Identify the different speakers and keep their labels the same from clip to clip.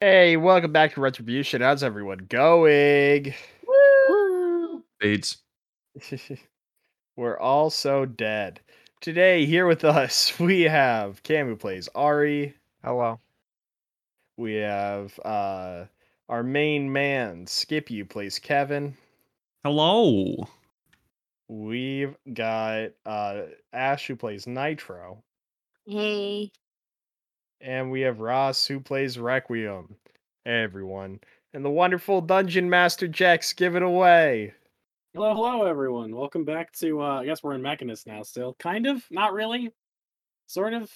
Speaker 1: Hey, welcome back to Retribution. How's everyone going?
Speaker 2: Fades.
Speaker 1: We're all so dead. Today, here with us, we have Cam who plays Ari.
Speaker 3: Hello.
Speaker 1: We have uh, our main man, Skippy, who plays Kevin.
Speaker 2: Hello.
Speaker 1: We've got uh, Ash, who plays Nitro.
Speaker 4: Hey.
Speaker 1: And we have Ross, who plays Requiem. Hey, everyone. And the wonderful Dungeon Master Jex, give it away.
Speaker 5: Hello, hello, everyone. Welcome back to. Uh, I guess we're in Mechanist now. Still, kind of, not really, sort of.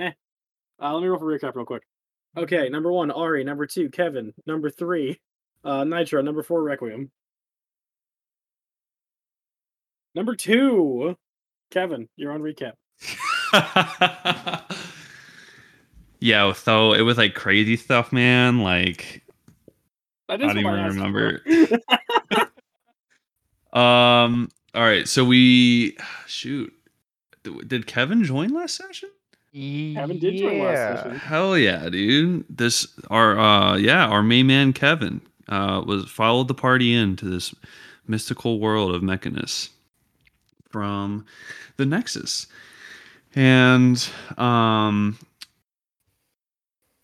Speaker 5: Eh. Uh, let me roll for recap real quick. Okay, number one, Ari. Number two, Kevin. Number three, uh, Nitro. Number four, Requiem. Number two, Kevin. You're on recap.
Speaker 2: yeah, so it was like crazy stuff, man. Like,
Speaker 5: That
Speaker 2: I
Speaker 5: is
Speaker 2: don't
Speaker 5: what
Speaker 2: even
Speaker 5: asked for.
Speaker 2: remember. um, all right, so we shoot. Th- Did Kevin join last session?
Speaker 5: Kevin did join last session.
Speaker 2: Hell yeah, dude. This our uh yeah, our main man Kevin uh was followed the party into this mystical world of Mechanus from the Nexus. And um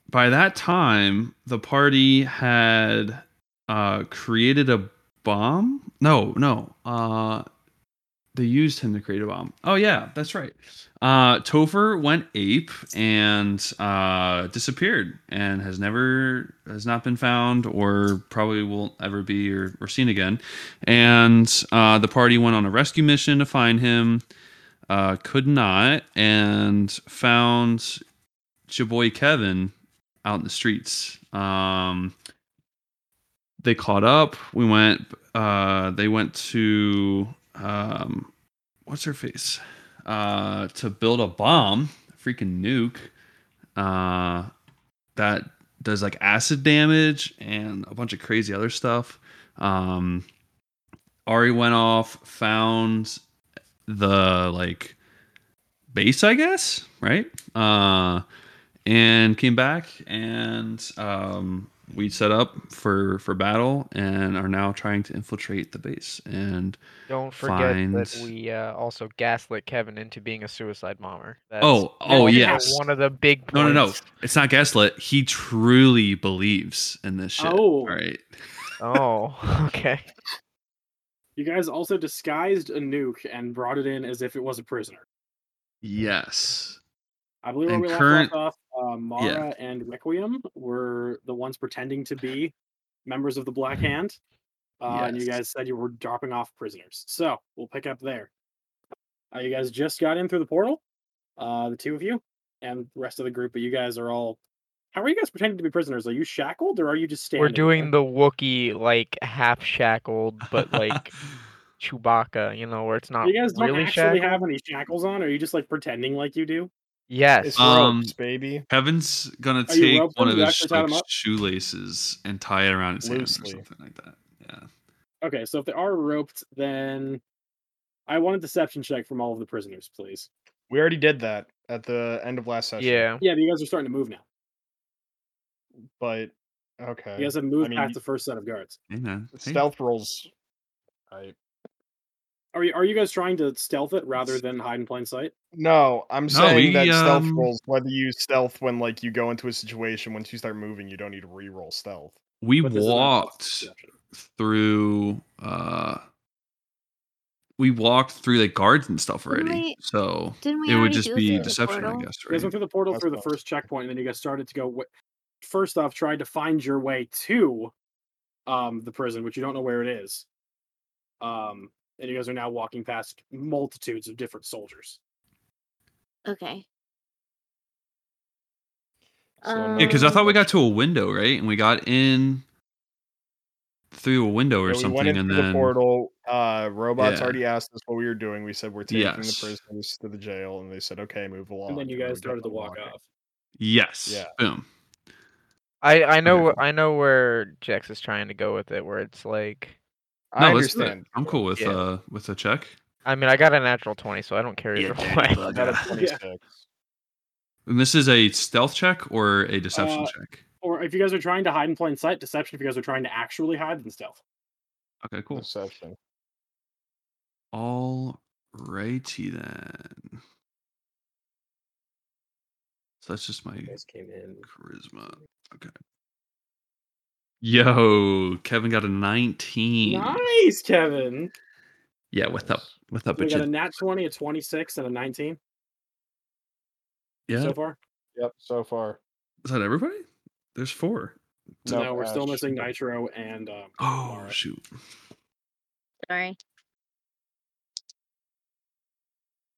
Speaker 2: by that time the party had uh created a bomb? No, no. Uh they used him to create a bomb. Oh yeah, that's right uh, Topher went ape and uh, disappeared and has never has not been found or probably won't ever be or, or seen again. And uh, the party went on a rescue mission to find him, uh, could not, and found your boy Kevin out in the streets. Um, they caught up. We went. Uh, they went to um, what's her face? uh, to build a bomb, freaking nuke, uh, that does like acid damage and a bunch of crazy other stuff. Um, Ari went off, found the like base, I guess, right? Uh, and came back and um, we set up for for battle and are now trying to infiltrate the base and
Speaker 3: Don't forget that
Speaker 2: Find-
Speaker 3: we uh, also gaslit Kevin into being a suicide bomber. That's
Speaker 2: oh oh
Speaker 3: also
Speaker 2: yes
Speaker 3: One of the big points.
Speaker 2: No, no, no. It's not gaslit. He truly believes in this shit.
Speaker 5: Oh.
Speaker 2: All right.
Speaker 3: Oh, okay.
Speaker 5: You guys also disguised a nuke and brought it in as if it was a prisoner.
Speaker 2: Yes.
Speaker 5: I believe where
Speaker 2: And
Speaker 5: we last
Speaker 2: current-
Speaker 5: left off, uh, Mara and Requiem were the ones pretending to be members of the Black Hand. Uh, And you
Speaker 2: Mm-hmm. Yes.
Speaker 5: guys said you were dropping off prisoners. So we'll pick up there. Uh, you guys just got in through the portal, uh, the two of you, and the rest of the group, but you guys are all. How are you guys pretending to be prisoners? Are you shackled or are you just standing?
Speaker 3: We're doing the Wookiee, like, half shackled, but like Chewbacca, you know, where it's
Speaker 5: there?
Speaker 3: not
Speaker 5: You guys don't
Speaker 3: really
Speaker 5: actually
Speaker 3: shackled.
Speaker 5: have any shackles on? Or are you just like pretending like you do?
Speaker 3: Yes.
Speaker 1: It's
Speaker 2: Um,
Speaker 1: ropes, baby.
Speaker 2: Kevin's gonna
Speaker 5: Are you
Speaker 2: take
Speaker 5: roped
Speaker 2: one
Speaker 5: him?
Speaker 2: of
Speaker 5: You
Speaker 2: his
Speaker 5: actually tied him
Speaker 2: like,
Speaker 5: up?
Speaker 2: shoelaces and tie it around his hands or
Speaker 1: Loosely.
Speaker 2: something like that. Yeah.
Speaker 5: Okay, so if they are roped, then I want a deception check from all of the prisoners, please.
Speaker 1: We already did that at the end of last session.
Speaker 3: Yeah.
Speaker 5: Yeah, but you guys are starting to move now.
Speaker 1: But, okay.
Speaker 5: You guys have moved
Speaker 1: I mean,
Speaker 5: past the first set of guards.
Speaker 2: Hey man. Hey.
Speaker 1: Stealth rolls. I
Speaker 5: Are you are you guys trying to stealth it rather than hide in plain sight?
Speaker 1: no, I'm saying
Speaker 2: we,
Speaker 1: that stealth
Speaker 2: um,
Speaker 1: rolls. Whether you stealth when like you go into a situation, once you start moving, you don't need to re-roll stealth.
Speaker 2: We
Speaker 5: But this is not a
Speaker 2: walked
Speaker 5: stealth deception.
Speaker 2: through uh we walked through the guards and stuff
Speaker 4: Didn't
Speaker 2: already.
Speaker 4: we-
Speaker 2: so
Speaker 4: Didn't we
Speaker 2: it would
Speaker 4: already
Speaker 2: just
Speaker 4: do
Speaker 2: be
Speaker 4: through the
Speaker 2: deception, I
Speaker 4: portal?
Speaker 2: guess,
Speaker 5: You guys went
Speaker 2: right?
Speaker 5: through the portal
Speaker 1: That's
Speaker 5: through the
Speaker 1: close.
Speaker 5: first checkpoint, and then you guys started to go. wi- First off, tried to find your way to um, the prison, which you don't know where it is. Um, and you guys are now walking past multitudes of different soldiers.
Speaker 4: Okay.
Speaker 1: So
Speaker 2: Yeah, because I
Speaker 4: Um,
Speaker 2: thought we got to a window, right? And we got in through a window or
Speaker 1: Yeah,
Speaker 2: something
Speaker 1: we went
Speaker 2: and
Speaker 1: into
Speaker 2: then
Speaker 1: the portal. Uh, robots
Speaker 2: Yeah.
Speaker 1: already asked us what we were doing. We said we're taking
Speaker 2: Yes.
Speaker 1: the prisoners to the jail, and they said, "Okay, move along."
Speaker 5: And then you
Speaker 1: we
Speaker 5: guys
Speaker 1: kept
Speaker 5: started to
Speaker 1: on
Speaker 5: walk
Speaker 1: walking.
Speaker 5: off.
Speaker 2: Yes.
Speaker 1: Yeah.
Speaker 2: Boom.
Speaker 3: I, I know
Speaker 2: Okay.
Speaker 3: wh- I know where Jex is trying to go with it, where it's like
Speaker 1: I
Speaker 2: let's do it.
Speaker 1: understand.
Speaker 2: I'm cool with
Speaker 3: Yeah.
Speaker 2: uh with a check.
Speaker 3: I mean I got a natural twenty, so I don't care either way.
Speaker 2: uh,
Speaker 1: Got a
Speaker 5: Yeah.
Speaker 1: 26.
Speaker 2: And this is a stealth check or a deception
Speaker 5: Uh,
Speaker 2: check.
Speaker 5: Or if you guys are trying to hide in plain sight, deception. If you guys are trying to actually hide, then stealth.
Speaker 2: Okay, cool.
Speaker 1: Perception.
Speaker 2: All righty then. So that's just my
Speaker 6: You guys came in.
Speaker 2: charisma. Okay. Yo, Kevin got a 19.
Speaker 5: Nice, Kevin.
Speaker 2: Yeah, with up, with up,
Speaker 5: We
Speaker 2: but
Speaker 5: got a nat twenty, a twenty-six, and a nineteen
Speaker 2: yeah.
Speaker 5: so far.
Speaker 1: Yep, so far.
Speaker 2: Is that everybody? There's four.
Speaker 5: No,
Speaker 1: Nope,
Speaker 5: we're still
Speaker 1: Ash.
Speaker 5: missing Nitro and um,
Speaker 2: Oh
Speaker 5: Alright.
Speaker 2: shoot.
Speaker 4: Sorry.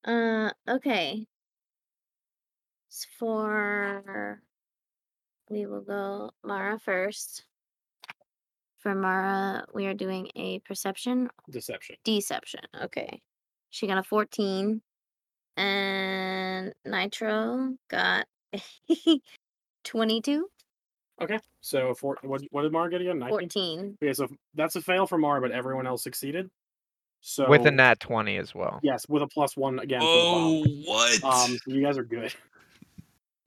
Speaker 4: Uh, okay. S- For we will go Mara first. For Mara, we are doing a perception
Speaker 5: Deception.
Speaker 4: deception. Okay. She got a 14. And Nitro got 22.
Speaker 5: Okay, so for, what, what did Mara get again? 19?
Speaker 4: 14.
Speaker 5: Okay, so that's a fail for Mara, but everyone else succeeded. So
Speaker 3: with a nat 20 as well.
Speaker 5: Yes, with a plus one again.
Speaker 2: Oh
Speaker 5: For the
Speaker 2: what?
Speaker 5: bomb. Um, so you guys are good.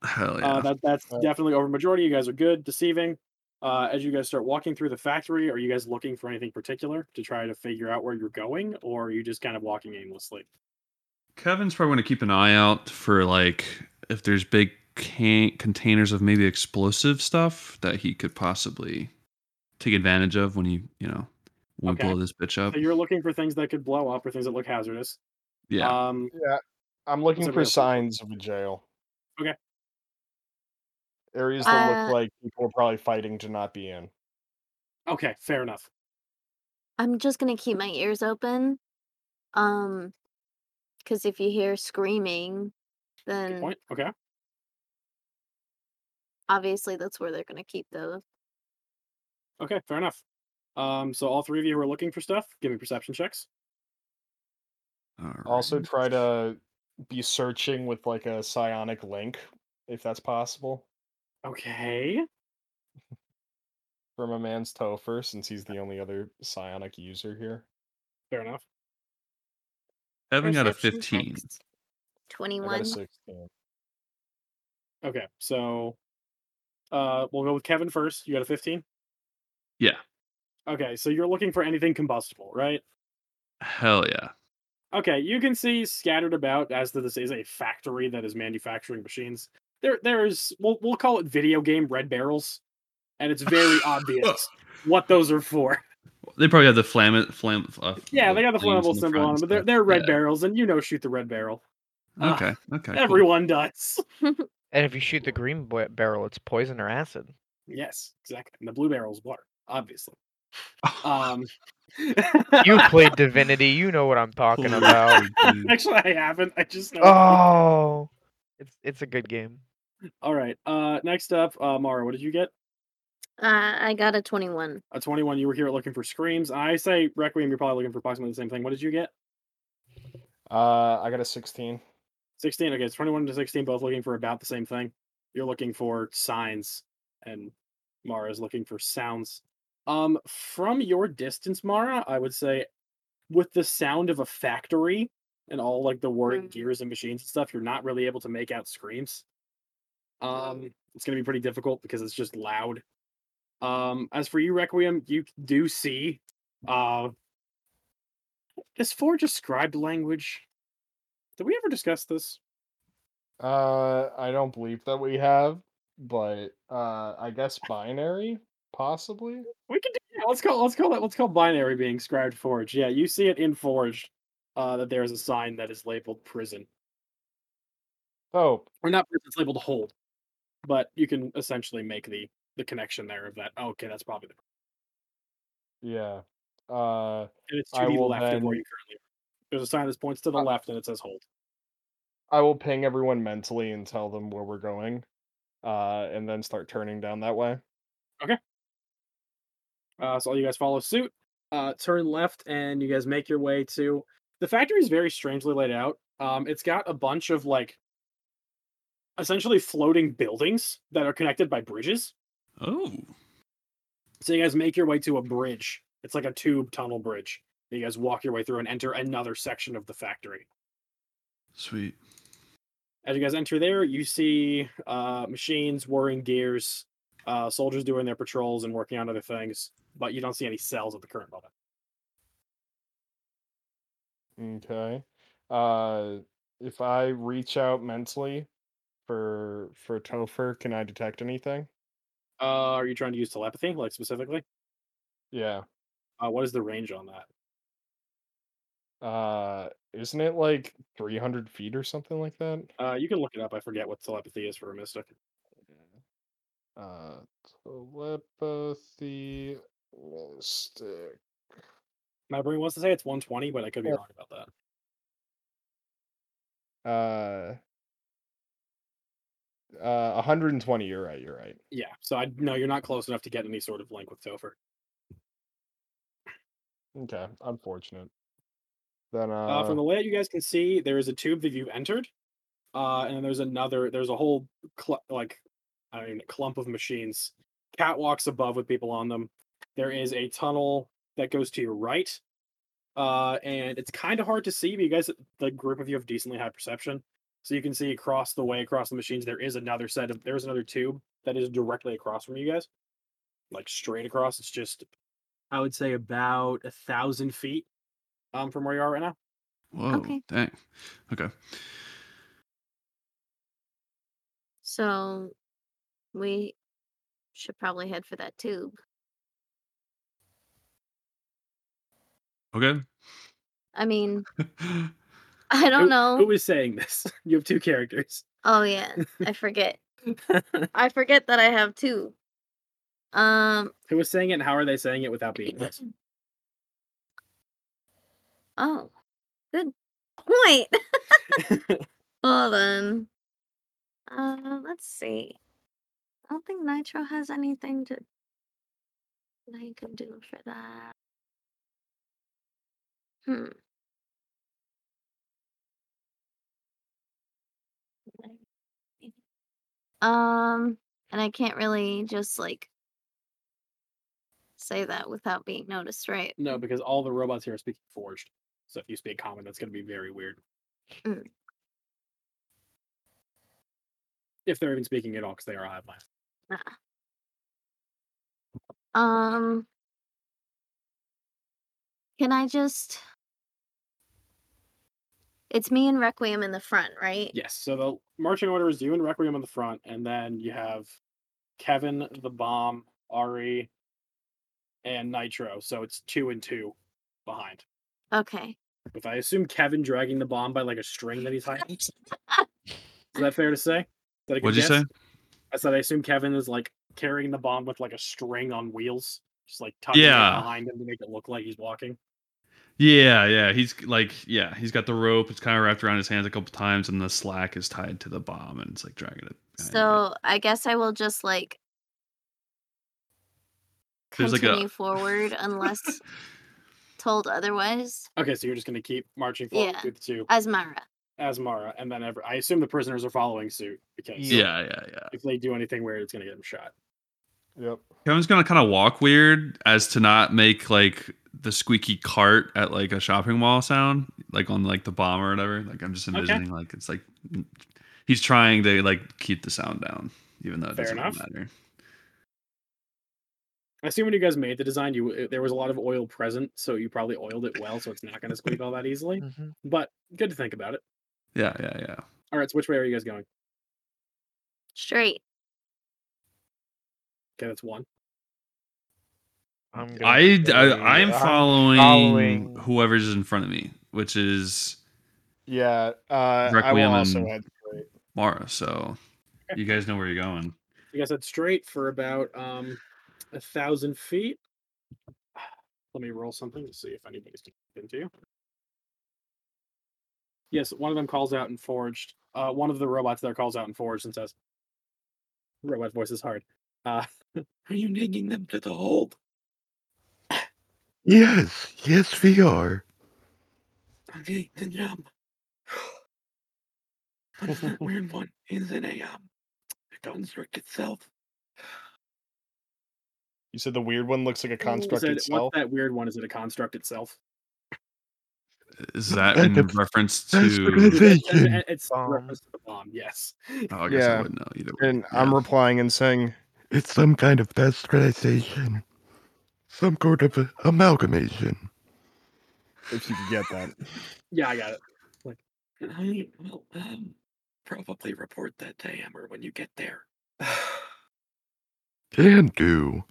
Speaker 2: Hell yeah.
Speaker 5: Uh, that, that's
Speaker 1: Alright.
Speaker 5: definitely over majority. You guys are good. Deceiving. Uh, as you guys start walking through the factory, are you guys looking for anything particular to try to figure out where you're going, or are you just kind of walking aimlessly?
Speaker 2: Kevin's probably going to keep an eye out for like if there's big can- containers of maybe explosive stuff that he could possibly take advantage of when he, you know, when
Speaker 5: Okay.
Speaker 2: we blow this bitch up.
Speaker 5: So you're looking for things that could blow up or things that look hazardous.
Speaker 2: yeah.
Speaker 5: Um,
Speaker 1: Yeah. I'm looking
Speaker 5: It's
Speaker 1: for
Speaker 5: available.
Speaker 1: signs of a jail.
Speaker 5: Okay.
Speaker 1: Areas that
Speaker 4: Uh,
Speaker 1: look like people are probably fighting to not be in.
Speaker 5: okay, fair enough.
Speaker 4: I'm just gonna keep my ears open. Um, because if you hear screaming,
Speaker 5: Good
Speaker 4: then
Speaker 5: point. Okay.
Speaker 4: obviously that's where they're gonna keep the.
Speaker 5: Okay, fair enough. Um, so all three of you who are looking for stuff, give me perception checks.
Speaker 2: Alright.
Speaker 1: Also try to be searching with like a psionic link, if that's possible.
Speaker 5: Okay.
Speaker 1: From a man's Topher, since he's the only other psionic user here.
Speaker 5: Fair enough.
Speaker 2: Kevin got a
Speaker 4: perception
Speaker 2: 15.
Speaker 4: checks.
Speaker 1: I
Speaker 4: Twenty-one.
Speaker 1: got a 16.
Speaker 5: Okay, so uh we'll go with Kevin first. You got a 15?
Speaker 2: Yeah.
Speaker 5: Okay, so you're looking for anything combustible, right?
Speaker 2: Hell yeah.
Speaker 5: Okay, you can see scattered about as that this is a factory that is manufacturing machines. There there's we'll we'll call it video game red barrels. And it's very obvious what those are for.
Speaker 2: They probably have the flam flam uh,
Speaker 5: Yeah, they got the
Speaker 2: flames
Speaker 5: flammable
Speaker 2: in
Speaker 5: symbol
Speaker 2: front
Speaker 5: on them,
Speaker 2: and
Speaker 5: but they're
Speaker 2: stuff.
Speaker 5: they're red
Speaker 2: Yeah.
Speaker 5: barrels, and you know shoot the red barrel. Ah,
Speaker 2: Okay. Okay. cool.
Speaker 5: Everyone does.
Speaker 3: And if you shoot the green b- barrel, it's poison or acid.
Speaker 5: Yes, exactly. And the blue barrel's water, obviously. Um
Speaker 3: You played Divinity, you know what I'm talking
Speaker 2: Holy
Speaker 3: about.
Speaker 2: shit, dude.
Speaker 5: Actually, I haven't. I just know.
Speaker 3: Oh, it's it's a good game.
Speaker 5: All right. Uh, next up, uh, Mara, what did you get?
Speaker 4: Uh, I got a twenty-one.
Speaker 5: A twenty-one. You were here looking for screams. I say Requiem. You're probably looking for approximately the same thing. What did you get?
Speaker 1: Uh, I got a 16.
Speaker 5: Sixteen. Okay, it's twenty-one to sixteen. Both looking for about the same thing. You're looking for signs, and Mara's looking for sounds. Um, from your distance, Mara, I would say, with the sound of a factory and all like the whirring
Speaker 4: Mm.
Speaker 5: gears and machines and stuff, you're not really able to make out screams. Um, it's gonna be pretty difficult because it's just loud. Um, as for you, Requiem, you do see. Uh, is for described language? Did we ever discuss this?
Speaker 1: Uh, I don't believe that we have, but uh, I guess binary, possibly.
Speaker 5: We can do yeah, let's call let's call that let's call binary being scribed forged. Yeah, you see it in forged, uh that there is a sign that is labeled prison.
Speaker 1: Oh,
Speaker 5: Or not prison, it's labeled hold. But you can essentially make the the connection there of that. oh, Okay, that's probably the
Speaker 1: yeah. Uh,
Speaker 5: and it's
Speaker 1: I
Speaker 5: to the
Speaker 1: will
Speaker 5: left of where
Speaker 1: then-
Speaker 5: you currently are. There's a sign that points to the
Speaker 1: Uh,
Speaker 5: left and it says hold.
Speaker 1: I will ping everyone mentally and tell them where we're going, uh, and then start turning down that way.
Speaker 5: Uh, so all you guys follow suit, uh, turn left, and you guys make your way to the factory. Is very strangely laid out. Um, it's got a bunch of like essentially floating buildings that are connected by bridges.
Speaker 2: Oh.
Speaker 5: So you guys make your way to a bridge. It's like a tube tunnel bridge. that You guys walk your way through and enter another section of the factory.
Speaker 2: Sweet.
Speaker 5: As you guys enter there, you see uh, machines, whirring gears, uh, soldiers doing their patrols and working on other things, but you don't see any cells at the current moment.
Speaker 1: Okay. Uh, if I reach out mentally for for Topher, can I detect anything?
Speaker 5: Uh, are you trying to use telepathy, like specifically?
Speaker 1: Yeah.
Speaker 5: Uh, what is the range on that?
Speaker 1: Uh, isn't it like 300 feet or something like that?
Speaker 5: Uh, you can look it up. I forget what telepathy is for a mystic.
Speaker 1: Uh, telepathy mystic.
Speaker 5: My brain wants to say it's 120, but I could be wrong about that.
Speaker 1: Uh, uh, 120. You're right. You're right.
Speaker 5: Yeah, so I no, you're not close enough to get any sort of link with Topher.
Speaker 1: Okay. Unfortunate. Then uh,
Speaker 5: Uh, from the layout, you guys can see there is a tube that you've entered, uh, and then there's another. There's a whole cl- like, I don't even clump of machines, catwalks above with people on them. There is a tunnel that goes to your right, uh, and it's kind of hard to see. But you guys, the group of you, have decently high perception, so you can see across the way, across the machines. There is another set of. There is another tube that is directly across from you guys, like straight across. It's just, I would say, about a thousand feet, um, from where you are right now.
Speaker 2: Whoa,
Speaker 4: Okay.
Speaker 2: dang. Okay.
Speaker 4: So we should probably head for that tube.
Speaker 2: Okay.
Speaker 4: I mean, I don't
Speaker 5: Who-
Speaker 4: know.
Speaker 5: Who is saying this? You have two characters.
Speaker 4: Oh yeah, I forget. I forget that I have two. Um.
Speaker 5: Who is saying it and how are they saying it without being this?
Speaker 4: Oh, good point. Hold on. Uh, let's see. I don't think Nitro has anything to that you can do for that. Hmm. Um, and I can't really just like say that without being noticed, right?
Speaker 5: No, because all the robots here are speaking forged. So if you speak common, that's going to be very weird.
Speaker 4: Mm.
Speaker 5: If they're even speaking at all, because they are hive mind.
Speaker 4: Um, can I just? It's me and Requiem in the front, right?
Speaker 5: Yes. So the marching order is you and Requiem on the front, and then you have Kevin, the bomb, Ari, and Nitro. So it's two and two behind.
Speaker 4: Okay.
Speaker 5: If I assume Kevin dragging the bomb by like a string that he's hiding, is that fair to say? Is that a good
Speaker 2: What'd you
Speaker 5: guess?
Speaker 2: say?
Speaker 5: I said I assume Kevin is like carrying the bomb with like a string on wheels, just like tucking
Speaker 2: Yeah.
Speaker 5: it behind him to make it look like he's walking.
Speaker 2: Yeah, yeah. He's like, yeah, he's got the rope. It's kind of wrapped around his hands a couple times, and the slack is tied to the bomb, and it's like dragging it. behind him.
Speaker 4: So I guess I will just like
Speaker 2: There's, like, a-
Speaker 4: continue forward unless told otherwise.
Speaker 5: Okay, so you're just gonna keep marching forward
Speaker 4: Yeah.
Speaker 5: through the two
Speaker 4: As Mara.
Speaker 5: as Mara, and then every, I assume the prisoners are following suit because
Speaker 2: yeah, yeah, yeah.
Speaker 5: if they do anything weird, it's gonna get them shot.
Speaker 1: Yep.
Speaker 2: Kevin's gonna kind of walk weird as to not make like the squeaky cart at like a shopping mall sound, like on like the bomb or whatever. Like I'm just
Speaker 5: Okay.
Speaker 2: envisioning like it's like he's trying to like keep the sound down, even though it
Speaker 5: Fair
Speaker 2: doesn't really
Speaker 5: enough.
Speaker 2: matter.
Speaker 5: I assume when you guys made the design, you it- there was a lot of oil present, so you probably oiled it well, so it's not gonna squeak all that easily.
Speaker 3: Mhm.
Speaker 5: But good to think about it.
Speaker 2: Yeah, yeah, yeah.
Speaker 5: All right, so which way are you guys going?
Speaker 4: Straight.
Speaker 5: Okay, that's one.
Speaker 3: I'm gonna
Speaker 2: I,
Speaker 3: say Uh,
Speaker 2: I I'm following,
Speaker 3: following-
Speaker 2: whoever's in front of me, which is
Speaker 1: Yeah. Uh, I will
Speaker 2: Requiem
Speaker 1: also
Speaker 2: and-
Speaker 1: head straight.
Speaker 2: Mara. So you guys know where you're going.
Speaker 5: You guys head straight for about um a thousand feet. Let me roll something to see if anybody's getting into you. Yes, one of them calls out in Forged. Uh, one of the robots there calls out in Forged and says, "Robot voice is hard. Uh, are you digging them to the hold?
Speaker 6: Yes, yes, we are.
Speaker 5: Okay, then jump. What's that weird one? Is in a um, a construct itself.
Speaker 1: You said the weird one looks like a construct itself.
Speaker 5: What's that weird one? Is it a construct itself?
Speaker 2: Is that
Speaker 6: That
Speaker 2: in
Speaker 6: dep-
Speaker 2: reference
Speaker 6: that's what I
Speaker 2: to?
Speaker 6: think.
Speaker 5: It's- it's-
Speaker 6: Thinking.
Speaker 5: it's
Speaker 3: Bomb.
Speaker 5: reference to the bomb. Yes.
Speaker 2: Oh, I guess
Speaker 1: Yeah.
Speaker 2: I wouldn't know either. way.
Speaker 1: And
Speaker 2: Yeah.
Speaker 1: I'm replying and saying,
Speaker 6: It's some kind of pasteurization, some sort of amalgamation.
Speaker 1: If you could get that.
Speaker 5: Yeah, I got it. Like,
Speaker 7: I will um, probably report that to Hammer when you get there.
Speaker 6: Can do.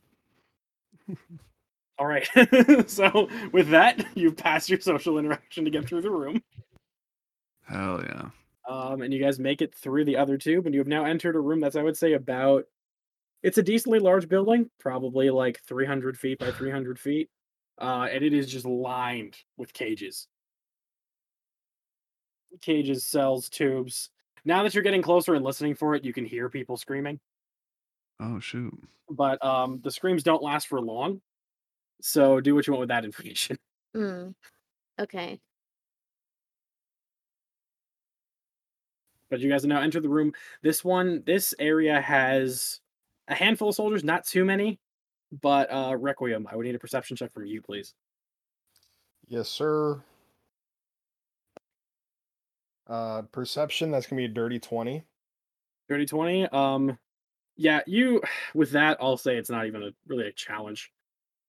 Speaker 5: all right. so with that, you pass your social interaction to get through the room.
Speaker 2: Hell yeah.
Speaker 5: Um, and you guys make it through the other tube, and you have now entered a room that's, I would say, about. It's a decently large building, probably like 300 feet by 300 feet, uh, and it is just lined with cages. Cages, cells, tubes. Now that you're getting closer and listening for it, you can hear people screaming,
Speaker 2: Oh shoot.
Speaker 5: but um, the screams don't last for long. So do what you want with that information.
Speaker 4: Mm. Okay.
Speaker 5: But you guys have now entered the room. This one, this area has a handful of soldiers, not too many. But uh Requiem, I would need a perception check from you, please.
Speaker 1: Yes, sir. Uh, perception, that's going to be a dirty 20.
Speaker 5: Dirty 20. Um yeah, you with that, I'll say it's not even a really a challenge.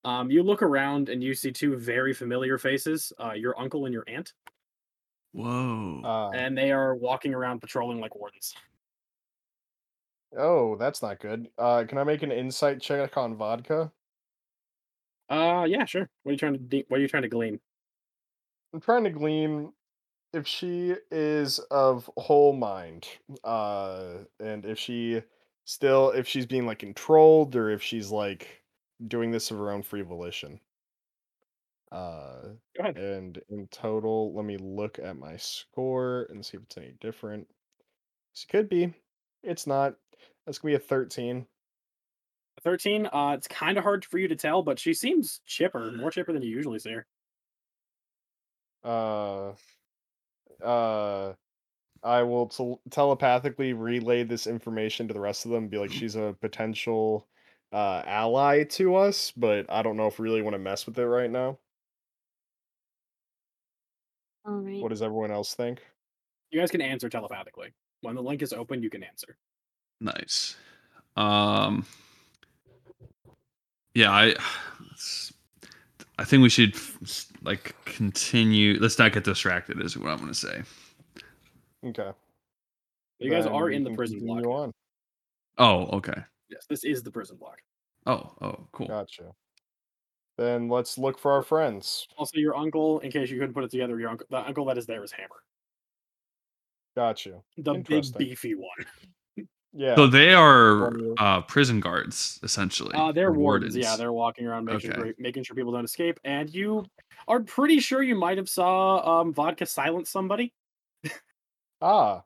Speaker 5: Um, you look around and you see two very familiar faces, uh, your uncle and your aunt,
Speaker 2: Whoa.
Speaker 1: Uh,
Speaker 5: and they are walking around patrolling like wardens.
Speaker 1: oh, that's not good. Uh, can I make an insight check on vodka?
Speaker 5: Uh, yeah, sure. What are you trying to de- what are you trying to glean?
Speaker 1: I'm trying to glean if she is of whole mind, uh, and if she still if she's being like controlled or if she's like doing this of her own free volition. Uh,
Speaker 5: Go ahead.
Speaker 1: and in total, let me look at my score and see if it's any different. This could be. It's not. That's gonna be a thirteen.
Speaker 5: 13 uh it's kind of hard for you to tell but she seems chipper more chipper than you usually see her
Speaker 1: uh uh i will tel- telepathically relay this information to the rest of them and be like she's a potential uh ally to us but i don't know if we really want to mess with it right now
Speaker 4: All right.
Speaker 1: what does everyone else think
Speaker 5: you guys can answer telepathically when the link is open you can answer
Speaker 2: Nice. Um Yeah, I it's- I think we should like continue. Let's not get distracted is what I'm going to say.
Speaker 1: okay
Speaker 5: you guys
Speaker 1: then
Speaker 5: are
Speaker 1: we
Speaker 5: in the
Speaker 1: can
Speaker 5: prison block
Speaker 1: continue on
Speaker 2: Oh, okay.
Speaker 5: yes this is the prison block
Speaker 2: Oh, oh, cool.
Speaker 1: gotcha then let's look for our friends
Speaker 5: also your uncle in case you couldn't put it together your uncle the uncle that is there is hammer
Speaker 1: got you
Speaker 5: the big
Speaker 1: Interesting.
Speaker 5: beefy one
Speaker 1: yeah
Speaker 2: So they are
Speaker 1: Wonder-
Speaker 2: uh, prison guards, essentially.
Speaker 5: uh they're
Speaker 2: or
Speaker 5: wardens. yeah they're walking around making,
Speaker 2: Okay.
Speaker 5: sure, making sure people don't escape and you are pretty sure you might have saw um vodka silence somebody
Speaker 1: ah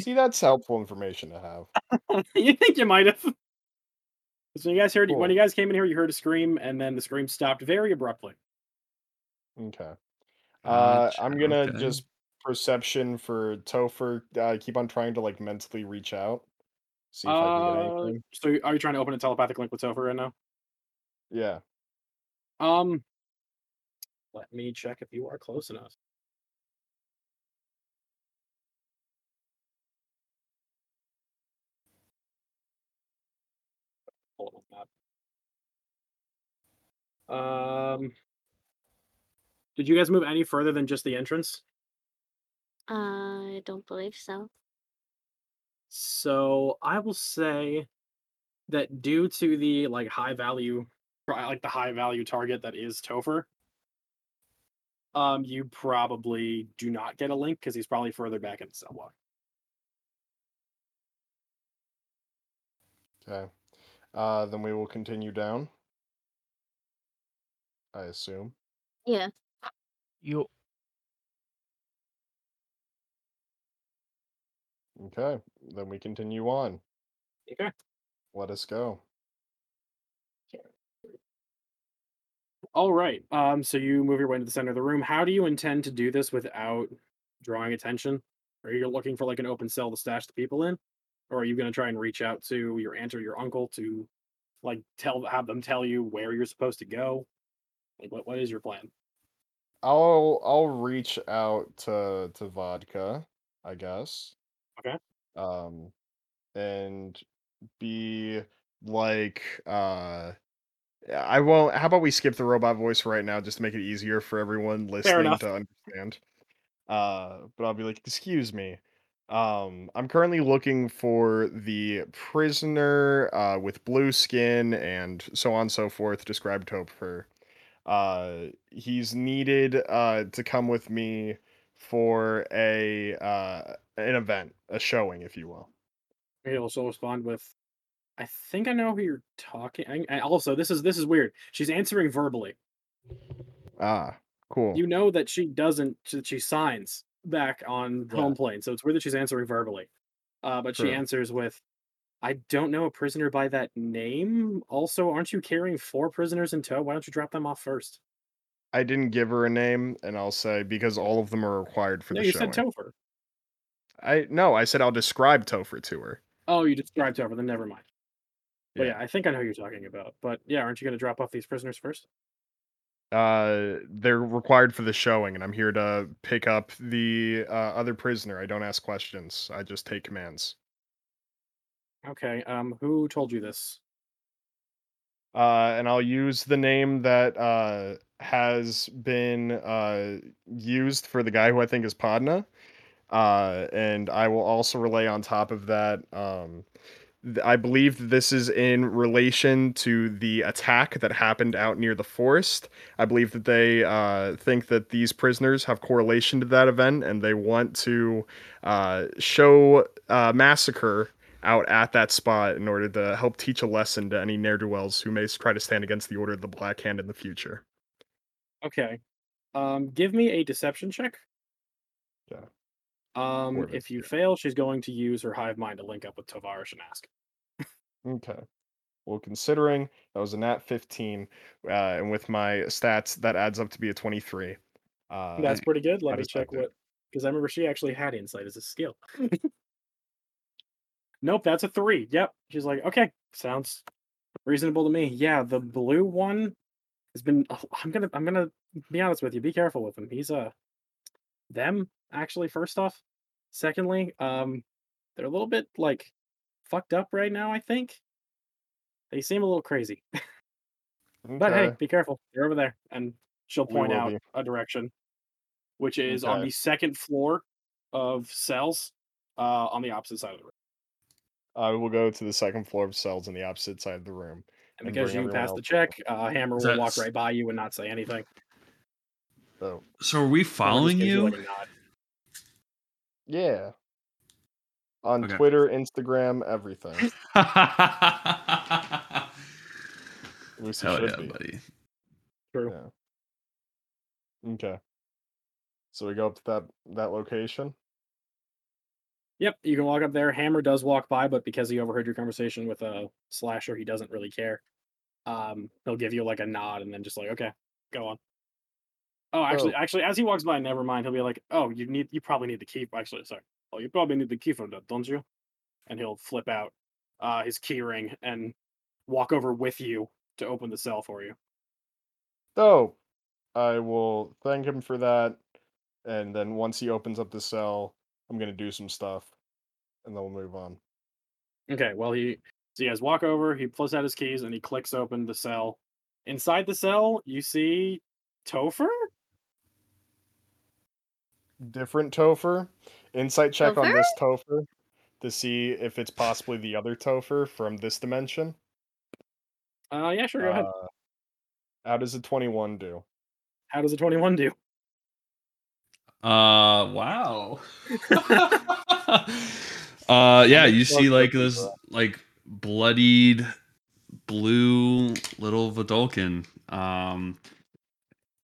Speaker 1: see that's helpful information to have
Speaker 5: you think you might have. So you guys heard when
Speaker 1: Cool.
Speaker 5: you guys came in here, you heard a scream, and then the scream stopped very abruptly.
Speaker 1: okay Uh, I'm
Speaker 2: Gotcha,
Speaker 1: gonna
Speaker 2: okay.
Speaker 1: just perception for Topher. Uh, keep on trying to like mentally reach out, see if I can get
Speaker 5: Uh,
Speaker 1: anything.
Speaker 5: so are you trying to open a telepathic link with Topher right now?
Speaker 1: Yeah,
Speaker 5: Um, let me check if you are close enough. Hold on. that. Um, did you guys move any further than just the entrance?
Speaker 4: I don't believe so.
Speaker 5: So I will say that due to the like high value, pri- like the high value target that is Topher, um, you probably do not get a link because he's probably further back in the cell block.
Speaker 1: okay. Uh, then we will continue down. I assume.
Speaker 4: Yeah.
Speaker 3: You
Speaker 1: Okay, then we continue on.
Speaker 5: Okay.
Speaker 1: Let us go.
Speaker 5: All right. Um, so you move your way into the center of the room. How do you intend to do this without drawing attention? Are you looking for like an open cell to stash the people in, or are you going to try and reach out to your aunt or your uncle to, like, tell have them tell you where you're supposed to go? Like, what what is your plan?
Speaker 1: I'll I'll reach out to to vodka, I guess.
Speaker 5: Okay.
Speaker 1: Um, and be like uh I won't how about we skip the robot voice right now just to make it easier for everyone listening
Speaker 5: enough.
Speaker 1: to understand. Uh but I'll be like, excuse me. Um I'm currently looking for the prisoner uh with blue skin and so on and so forth, described hope for uh he's needed uh to come with me for a uh an event, a showing, if you will.
Speaker 5: Okay, well, she'll respond with, "I think I know who you're talking." I, I- also, this is this is weird. She's answering verbally.
Speaker 1: Ah, cool.
Speaker 5: You know that she doesn't. That she signs back on
Speaker 1: Yeah.
Speaker 5: home plane, so it's weird that she's answering verbally. Uh, but
Speaker 2: True.
Speaker 5: she answers with, "I don't know a prisoner by that name. Also, aren't you carrying four prisoners in tow? Why don't you drop them off first?
Speaker 1: I didn't give her a name, and I'll say because all of them are required for
Speaker 5: no,
Speaker 1: the
Speaker 5: you
Speaker 1: showing.
Speaker 5: said Topher.
Speaker 1: I no, I said I'll describe Topher to her.
Speaker 5: Oh, you described Topher. Then never mind. But
Speaker 1: Yeah.
Speaker 5: yeah, I think I know who you're talking about. But yeah, aren't you going to drop off these prisoners first?
Speaker 1: Uh, they're required for the showing, and I'm here to pick up the uh, other prisoner. I don't ask questions. I just take commands.
Speaker 5: Okay. Um, who told you this?
Speaker 1: Uh, and I'll use the name that uh has been uh used for the guy who I think is Podna. Uh, and I will also relay on top of that. Um, th- I believe that this is in relation to the attack that happened out near the forest. I believe that they uh, think that these prisoners have correlation to that event, and they want to uh, show uh, massacre out at that spot in order to help teach a lesson to any ne'er do wells who may s- try to stand against the order of the Black Hand in the future.
Speaker 5: Okay. Um, give me a deception check.
Speaker 1: Yeah.
Speaker 5: Um,
Speaker 1: Coordinates,
Speaker 5: if you
Speaker 1: yeah.
Speaker 5: fail, she's going to use her hive mind to link up with Tavarish and ask.
Speaker 1: Okay. Well, considering that was a nat 15, uh, and with my stats, that adds up to be a 23. Uh,
Speaker 5: That's pretty good. Let
Speaker 1: I'd
Speaker 5: me check
Speaker 1: expect it.
Speaker 5: what, because I remember she actually had insight as a skill. nope, that's a three. Yep. She's like, okay, sounds reasonable to me. Yeah, the blue one has been. oh, I'm gonna. I'm gonna be honest with you. Be careful with him. He's uh, them actually. First off, secondly, um, they're a little bit like fucked up right now. I think they seem a little crazy. But hey,
Speaker 1: okay.
Speaker 5: be careful. You're over there. And she'll
Speaker 1: We
Speaker 5: point
Speaker 1: will
Speaker 5: out
Speaker 1: be.
Speaker 5: a direction, which is on
Speaker 1: Okay.
Speaker 5: the second floor of cells uh, on the opposite side of the room.
Speaker 1: I will go to the second floor of cells on the opposite side of the room.
Speaker 5: And
Speaker 1: And
Speaker 5: because
Speaker 1: bring
Speaker 5: you
Speaker 1: everyone
Speaker 5: passed the
Speaker 1: else
Speaker 5: check, uh, Hammer will walk
Speaker 2: That's-
Speaker 5: right by you and not say anything. Hammer just
Speaker 1: So,
Speaker 2: So are we following
Speaker 5: gives
Speaker 2: you?
Speaker 5: like, a nod.
Speaker 1: yeah. On
Speaker 2: Okay.
Speaker 1: Twitter, Instagram, everything. At least it
Speaker 2: Hell
Speaker 1: should
Speaker 2: yeah,
Speaker 1: be.
Speaker 2: buddy.
Speaker 5: True.
Speaker 1: Okay. So we go up to that that location.
Speaker 5: Yep, you can walk up there. Hammer does walk by, but because he overheard your conversation with a slasher, he doesn't really care. Um, he'll give you like a nod and then just like, okay, go on. Oh, actually,
Speaker 1: Oh.
Speaker 5: actually, as he walks by, never mind. He'll be like, oh, you need, you probably need the key. Actually, sorry. Oh, you probably need the key for that, don't you? And he'll flip out uh, his key ring and walk over with you to open the cell for you.
Speaker 1: So I will thank him for that. And then once he opens up the cell, I'm gonna do some stuff. And then we'll move on.
Speaker 5: Okay, well he so you guys walk over, he pulls out his keys and he clicks open the cell. Inside the cell, you see Topher?
Speaker 1: Different Topher. Insight check on this
Speaker 4: Topher?
Speaker 1: Topher to see if it's possibly the other Topher from this dimension.
Speaker 5: Uh yeah, sure, go ahead.
Speaker 1: Uh, how does a 21 do?
Speaker 5: How does a 21 do?
Speaker 2: Uh, wow. uh, yeah, you see like this like bloodied blue little Vidalkin. Um,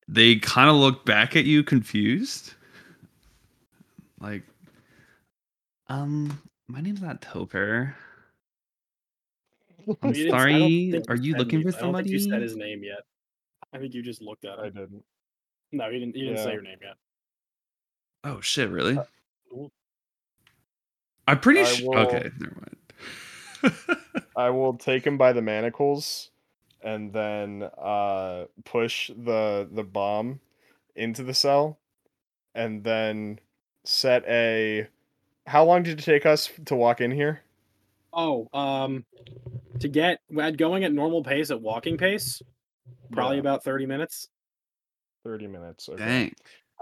Speaker 2: they kind of look back at you confused, like, um, my name's not Toper. I'm
Speaker 5: You didn't- I don't
Speaker 2: sorry.
Speaker 5: think
Speaker 2: Are you
Speaker 5: said
Speaker 2: looking
Speaker 5: names.
Speaker 2: for
Speaker 5: I don't think you said
Speaker 2: somebody?
Speaker 5: his name yet. I think you just looked at
Speaker 1: I
Speaker 5: it.
Speaker 1: didn't.
Speaker 5: No, you didn't you didn't say
Speaker 1: Yeah.
Speaker 5: your name yet.
Speaker 2: Oh shit! Really?
Speaker 5: cool.
Speaker 2: I'm pretty
Speaker 1: Uh, I
Speaker 2: sure.
Speaker 1: will-
Speaker 2: Okay, never mind.
Speaker 1: I will take him by the manacles and then uh push the the bomb into the cell and then set a how long did it take us to walk in here?
Speaker 5: Oh, um to get at going at normal pace at walking pace, probably
Speaker 1: Yeah,
Speaker 5: about thirty minutes.
Speaker 1: 30 minutes. Okay.
Speaker 2: Dang.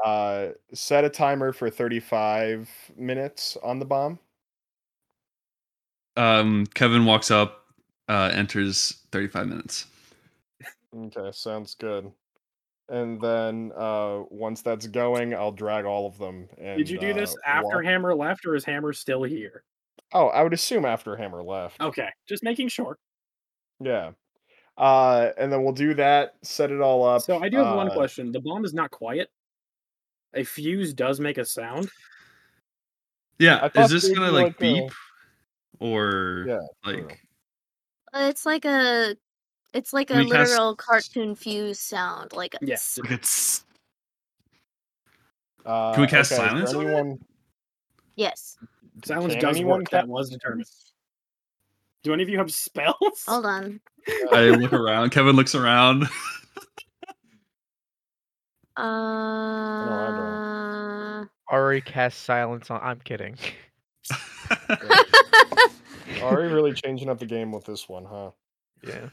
Speaker 1: Uh, set a timer for 35 minutes on the bomb.
Speaker 2: Um, Kevin walks up, uh, enters 35 minutes.
Speaker 1: Okay, sounds good. And then uh, once that's going, I'll drag all of them. And,
Speaker 5: Did you do this
Speaker 1: uh,
Speaker 5: after
Speaker 1: walk-
Speaker 5: Hammer left, or is Hammer still here?
Speaker 1: Oh, I would assume after Hammer left.
Speaker 5: Okay, just making sure.
Speaker 1: Yeah. Uh, and then we'll do that, set it all up.
Speaker 5: So I do have one
Speaker 1: uh,
Speaker 5: question. The bomb is not quiet. A fuse does make a sound.
Speaker 1: I
Speaker 2: Yeah.
Speaker 1: thought
Speaker 2: Is this
Speaker 1: they'd
Speaker 2: gonna
Speaker 1: be
Speaker 2: like,
Speaker 1: like a-
Speaker 2: beep, or
Speaker 1: Yeah, I don't
Speaker 2: like?
Speaker 4: It's like a it's like a
Speaker 2: Can we cast-
Speaker 4: literal cartoon fuse sound. Like a
Speaker 5: Yeah.
Speaker 4: tss.
Speaker 2: like a tss-
Speaker 1: Uh,
Speaker 2: Can we cast
Speaker 1: okay, is there
Speaker 2: silence on it?
Speaker 1: Anyone,
Speaker 4: yes.
Speaker 5: Silence
Speaker 1: Can
Speaker 5: does
Speaker 1: anyone
Speaker 5: work.
Speaker 1: ca-
Speaker 5: That was determined. Do any of you have spells?
Speaker 4: Hold on.
Speaker 2: I look around. Kevin looks around.
Speaker 4: Uh,
Speaker 3: Ari cast silence on. I'm kidding.
Speaker 1: are you really changing up the game with this one, huh?
Speaker 3: Yeah.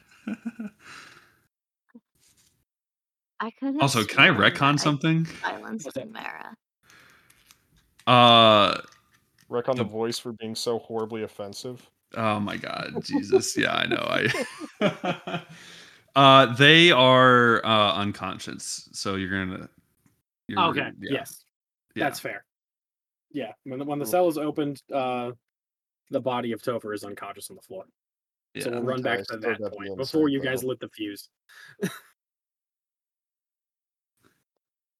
Speaker 4: I could. have
Speaker 2: also, can I
Speaker 4: sworn that
Speaker 2: retcon something?
Speaker 4: Silence Oh,
Speaker 5: What's that?
Speaker 4: Chimera.
Speaker 2: Uh,
Speaker 1: Wreck on the
Speaker 2: The-
Speaker 1: voice for being so horribly offensive.
Speaker 2: Oh my god, Jesus. Yeah, I know. I uh they are uh unconscious. So you're gonna you're,
Speaker 5: Okay.
Speaker 2: yeah,
Speaker 5: Yes,
Speaker 2: yeah.
Speaker 5: that's fair. Yeah, when the, when the cell is opened, uh, the body of Topher is unconscious on the floor.
Speaker 2: yeah.
Speaker 5: So we'll run
Speaker 1: Okay,
Speaker 5: back
Speaker 1: so
Speaker 5: to that
Speaker 1: that'd be
Speaker 5: point
Speaker 1: on the
Speaker 5: before
Speaker 1: same
Speaker 5: you guys
Speaker 1: level.
Speaker 5: lit the fuse.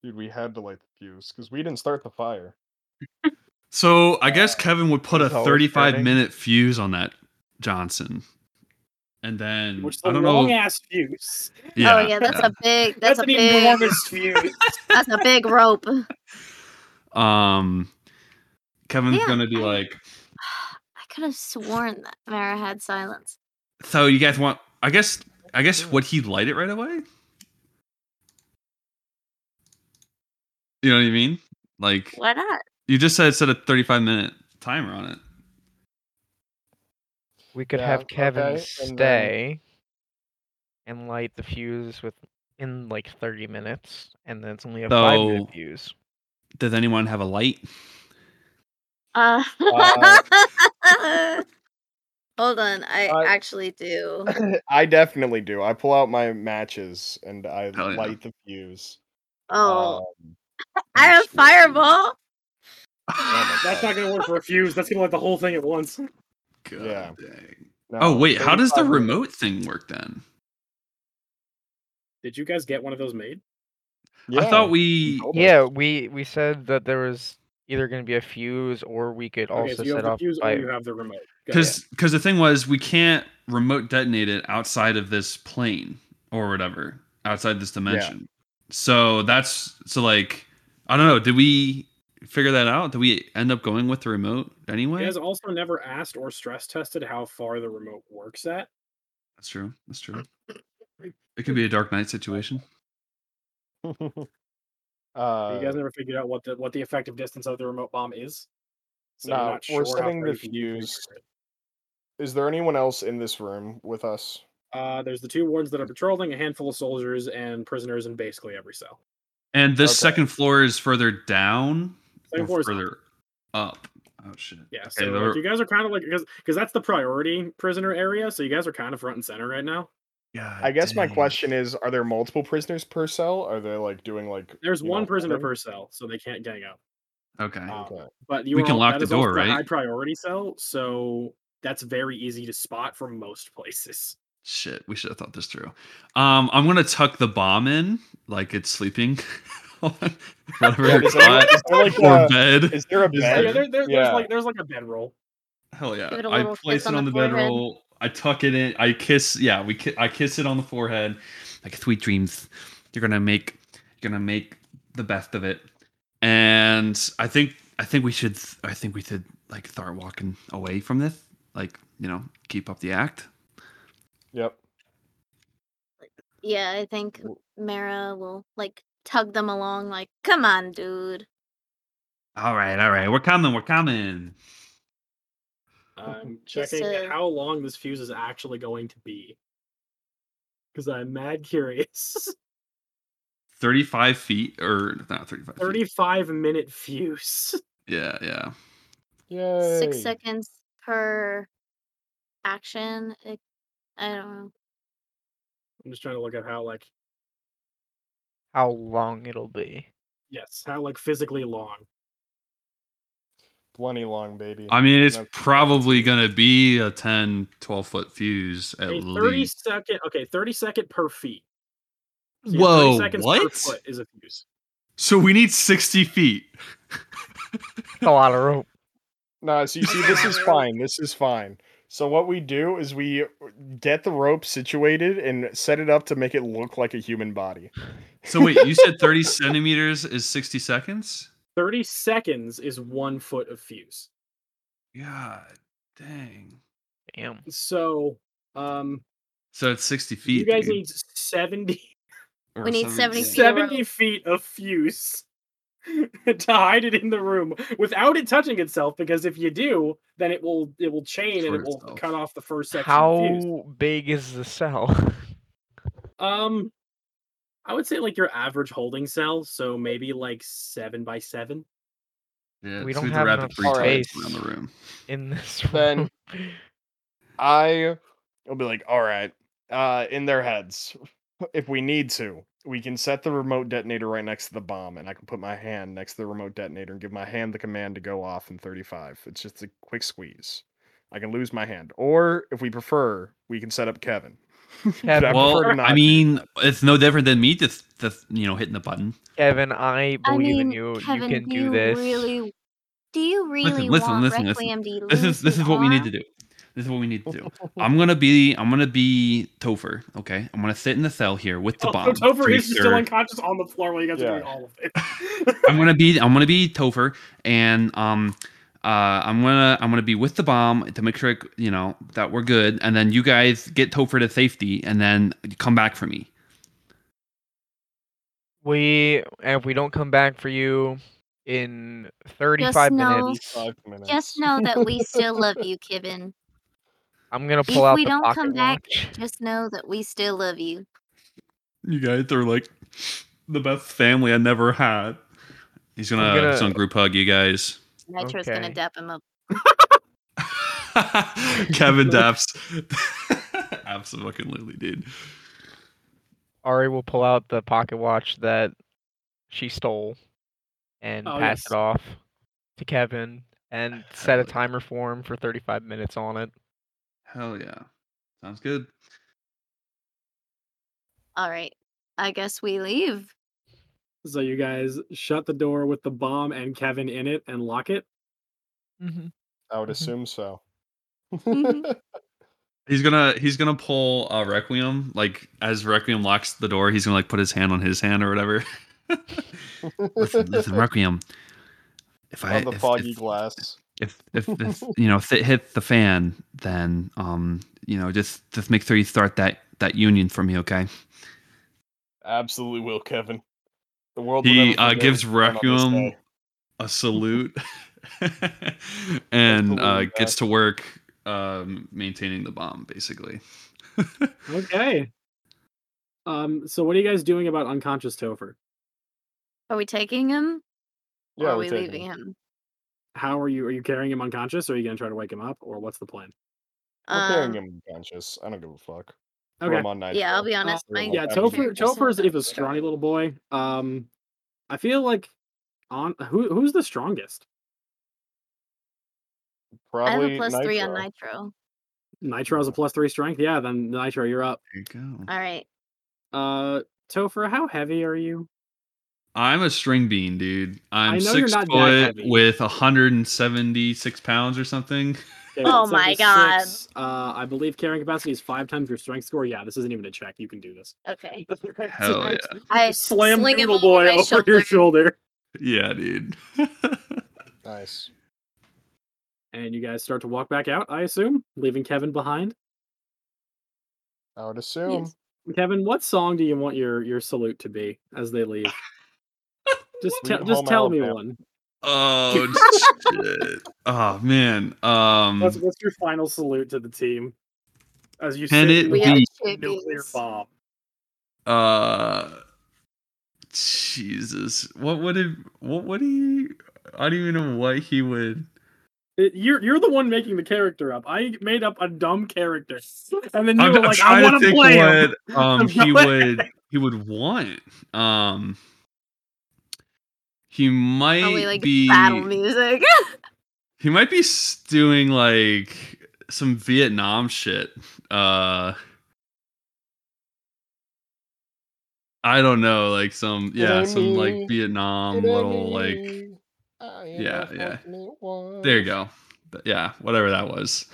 Speaker 1: Dude, we had to light the fuse because we didn't start the fire.
Speaker 2: So I guess Kevin would put a
Speaker 3: He's always
Speaker 2: 35
Speaker 3: burning.
Speaker 2: minute fuse on that Johnson. And then
Speaker 5: Which is
Speaker 2: Mm, I
Speaker 5: a
Speaker 2: don't know.
Speaker 5: long ass fuse.
Speaker 2: yeah,
Speaker 4: oh yeah, that's a big. That's,
Speaker 5: That's,
Speaker 4: a
Speaker 5: an
Speaker 4: big.
Speaker 5: enormous fuse.
Speaker 4: that's a big rope.
Speaker 2: a um Kevin's
Speaker 4: Yeah,
Speaker 2: gonna be
Speaker 4: I-
Speaker 2: like,
Speaker 4: I could have sworn that Mara had silence.
Speaker 2: so you guys want I guess I guess would he light it right away? You know what I mean? Like
Speaker 4: Why not?
Speaker 2: You just said set a 35 minute timer on it.
Speaker 3: We could
Speaker 1: Yeah,
Speaker 3: have
Speaker 1: okay,
Speaker 3: Kevin
Speaker 1: and then-
Speaker 3: stay and light the fuse with in like 30 minutes, and then it's only a five minute
Speaker 2: So-
Speaker 3: fuse.
Speaker 2: Does anyone have a light?
Speaker 4: Uh,
Speaker 1: Uh,
Speaker 4: hold on. I
Speaker 1: I-
Speaker 4: actually do.
Speaker 1: I definitely do. I pull out my matches and I
Speaker 2: Hell yeah.
Speaker 1: light the fuse.
Speaker 4: Oh,
Speaker 1: Um,
Speaker 4: I have
Speaker 1: actually-
Speaker 4: fireball.
Speaker 1: my
Speaker 5: That's not gonna work for a fuse. That's gonna light the whole thing at once.
Speaker 2: God
Speaker 1: Yeah.
Speaker 2: dang.
Speaker 1: no,
Speaker 2: Oh wait, how does the
Speaker 1: 35 minutes.
Speaker 2: remote thing work then?
Speaker 5: Did you guys get one of those made?
Speaker 2: I
Speaker 1: Yeah.
Speaker 2: thought we
Speaker 5: Oh
Speaker 1: told us.
Speaker 3: Yeah, we we said that there was either going to be a fuse, or we could
Speaker 5: Okay,
Speaker 3: also
Speaker 5: so you have
Speaker 3: set
Speaker 5: the
Speaker 3: off
Speaker 5: fuse or
Speaker 3: by.
Speaker 5: you have the remote. Got it.
Speaker 2: because because the thing was we can't remote detonate it outside of this plane or whatever outside this dimension. So that's so like I don't know. Did we figure that out? Did we end up going with the remote
Speaker 5: You
Speaker 2: anyway?
Speaker 5: guys also never asked or stress tested how far the remote works at.
Speaker 2: That's true. That's true. It could be a Dark Knight situation.
Speaker 1: uh,
Speaker 5: you guys never figured out what the what the effective distance of the remote bomb is. So you're
Speaker 1: No,
Speaker 5: not
Speaker 1: we're
Speaker 5: sure how
Speaker 1: setting
Speaker 5: far
Speaker 1: the
Speaker 5: you can use
Speaker 1: fuse.
Speaker 5: it.
Speaker 1: is there anyone else in this room with us?
Speaker 5: Uh, there's the two wardens that are patrolling, a handful of soldiers and prisoners in basically every cell.
Speaker 2: And this
Speaker 1: Okay.
Speaker 2: second floor is further down or
Speaker 5: Second floor is up.
Speaker 2: further up. Oh shit.
Speaker 5: Yeah,
Speaker 2: Okay,
Speaker 5: so like,
Speaker 2: they're-
Speaker 5: you guys are kind of like because because that's the priority prisoner area, so you guys are kind of front and center right now.
Speaker 2: God
Speaker 1: I guess my
Speaker 2: dang.
Speaker 1: question is: Are there multiple prisoners per cell? Are they like doing like?
Speaker 5: There's
Speaker 1: you
Speaker 5: one
Speaker 1: know,
Speaker 5: prisoner
Speaker 1: running?
Speaker 5: per cell, so they can't gang up.
Speaker 2: Okay.
Speaker 5: Uh,
Speaker 1: Okay.
Speaker 5: But you
Speaker 2: We
Speaker 5: are
Speaker 2: can
Speaker 5: all-
Speaker 2: lock
Speaker 5: that
Speaker 2: the
Speaker 5: is also
Speaker 2: door,
Speaker 5: the
Speaker 2: right?
Speaker 5: High priority cell, so that's very easy to spot from most places.
Speaker 2: Shit, we should have thought this through. Um, I'm gonna tuck the bomb in like it's sleeping. Whatever
Speaker 1: Yeah,
Speaker 2: your
Speaker 1: is, there,
Speaker 2: cot
Speaker 1: is, there like uh,
Speaker 2: or
Speaker 1: a,
Speaker 2: bed.
Speaker 1: is there a
Speaker 2: is
Speaker 5: Yeah,
Speaker 1: bed?
Speaker 2: there-
Speaker 5: there- there-
Speaker 1: Yeah.
Speaker 5: there's like there's like a bedroll.
Speaker 2: Hell yeah.
Speaker 4: Give it a
Speaker 2: I
Speaker 4: little
Speaker 2: place
Speaker 4: kiss on
Speaker 2: it on the
Speaker 4: the forehead.
Speaker 2: bedroll. I tuck it in. I kiss yeah, we ki- I kiss it on the forehead. Like sweet dreams. You're gonna make you're gonna make the best of it. And I think I think we should I think we should like start walking away from this. Like, you know, keep up the act.
Speaker 1: Yep.
Speaker 4: Yeah, I think
Speaker 1: W-
Speaker 4: Mara will like tug them along. Like, come on, dude.
Speaker 2: All right, all right. We're coming, we're coming.
Speaker 5: I'm
Speaker 4: Just
Speaker 5: checking
Speaker 4: to-
Speaker 5: how long this fuse is actually going to be. Because I'm mad curious.
Speaker 2: 35 feet or not 35 feet.
Speaker 5: 35 minute fuse.
Speaker 2: yeah yeah
Speaker 1: Yay.
Speaker 4: Six seconds per action. It, I don't know.
Speaker 5: I'm just trying to look at how, like,
Speaker 3: How long it'll be?
Speaker 5: yes, how, like, physically long.
Speaker 1: Plenty long, baby.
Speaker 2: i mean it's
Speaker 1: That's-
Speaker 2: probably gonna be a 10 12 foot fuse at
Speaker 5: A 30
Speaker 2: least
Speaker 5: second, okay, 30 second per feet. So yeah, 30
Speaker 2: whoa
Speaker 5: seconds per
Speaker 2: what
Speaker 5: foot is a fuse.
Speaker 2: so we need 60 feet
Speaker 3: A lot of rope.
Speaker 1: Nah, so you see, this is fine. This is fine. So what we do is we get the rope situated and set it up to make it look like a human body.
Speaker 2: so wait you said 30 centimeters is 60 seconds
Speaker 5: 30 seconds is one foot of fuse.
Speaker 2: god dang
Speaker 3: Damn.
Speaker 5: So, um,
Speaker 2: so it's 60 feet
Speaker 5: you guys
Speaker 2: dude.
Speaker 5: need 70
Speaker 2: Or
Speaker 4: We need 70 feet.
Speaker 5: 70 feet of fuse to hide it in the room without it touching itself because if you do then it will it will chain and
Speaker 2: Sort
Speaker 5: it will
Speaker 2: itself.
Speaker 5: cut off the first section of fuse.
Speaker 3: How big is the cell?
Speaker 5: um i would say like your average holding cell so maybe like seven by seven
Speaker 2: yeah,
Speaker 3: We
Speaker 2: so
Speaker 3: don't
Speaker 2: to
Speaker 3: have
Speaker 2: wrap
Speaker 3: enough
Speaker 2: it three times
Speaker 3: space.
Speaker 2: around the room
Speaker 3: in this
Speaker 1: Then-
Speaker 3: room?
Speaker 1: I will be like, all right, uh, in their heads. If we need to, we can set the remote detonator right next to the bomb, and I can put my hand next to the remote detonator and give my hand the command to go off in 35. It's just a quick squeeze. I can lose my hand. Or if we prefer, we can set up Kevin. But
Speaker 3: Kevin.
Speaker 2: well,
Speaker 1: prefer to not
Speaker 2: I
Speaker 1: do
Speaker 2: mean,
Speaker 1: that.
Speaker 2: it's no different than me just the you know hitting the button.
Speaker 3: Kevin, I believe
Speaker 4: I mean,
Speaker 3: in you.
Speaker 4: Kevin,
Speaker 3: you can
Speaker 4: do
Speaker 3: do this.
Speaker 4: Really, do you really
Speaker 2: listen,
Speaker 4: want
Speaker 2: listen, listen.
Speaker 4: Requiem to
Speaker 2: This
Speaker 4: lose
Speaker 2: is this
Speaker 4: his
Speaker 2: is what we need
Speaker 4: arm?
Speaker 2: to do. This is what we need to do. I'm gonna be I'm gonna be Topher. Okay, I'm gonna sit in the cell here with the
Speaker 5: Oh,
Speaker 2: bomb.
Speaker 5: Topher
Speaker 2: to
Speaker 5: is
Speaker 2: make
Speaker 5: still
Speaker 2: sure-
Speaker 5: unconscious on the floor while you guys
Speaker 1: Yeah.
Speaker 5: are doing all of it
Speaker 2: I'm gonna be I'm gonna be Topher, and um, uh, I'm gonna I'm gonna be with the bomb to make sure you know that we're good, and then you guys get Topher to safety, and then you come back for me.
Speaker 3: We if we don't come back for you in 35
Speaker 4: know-
Speaker 3: minutes,
Speaker 1: Five minutes.
Speaker 4: Just know that we still love you, Kevin.
Speaker 3: I'm gonna pull
Speaker 4: If
Speaker 3: out
Speaker 4: we
Speaker 3: the
Speaker 4: don't
Speaker 3: pocket
Speaker 4: come back,
Speaker 3: watch.
Speaker 4: Just know that we still love you.
Speaker 2: You guys are like the best family I never had. He's gonna,
Speaker 3: I'm gonna-
Speaker 2: he's gonna group hug you guys.
Speaker 4: Nitro's gonna
Speaker 3: Okay.
Speaker 4: dap him up.
Speaker 2: Kevin Daps. Absolutely, dude.
Speaker 3: Ari will pull out the pocket watch that she stole and
Speaker 5: Oh,
Speaker 3: pass
Speaker 5: yes.
Speaker 3: it off to Kevin and set a
Speaker 2: Hell yeah.
Speaker 3: timer for him for 35 minutes on it.
Speaker 2: Hell yeah. Sounds good.
Speaker 4: All right, I guess we leave.
Speaker 5: so you guys shut the door with the bomb and kevin in it and lock it Mm-hmm.
Speaker 1: I
Speaker 2: Mm-hmm.
Speaker 1: would
Speaker 3: Mhm.
Speaker 1: assume so.
Speaker 4: Mhm.
Speaker 2: He's gonna he's gonna pull uh, Requiem like as Requiem locks the door. He's gonna like put his hand on his hand or whatever. listen, listen, Requiem. If I
Speaker 1: On the
Speaker 2: if-
Speaker 1: foggy
Speaker 2: if-
Speaker 1: glass.
Speaker 2: if if, if you know if it hits the fan, then um you know just just make sure you start that that union for me, okay?
Speaker 1: Absolutely will, Kevin. The world will
Speaker 2: he
Speaker 1: never
Speaker 2: uh,
Speaker 1: forget
Speaker 2: gives
Speaker 1: what we've done on this
Speaker 2: Requiem
Speaker 1: day.
Speaker 2: a salute and uh,
Speaker 1: Absolutely,
Speaker 2: gets to work um, maintaining the bomb, basically.
Speaker 5: okay um so what are you guys doing about unconscious topher
Speaker 4: Are we taking him? Or
Speaker 1: Yeah,
Speaker 4: are
Speaker 1: we
Speaker 4: we
Speaker 1: take
Speaker 4: leaving
Speaker 1: him.
Speaker 4: him?
Speaker 5: how are you are you carrying him unconscious or are you gonna try to wake him up or what's the plan
Speaker 1: We're carrying
Speaker 4: Um,
Speaker 1: him conscious. I don't give a fuck. Throw
Speaker 5: Okay.
Speaker 1: him on night.
Speaker 4: Yeah, I'll be honest.
Speaker 1: we're
Speaker 4: my
Speaker 1: all
Speaker 5: yeah,
Speaker 1: That'd be
Speaker 5: Topher
Speaker 4: character
Speaker 5: Topher's
Speaker 4: said
Speaker 5: is a
Speaker 4: that's
Speaker 5: scrawny
Speaker 4: good.
Speaker 5: little boy. Um I feel like on who who's the strongest?
Speaker 4: I have
Speaker 1: probably
Speaker 4: a plus three on
Speaker 1: Nitro.
Speaker 4: Nitro.
Speaker 5: Nitro has a plus three strength. Yeah, then Nitro, you're up.
Speaker 2: There you go.
Speaker 4: All right.
Speaker 5: Uh Topher, how heavy are you?
Speaker 2: I'm a string bean, dude. I'm
Speaker 5: know you're
Speaker 2: six
Speaker 5: not that
Speaker 2: foot
Speaker 5: heavy.
Speaker 2: with 176 pounds or something.
Speaker 5: Okay,
Speaker 4: Oh
Speaker 5: that's
Speaker 4: my
Speaker 5: 76. Uh I believe carrying capacity is five times your strength score. Yeah, this isn't even a check. You can do this.
Speaker 4: Okay.
Speaker 2: Hell yeah.
Speaker 4: I
Speaker 5: Slam
Speaker 4: sling him
Speaker 5: Doodle
Speaker 4: over
Speaker 5: Boy
Speaker 4: my
Speaker 5: over your
Speaker 4: shoulder.
Speaker 5: shoulder.
Speaker 2: Yeah, dude.
Speaker 1: Nice.
Speaker 5: And you guys start to walk back out, I assume, leaving Kevin behind.
Speaker 1: I would assume.
Speaker 5: Kevin, what song do you want your your salute to be as they leave? Just
Speaker 1: Sweet
Speaker 5: tell just
Speaker 1: Home
Speaker 5: tell me
Speaker 1: Alabama.
Speaker 5: one.
Speaker 2: Oh shit. Oh man. Um
Speaker 5: What's, what's your final salute to the team as you
Speaker 2: Can
Speaker 5: sit
Speaker 2: it
Speaker 5: in
Speaker 2: We
Speaker 5: a
Speaker 2: are
Speaker 5: nuclear bomb?
Speaker 2: uh Jesus. What would it what would he I don't even know what he would
Speaker 5: It- you're you're the one making the character up. I made up a dumb character, and then you
Speaker 2: I'm,
Speaker 5: were
Speaker 2: I'm
Speaker 5: like, "I
Speaker 2: trying to
Speaker 5: want to
Speaker 2: think
Speaker 5: play him."
Speaker 2: what um
Speaker 5: I'm
Speaker 2: he
Speaker 5: not-
Speaker 2: would he would want. Um he might
Speaker 4: Only like
Speaker 2: be
Speaker 4: battle music.
Speaker 2: He might be s- doing like some Vietnam shit. Uh I don't know, like some yeah, some like Vietnam little like yeah, yeah. there you go. Th- Yeah, whatever that was.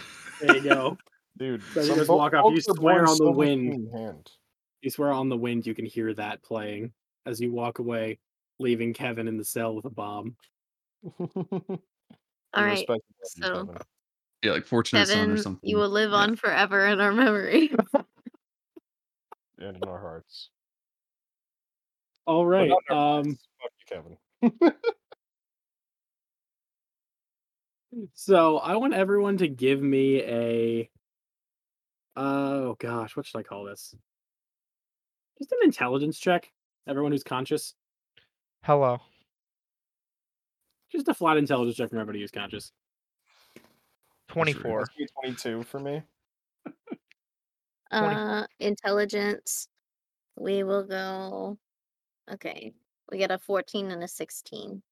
Speaker 5: There you go.
Speaker 1: Dude,
Speaker 5: So you
Speaker 1: some
Speaker 5: just
Speaker 1: folk-
Speaker 5: walk up,
Speaker 1: folks
Speaker 5: you
Speaker 1: are
Speaker 5: swear
Speaker 1: born
Speaker 5: on the
Speaker 1: so with
Speaker 5: wind.
Speaker 1: clean hand.
Speaker 5: You swear on the wind you can hear that playing as you walk away, leaving Kevin in the cell with a bomb.
Speaker 4: All
Speaker 1: We
Speaker 4: right.
Speaker 1: respect you,
Speaker 4: so-
Speaker 1: Kevin.
Speaker 2: Yeah, like Fortunate Son or
Speaker 4: Kevin,
Speaker 2: something.
Speaker 4: you will live
Speaker 2: Yeah.
Speaker 4: on forever in our memory.
Speaker 1: and in our hearts.
Speaker 5: All
Speaker 1: But
Speaker 5: right.
Speaker 1: not in our
Speaker 5: Um,
Speaker 1: hearts. Fuck you, Kevin.
Speaker 5: so I want everyone to give me a. Oh gosh, what should I call this? Just an intelligence check. Everyone who's conscious,
Speaker 3: Hello.
Speaker 5: just a flat intelligence check from everybody who's conscious.
Speaker 3: Twenty-four.
Speaker 1: Must be 22 for me.
Speaker 3: Twenty-
Speaker 4: Uh, intelligence. We will go. Okay, we get a fourteen and a sixteen.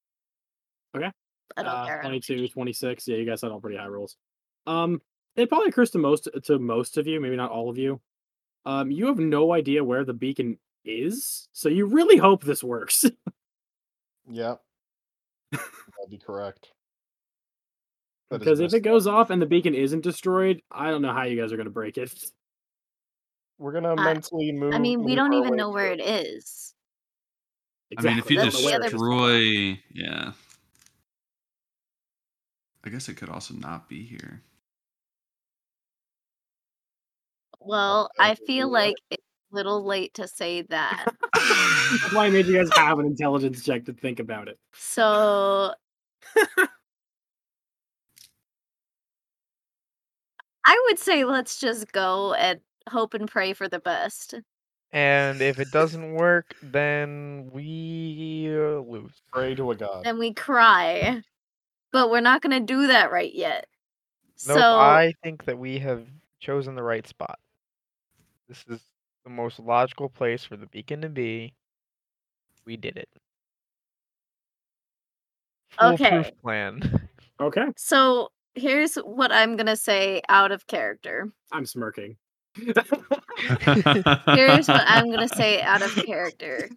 Speaker 5: Okay.
Speaker 4: I don't
Speaker 5: uh,
Speaker 4: care.
Speaker 5: 22, 26. Yeah, you guys had all pretty high rolls. Um, it probably occurs to most to most of you, maybe not all of you. Um, you have no idea where the beacon is, so you really hope this works.
Speaker 1: Yeah. That'd be correct. That is
Speaker 5: because if
Speaker 1: best-
Speaker 5: it goes off and the beacon isn't destroyed, I don't know how you guys are gonna break it.
Speaker 1: we're gonna
Speaker 4: I-
Speaker 1: mentally move.
Speaker 4: I mean, we
Speaker 1: move
Speaker 4: don't
Speaker 1: our
Speaker 4: even
Speaker 1: way
Speaker 4: know where
Speaker 1: through
Speaker 4: it is.
Speaker 2: I mean, if
Speaker 5: Exactly,
Speaker 2: you
Speaker 5: don't know where it is.
Speaker 4: other-
Speaker 2: destroy, yeah. I guess it could also not be here.
Speaker 4: Well,
Speaker 1: Okay,
Speaker 4: I
Speaker 1: we'll
Speaker 4: feel
Speaker 1: do that.
Speaker 4: like it's a little late to say that.
Speaker 5: That's why I made you guys have an intelligence check to think about it.
Speaker 4: So I would say let's just go and hope and pray for the best.
Speaker 3: And if it doesn't work, then we uh, lose.
Speaker 1: Pray to a god.
Speaker 4: Then we cry. But we're not gonna do that right yet.
Speaker 3: Nope,
Speaker 4: so
Speaker 3: I think that we have chosen the right spot. This is the most logical place for the beacon to be. We did it. Foolproof
Speaker 4: Okay.
Speaker 3: plan.
Speaker 5: Okay,
Speaker 4: so here's what I'm gonna say out of character.
Speaker 5: I'm smirking.
Speaker 4: Here's what I'm gonna say out of character.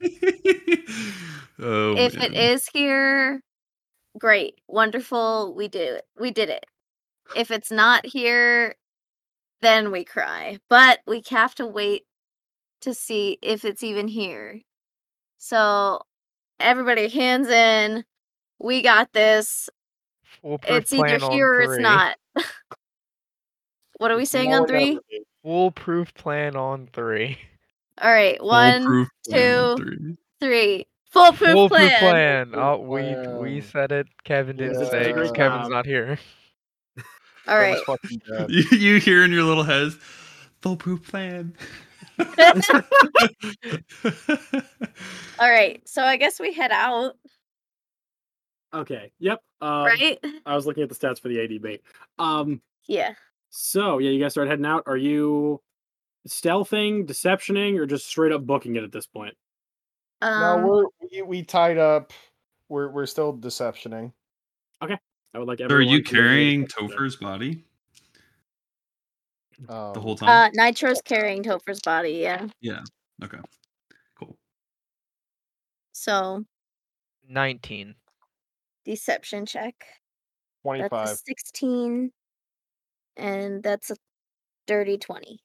Speaker 2: oh,
Speaker 4: if
Speaker 2: man.
Speaker 4: it is here, great, wonderful, we do it. We did it. If it's not here, then we cry. But we have to wait to see if it's even here. So everybody hands in. We got this.
Speaker 3: Foolproof
Speaker 4: It's either
Speaker 3: plan on
Speaker 4: here or it's
Speaker 3: three.
Speaker 4: not. what are we
Speaker 1: It's
Speaker 4: saying on
Speaker 1: more than
Speaker 4: three?
Speaker 1: ever, dude.
Speaker 3: Foolproof plan on three.
Speaker 4: All right, one,
Speaker 2: Foolproof plan,
Speaker 4: two,
Speaker 2: three.
Speaker 4: three. Foolproof,
Speaker 3: Foolproof
Speaker 4: plan.
Speaker 3: plan. Oh, we we
Speaker 1: plan.
Speaker 3: said it. Kevin didn't
Speaker 1: Yes,
Speaker 3: say.
Speaker 1: it's a
Speaker 3: it.
Speaker 1: great
Speaker 3: Kevin's
Speaker 5: job.
Speaker 3: not here.
Speaker 4: All
Speaker 1: That
Speaker 4: right.
Speaker 1: was fucking bad.
Speaker 2: You, you hear in your little heads, foolproof plan.
Speaker 4: All right. So I guess we head out,
Speaker 5: Okay. Yep. Um,
Speaker 4: right?
Speaker 5: I was looking at the stats for the ADB. Um,
Speaker 4: Yeah.
Speaker 5: So yeah, you guys start heading out. Are you stealthing, deceptioning, or just straight up booking it at this point?
Speaker 4: Um,
Speaker 1: No, we're we, we tied up. We're we're still deceptioning.
Speaker 5: I would like.
Speaker 2: So are
Speaker 5: everyone
Speaker 2: you
Speaker 5: to make me a
Speaker 2: carrying
Speaker 5: deception check.
Speaker 2: Topher's body
Speaker 1: Um,
Speaker 2: the whole
Speaker 4: uh,
Speaker 2: time?
Speaker 4: Nitro's carrying Topher's body. Yeah.
Speaker 2: okay, cool.
Speaker 4: So
Speaker 3: Nineteen.
Speaker 4: deception check. That's a
Speaker 1: twenty-five.
Speaker 4: sixteen, and that's a dirty twenty.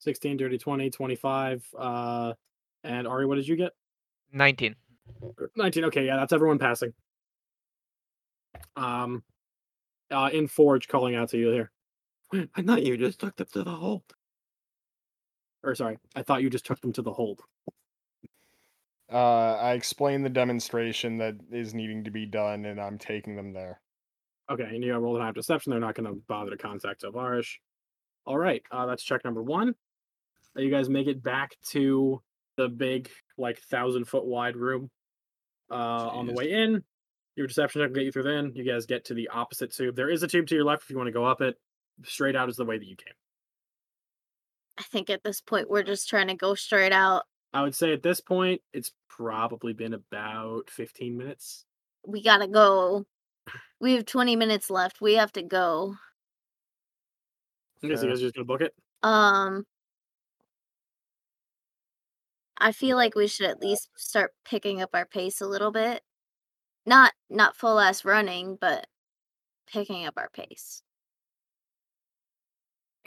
Speaker 5: 16, dirty 20, 25. Uh, and Ari, what did you get?
Speaker 3: Nineteen.
Speaker 5: Or 19. Okay, yeah, that's everyone passing. Um, uh, in Forge calling out to you there.
Speaker 7: I thought you just took them to the hole.
Speaker 5: Or sorry, I thought you just took them to the hold.
Speaker 1: Uh, I explain the demonstration that is needing to be done, and I'm taking them there.
Speaker 5: Okay, and you roll an high deception. They're not going to bother to contact Alvarish. All right, uh, that's check number one. Uh, You guys make it back to the big, like thousand foot wide room. Uh, on the
Speaker 2: Jeez.
Speaker 5: way in, your deception check will get you through. Then you guys get to the opposite tube. There is a tube to your left if you want to go up it. Straight out is the way that you came.
Speaker 4: I think at this point we're just trying to go straight out.
Speaker 5: I would say at this point, it's probably been about fifteen minutes.
Speaker 4: We gotta go. We have 20 minutes left. We have to go.
Speaker 5: I guess you
Speaker 1: Fair.
Speaker 5: guys are just gonna book it.
Speaker 4: Um, I feel like we should at least start picking up our pace a little bit. Not not full ass running, but picking up our pace.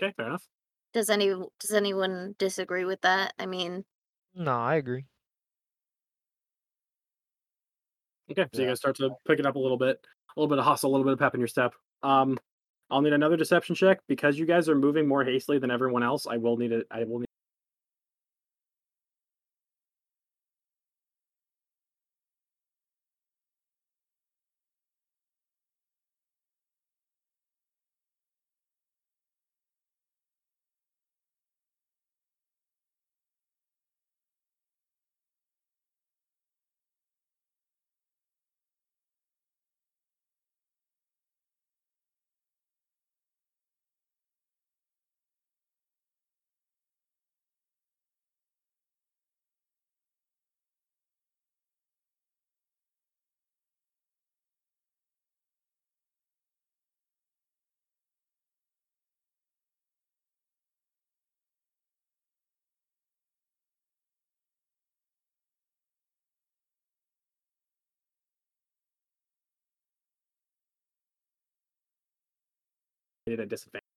Speaker 5: Okay, fair enough.
Speaker 4: Does any does anyone disagree with that? I mean,
Speaker 3: No, I agree.
Speaker 5: Okay, so you
Speaker 1: Yeah.
Speaker 5: guys start to pick it up a little bit, a little bit of hustle, a little bit of pep in your step. Um, I'll need another deception check because you guys are moving more hastily than everyone else. I will need it. I will need. Need a disadvantage.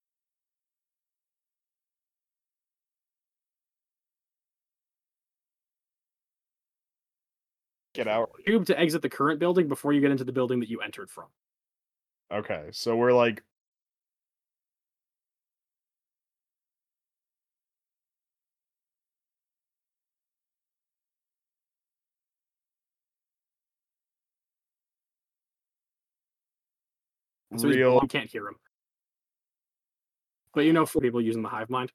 Speaker 1: Get out.
Speaker 5: Cube to exit the current building before you get into the building that you entered from.
Speaker 1: Okay, so we're like
Speaker 5: So he's
Speaker 1: real.
Speaker 5: blind, you can't hear him. But you know, four people using the hive mind.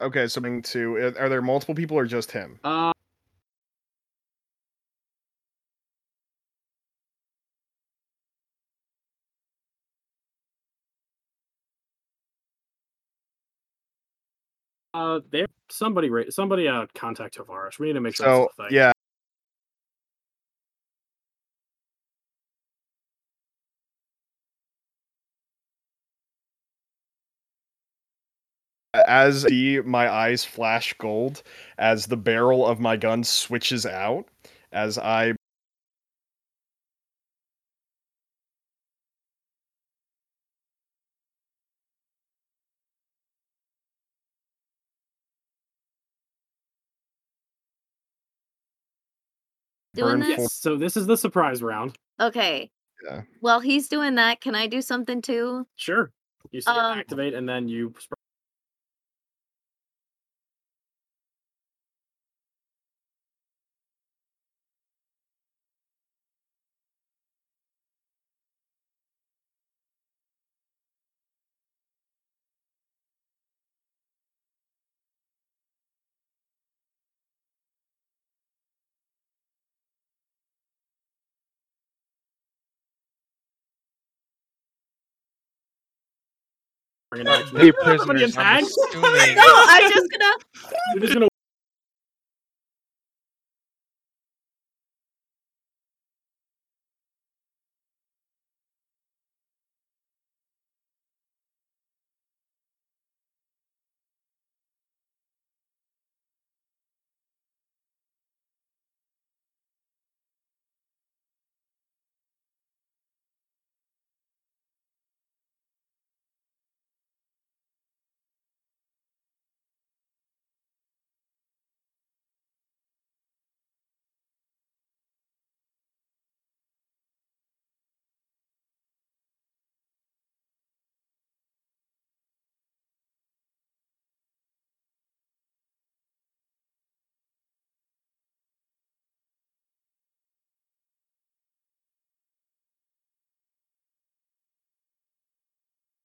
Speaker 1: Okay, something to. are- Are there multiple people or just him?
Speaker 5: Uh, uh, there. Somebody, ra- somebody, uh, contact Tavarish. We need to make sure.
Speaker 1: So
Speaker 5: that's the thing.
Speaker 1: yeah, as I see my eyes flash gold as the barrel of my gun switches out as I
Speaker 4: doing
Speaker 1: burn
Speaker 4: this.
Speaker 1: full-
Speaker 5: So this is the surprise round.
Speaker 4: Okay.
Speaker 1: Yeah.
Speaker 4: While he's doing that, can I do something too?
Speaker 5: Sure. You see it
Speaker 4: Um,
Speaker 5: activate, and then you. sp- bring it back to
Speaker 3: Hey,
Speaker 5: me.
Speaker 3: prisoners,
Speaker 5: Somebody
Speaker 3: I'm
Speaker 5: in
Speaker 3: assuming.
Speaker 4: I'm just gonna.
Speaker 5: You're just gonna.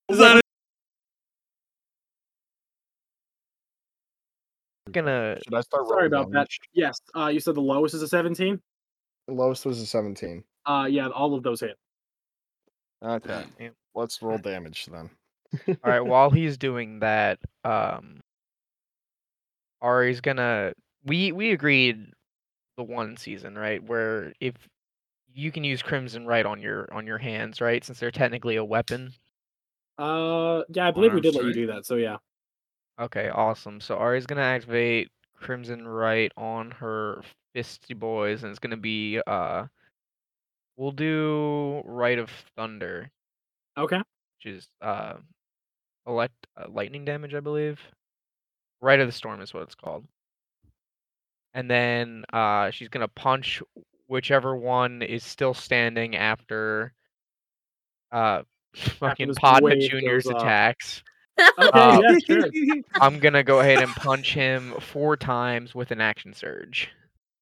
Speaker 2: Is that it?
Speaker 3: gonna
Speaker 1: Should I start? rolling
Speaker 5: Sorry about that.
Speaker 1: damage?
Speaker 5: Yes, uh, you said the lowest is a 17.
Speaker 1: Lowest was a seventeen.
Speaker 5: Uh, yeah, all of those hit.
Speaker 1: Okay,
Speaker 3: Damn.
Speaker 1: let's roll damage then.
Speaker 3: All right, while he's doing that, um Ari's gonna we we agreed the one season, right? Where if you can use crimson right on your on your hands, right? Since they're technically a weapon.
Speaker 5: Uh, yeah, I believe we
Speaker 2: arm
Speaker 5: did let you
Speaker 2: strike.
Speaker 5: do that. So yeah,
Speaker 3: Okay, awesome. So Ari's gonna activate crimson right on her fisty boys and it's gonna be uh we'll do right of thunder,
Speaker 5: okay.
Speaker 3: which is uh elect uh, lightning damage, I believe. Right of the storm is what it's called. And then uh, she's gonna punch whichever one is still standing after uh, fucking
Speaker 5: this
Speaker 3: Podna
Speaker 5: wave
Speaker 3: Junior's
Speaker 5: goes off.
Speaker 3: attacks.
Speaker 5: Okay,
Speaker 3: Uh,
Speaker 5: yeah, sure.
Speaker 3: I'm gonna go ahead and punch him four times with an action surge.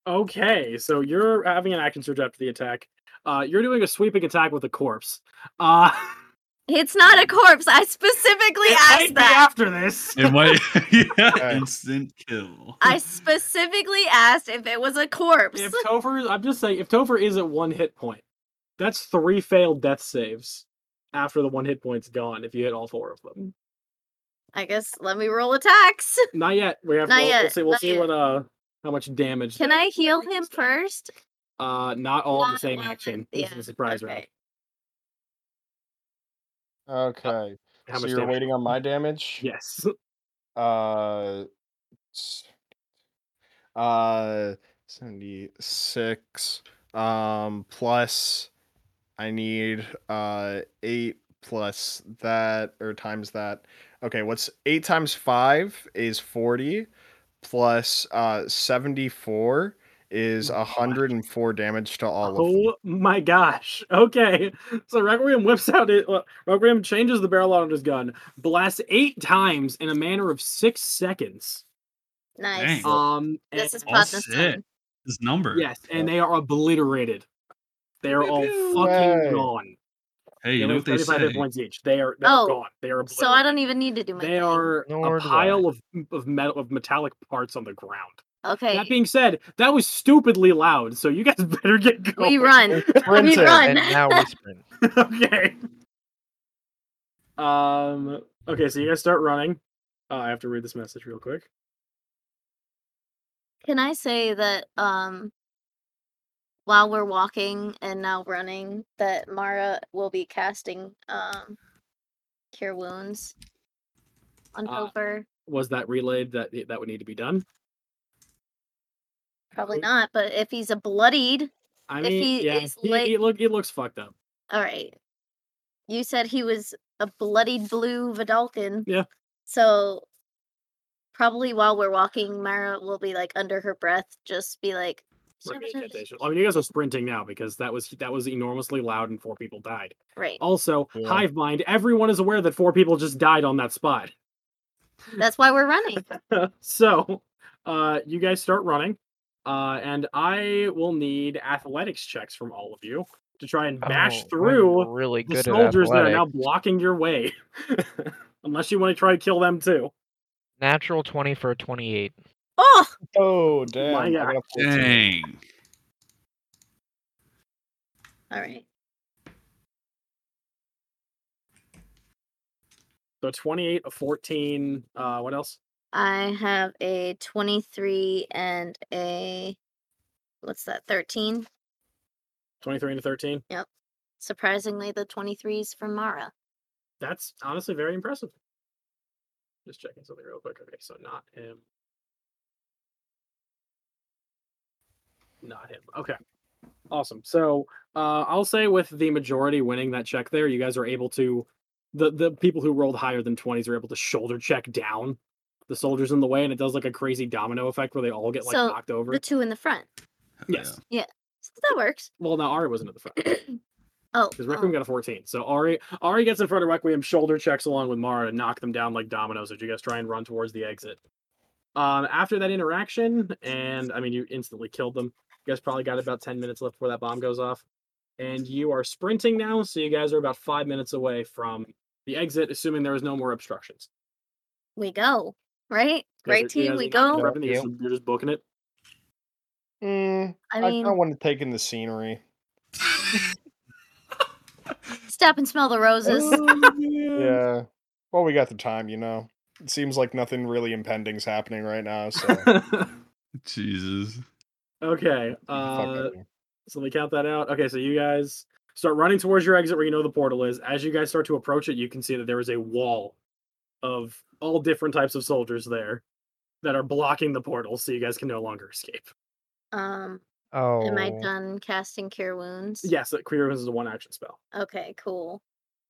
Speaker 5: Okay, so you're having an action surge after the attack. Uh, you're doing a sweeping attack with a corpse. Uh,
Speaker 4: It's not a corpse. I specifically
Speaker 5: it might
Speaker 4: asked
Speaker 5: be
Speaker 4: that.
Speaker 5: after this.
Speaker 2: It might. yeah,
Speaker 1: Okay.
Speaker 2: instant kill.
Speaker 4: I specifically asked if it was a corpse.
Speaker 5: If Topher, I'm just saying, if Topher is at one hit point, that's three failed death saves after the one hit point's gone. If you hit all four of them,
Speaker 4: I guess let me roll attacks.
Speaker 5: not yet. We have.
Speaker 4: Not
Speaker 5: we'll, We'll
Speaker 4: yet,
Speaker 5: see, we'll
Speaker 4: not
Speaker 5: see
Speaker 4: yet.
Speaker 5: what uh how much damage.
Speaker 4: Can I heal him first?
Speaker 5: Uh, not all in the
Speaker 4: Not
Speaker 5: same
Speaker 4: all at
Speaker 5: action.
Speaker 4: the
Speaker 5: This is a
Speaker 4: end,
Speaker 5: surprise round.
Speaker 4: okay.
Speaker 1: Okay,
Speaker 5: How
Speaker 1: so
Speaker 5: much
Speaker 1: you're
Speaker 5: damage?
Speaker 1: waiting on my damage.
Speaker 5: Yes.
Speaker 1: Uh, s- uh, seventy six. Um, plus I need uh eight plus that or times that. Okay, what's eight times five is forty, plus uh seventy four is
Speaker 5: Oh my
Speaker 1: a hundred and four damage to all of them.
Speaker 5: Oh my gosh. Okay. So Requiem whips out it. well, Requiem changes the barrel on his gun, blasts eight times in a manner of six seconds.
Speaker 4: Nice.
Speaker 2: Dang.
Speaker 5: Um,
Speaker 4: This is
Speaker 5: and-
Speaker 2: All
Speaker 4: Platinum's
Speaker 2: sick.
Speaker 4: turn.
Speaker 2: His number.
Speaker 5: yes, and they are obliterated. They are all
Speaker 2: Pew, pew.
Speaker 5: fucking
Speaker 1: Hey.
Speaker 5: gone.
Speaker 2: Hey, you
Speaker 5: They
Speaker 2: know
Speaker 5: lose
Speaker 2: what they
Speaker 5: 35
Speaker 2: say?
Speaker 5: hit points each. They are they're
Speaker 4: Oh,
Speaker 5: gone. They are obliterated.
Speaker 4: So I don't even need to do my.
Speaker 5: They
Speaker 4: thing.
Speaker 5: are
Speaker 3: Nor
Speaker 5: a
Speaker 3: do I.
Speaker 5: pile of of metal of metallic parts on the ground.
Speaker 4: okay.
Speaker 5: That being said, that was stupidly loud. So you guys better get going.
Speaker 4: We run.
Speaker 1: Sprint
Speaker 4: We
Speaker 1: it.
Speaker 4: run.
Speaker 3: And now we sprint.
Speaker 5: okay. Um. Okay, so you guys start running. Uh, I have to read this message real quick.
Speaker 4: Can I say that um while we're walking and now running that Mara will be casting um cure wounds on
Speaker 5: Ah.
Speaker 4: Topher?
Speaker 5: Was that relayed that that would need to be done?
Speaker 4: Probably not, but if he's a bloodied,
Speaker 5: I
Speaker 4: If
Speaker 5: mean,
Speaker 4: he
Speaker 5: yeah,
Speaker 4: is
Speaker 5: he,
Speaker 4: late-
Speaker 5: he look he looks fucked up.
Speaker 4: all right. You said he was a bloodied blue Vidalkin.
Speaker 5: Yeah.
Speaker 4: So probably while we're walking, Mara will be like under her breath, just be like,
Speaker 5: We're gonna get this. I mean, you guys are sprinting now because that was that was enormously loud and four people died.
Speaker 4: right.
Speaker 5: Also,
Speaker 1: Yeah.
Speaker 5: hive mind. Everyone is aware that four people just died on that spot.
Speaker 4: That's why we're running.
Speaker 5: so, uh, you guys start running, uh, and I will need athletics checks from all of you to try and bash
Speaker 3: Oh, I'm
Speaker 5: through.
Speaker 3: really
Speaker 5: the
Speaker 3: good
Speaker 5: soldiers
Speaker 3: at
Speaker 5: that are
Speaker 3: athletics.
Speaker 5: now blocking your way. Unless you want to try to kill them too.
Speaker 3: Natural twenty for a twenty-eight.
Speaker 4: Oh,
Speaker 1: Oh damn! I
Speaker 5: God.
Speaker 1: got a 14.
Speaker 2: Dang.
Speaker 4: all right.
Speaker 5: So 28, a 14, uh, what else?
Speaker 4: I have a 23 and a what's that? 13.
Speaker 5: 23 and a 13.
Speaker 4: Surprisingly, the 23s from Mara.
Speaker 5: That's honestly very impressive. Just checking something real quick. Okay, so not him. Not him. Okay. Awesome. So uh, I'll say with the majority winning that check there, you guys are able to the the people who rolled higher than 20s are able to shoulder check down the soldiers in the way and it does like a crazy domino effect where they all get like
Speaker 4: So,
Speaker 5: knocked over.
Speaker 4: The two in the front.
Speaker 2: Oh,
Speaker 5: Yes.
Speaker 4: So that works.
Speaker 5: Well, now Ari wasn't at the front
Speaker 4: Oh,
Speaker 5: because
Speaker 4: oh,
Speaker 5: Requiem got a 14. So Ari Ari gets in front of Requiem, shoulder checks along with Mara to knock them down like dominoes as you guys try and run towards the exit. Um, after that interaction, and I mean, you instantly killed them. You guys probably got about 10 minutes left before that bomb goes off. And you are sprinting now, so you guys are about five minutes away from the exit, assuming there was no more obstructions.
Speaker 4: We go. Right? Great
Speaker 5: You
Speaker 4: team,
Speaker 5: guys
Speaker 4: we
Speaker 5: are not
Speaker 4: go.
Speaker 5: interrupting, You're just, you're just booking it.
Speaker 1: Mm,
Speaker 4: I
Speaker 1: I,
Speaker 4: mean,
Speaker 1: I want to take in the scenery.
Speaker 4: stop and smell the roses. Mm.
Speaker 1: Yeah. Well, we got the time, you know. It seems like nothing really impending's happening right now, so fuck
Speaker 2: Jesus.
Speaker 5: okay. Uh,
Speaker 1: everything.
Speaker 5: so let me count that out. Okay, so you guys start running towards your exit where you know the portal is. As you guys start to approach it, you can see that there is a wall of all different types of soldiers there that are blocking the portal, so you guys can no longer escape.
Speaker 4: Um,
Speaker 3: Oh.
Speaker 4: am I done casting cure wounds?
Speaker 5: Yes, that clear is a one action spell.
Speaker 4: Okay, cool.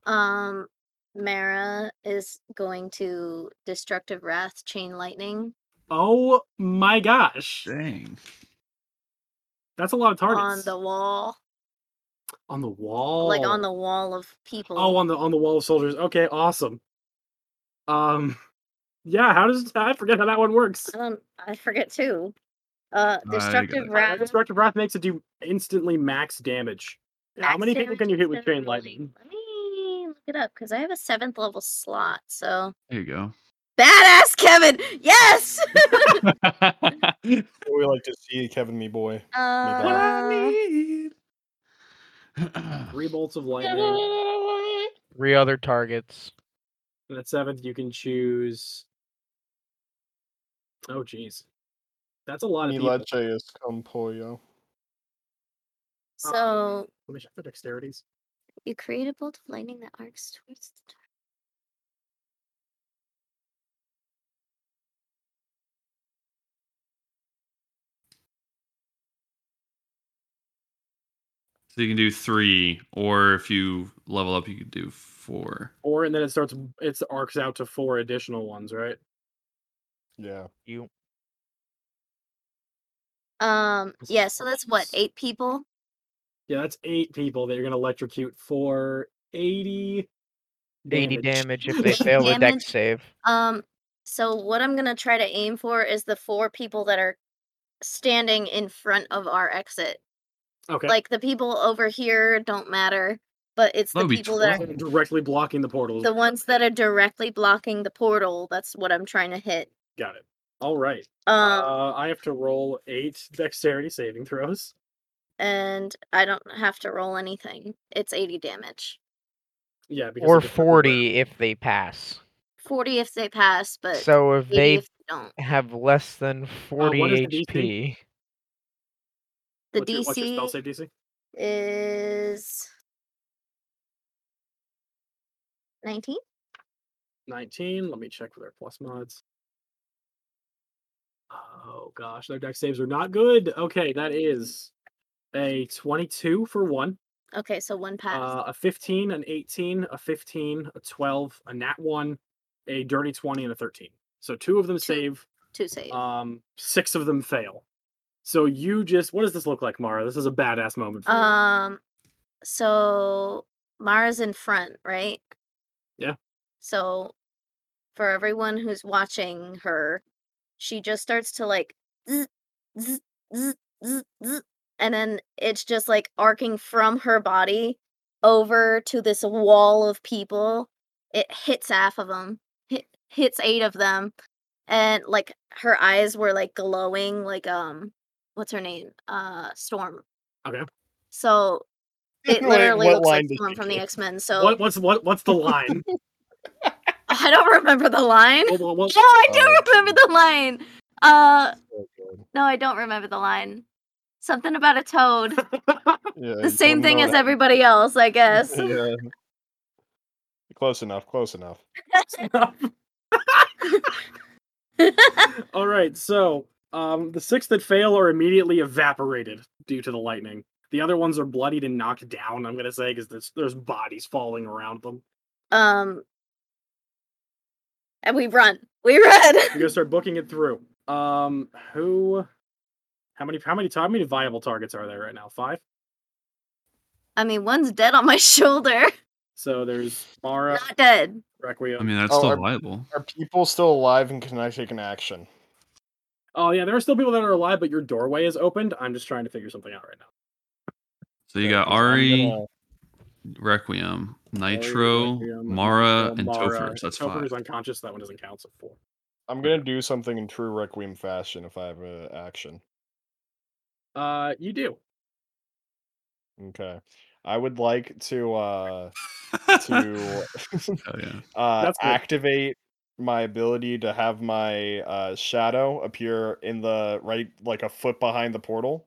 Speaker 4: Um, Mara is going to destructive wrath chain lightning
Speaker 5: Oh my gosh,
Speaker 2: Dang.
Speaker 5: that's a lot of
Speaker 4: on
Speaker 5: targets
Speaker 4: the wall,
Speaker 5: on the wall,
Speaker 4: like on the wall of people.
Speaker 5: oh on the on the wall of soldiers. Okay, awesome. Um, yeah. How does I forget how that one works?
Speaker 4: I don't. I forget too. Uh,
Speaker 2: I got
Speaker 4: destructive
Speaker 2: it.
Speaker 5: Uh,
Speaker 4: wrath.
Speaker 5: Destructive Wrath makes it do instantly max damage. How
Speaker 4: max
Speaker 5: many people
Speaker 4: damage
Speaker 5: can you
Speaker 4: and
Speaker 5: hit with
Speaker 4: seven
Speaker 5: Chain Lightning?
Speaker 4: rolling. Let me look it up because I have a seventh level slot. So
Speaker 2: There you go.
Speaker 4: badass, Kevin. Yes.
Speaker 1: we like to see Kevin, me boy.
Speaker 4: Uh,
Speaker 5: Three bolts of lightning.
Speaker 3: Three other targets.
Speaker 5: And at seventh, you can choose. Oh, jeez. That's a lot of
Speaker 1: Mi
Speaker 5: people.
Speaker 1: leche es con pollo.
Speaker 4: so
Speaker 5: Oh, Let me check the dexterities.
Speaker 4: You create a bolt of lightning that arcs towards the target.
Speaker 2: So you can do three, or if you level up, you could do four.
Speaker 5: Four, and then it starts. It arcs out to four additional ones, right?
Speaker 1: Yeah.
Speaker 3: You.
Speaker 4: Um,
Speaker 5: That's
Speaker 4: yeah, so that's what,
Speaker 5: twice.
Speaker 4: eight people?
Speaker 5: Yeah, that's eight people that you're gonna electrocute for eighty.
Speaker 3: 80 damage if they
Speaker 4: Eight
Speaker 3: fail the
Speaker 4: damage.
Speaker 3: dex save.
Speaker 4: Um, so what I'm gonna try to aim for is the four people that are standing in front of our exit.
Speaker 5: Okay.
Speaker 4: Like the people over here don't matter, but it's the
Speaker 2: That'd be
Speaker 4: people that
Speaker 5: So
Speaker 4: are
Speaker 2: 12.
Speaker 5: directly blocking the portals.
Speaker 4: the ones that are directly blocking the portal. That's what I'm trying to hit.
Speaker 5: Got it. All right.
Speaker 4: Um,
Speaker 5: uh, I have to roll eight dexterity saving throws.
Speaker 4: and I don't have to roll anything. It's 80 damage.
Speaker 5: Yeah, because
Speaker 3: Or
Speaker 5: of the critical burn.
Speaker 3: 40 if they pass.
Speaker 4: 40 if they pass, but
Speaker 3: So if
Speaker 4: 80
Speaker 3: they
Speaker 4: if they don't.
Speaker 3: have less than 40
Speaker 5: what is the DC?
Speaker 3: HP,
Speaker 4: The
Speaker 5: What's your- what's your spell
Speaker 4: DC
Speaker 5: save DC?
Speaker 4: is 19
Speaker 5: Nineteen. Let me check for their plus mods. Oh gosh, their dex saves are not good. Okay, that is a twenty-two for one,
Speaker 4: okay so one pass
Speaker 5: uh, a fifteen, an eighteen, a fifteen, a twelve, a nat one, a dirty twenty, and a thirteen. So two of them save.
Speaker 4: two save
Speaker 5: Um, six of them fail. So you just what does this look like, Mara? This is a badass moment. For you.
Speaker 4: um so mara's in front right
Speaker 5: Yeah.
Speaker 4: so for everyone who's watching her she just starts to like zzz, zzz, zzz, zzz, zzz, and then it's just like arcing from her body over to this wall of people it hits half of them hit, hits eight of them and like her eyes were like glowing like um what's her name uh storm
Speaker 5: Okay.
Speaker 4: so it
Speaker 1: Like,
Speaker 4: literally
Speaker 1: what
Speaker 4: looks like
Speaker 1: line did
Speaker 4: someone
Speaker 1: you
Speaker 4: from the
Speaker 1: get?
Speaker 4: x-men so
Speaker 5: what, what's what what's the line?
Speaker 4: i don't remember the line
Speaker 5: What- what- what-
Speaker 4: no i do
Speaker 1: Oh,
Speaker 4: remember the line uh
Speaker 1: So good.
Speaker 4: no i don't remember the line something about a toad
Speaker 1: Yeah,
Speaker 4: the
Speaker 1: you
Speaker 4: same
Speaker 1: don't
Speaker 4: thing
Speaker 1: know
Speaker 4: as
Speaker 1: that.
Speaker 4: everybody else i guess
Speaker 1: Yeah. Close enough, close enough.
Speaker 5: All right, so um, the six that fail are immediately evaporated due to the lightning. The other ones are bloodied and knocked down. I'm gonna say because there's, there's bodies falling around them.
Speaker 4: um and we run we run
Speaker 5: You're gonna start booking it through. Um, who? How many? How many? How many viable targets are there right now? Five.
Speaker 4: i mean one's dead on my shoulder
Speaker 5: So there's Mara,
Speaker 4: not dead
Speaker 5: Requiem.
Speaker 2: I mean, that's
Speaker 1: Oh,
Speaker 2: still
Speaker 1: I'm-
Speaker 2: viable.
Speaker 1: Are people still alive and can I take an action?
Speaker 5: oh yeah, there are still people that are alive, but your doorway is opened. I'm just trying to figure something out right now.
Speaker 2: So you got
Speaker 1: Because I'm
Speaker 2: Ari,
Speaker 1: gonna-
Speaker 2: Requiem,
Speaker 5: Ari,
Speaker 2: Nitro,
Speaker 5: Requiem,
Speaker 2: Mara, Uh, and
Speaker 5: Mara.
Speaker 2: Topher. So that's
Speaker 5: Topher's
Speaker 2: five.
Speaker 5: unconscious. That one doesn't count. So four.
Speaker 1: I'm gonna do something in true Requiem fashion if I have an action.
Speaker 5: Uh, you do.
Speaker 1: Okay. I would like to uh to
Speaker 2: Hell yeah.
Speaker 1: uh
Speaker 5: That's good.
Speaker 1: activate my ability to have my uh shadow appear in the right like a foot behind the portal.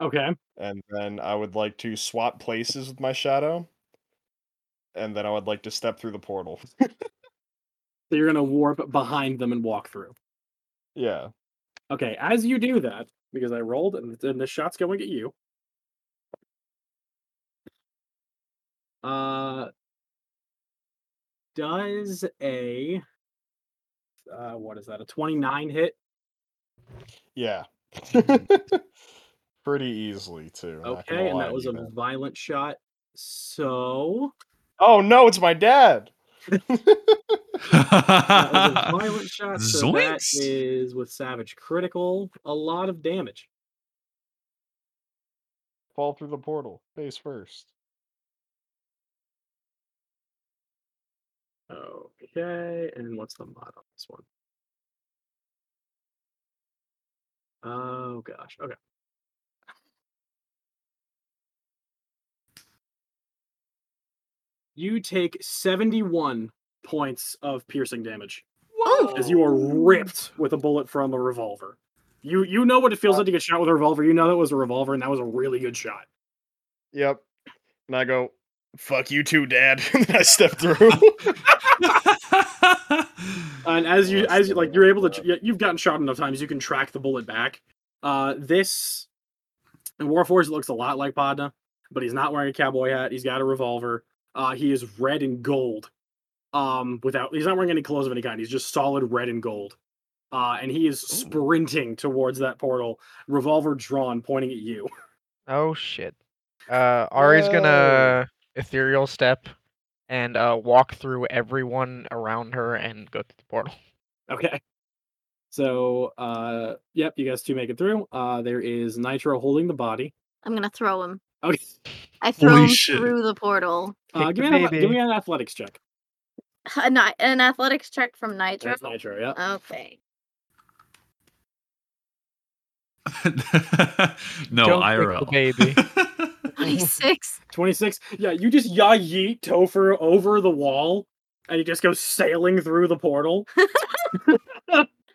Speaker 5: Okay.
Speaker 1: And then I would like to swap places with my shadow. And then I would like to step through the portal.
Speaker 5: So you're gonna warp behind them and walk through.
Speaker 1: Yeah.
Speaker 5: Okay, as you do that, because I rolled and, and the shot's going at you. Uh does a uh what is that? A 29 hit?
Speaker 1: Yeah. Pretty easily too. not gonna
Speaker 5: Mm-hmm. Okay, and
Speaker 1: lie
Speaker 5: that
Speaker 1: to
Speaker 5: was
Speaker 1: you,
Speaker 5: a
Speaker 1: man.
Speaker 5: violent shot. So
Speaker 1: Oh no, it's my dad.
Speaker 5: that was a violent shot. So that
Speaker 2: Zoinks!
Speaker 5: is with Savage Critical, a lot of damage.
Speaker 1: Fall through the portal, face first.
Speaker 5: Okay, and what's the mod on this one? Oh gosh. Okay. You take 71 points of piercing damage
Speaker 4: Oh,
Speaker 5: as you are ripped with a bullet from a revolver. You you know what it feels like to get shot with a revolver. You know that was a revolver and that was a really good shot.
Speaker 1: Yep. And I go, fuck you too, dad. and I step through.
Speaker 5: and as you
Speaker 1: Let's
Speaker 5: as you
Speaker 1: go
Speaker 5: like you're able to
Speaker 1: with
Speaker 5: tr- you- you've gotten shot enough times you can track the bullet back uh this in warforged looks a lot like podna but he's not wearing a cowboy hat he's got a revolver uh he is red and gold um without he's not wearing any clothes of any kind he's just solid red and gold uh and he is sprinting towards that portal revolver drawn pointing at you
Speaker 3: Oh shit. Uh, Ari's gonna ethereal step and uh, walk through everyone around her and go through the portal.
Speaker 5: Okay. So, uh, yep, you guys two make it through. Uh, there is Nitro holding the body.
Speaker 4: I'm gonna throw him.
Speaker 5: Okay.
Speaker 4: I throw
Speaker 2: Holy
Speaker 4: him
Speaker 2: shit.
Speaker 4: through the portal.
Speaker 5: Uh,
Speaker 3: Kick
Speaker 5: give,
Speaker 3: the
Speaker 5: me an, athle- give
Speaker 3: baby.
Speaker 5: me an athletics check.
Speaker 4: An, an athletics check from Nitro.
Speaker 5: There's Nitro, yeah.
Speaker 4: Okay.
Speaker 2: no,
Speaker 3: Don't
Speaker 2: IRL.
Speaker 3: break the
Speaker 4: Twenty-six.
Speaker 5: 26. Yeah, you just ya yeet Topher over the wall and he just goes sailing through the portal.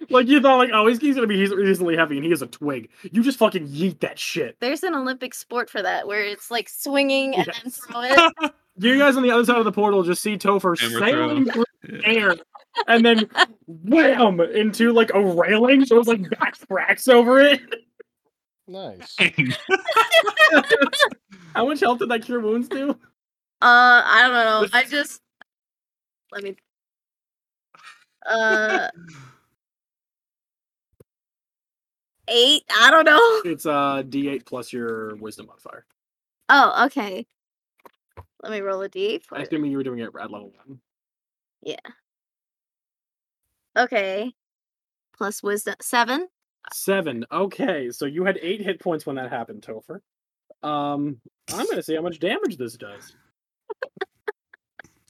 Speaker 5: like, you thought, like, oh, he's, he's gonna be he's reasonably heavy and he is a twig. You just fucking yeet that shit.
Speaker 4: There's an Olympic sport for that where it's like swinging and then
Speaker 5: Yes.
Speaker 4: throw it.
Speaker 5: You guys on the other side of the portal just see Topher
Speaker 2: Hammer
Speaker 5: sailing
Speaker 2: throw.
Speaker 5: through air and then wham into like a railing. So it's like back cracks over it.
Speaker 1: nice.
Speaker 5: How much health did that cure wounds do?
Speaker 4: Uh, I don't know. I just let me. Uh, eight. I don't know.
Speaker 5: It's uh D8 plus your wisdom modifier.
Speaker 4: Oh, okay. Let me roll a d8 for
Speaker 5: I'm
Speaker 4: it.
Speaker 5: assuming you were doing it at level one.
Speaker 4: Okay. Plus wisdom seven.
Speaker 5: Seven. Okay, so you had eight hit points when that happened, Topher. Um, I'm gonna see how much damage this does.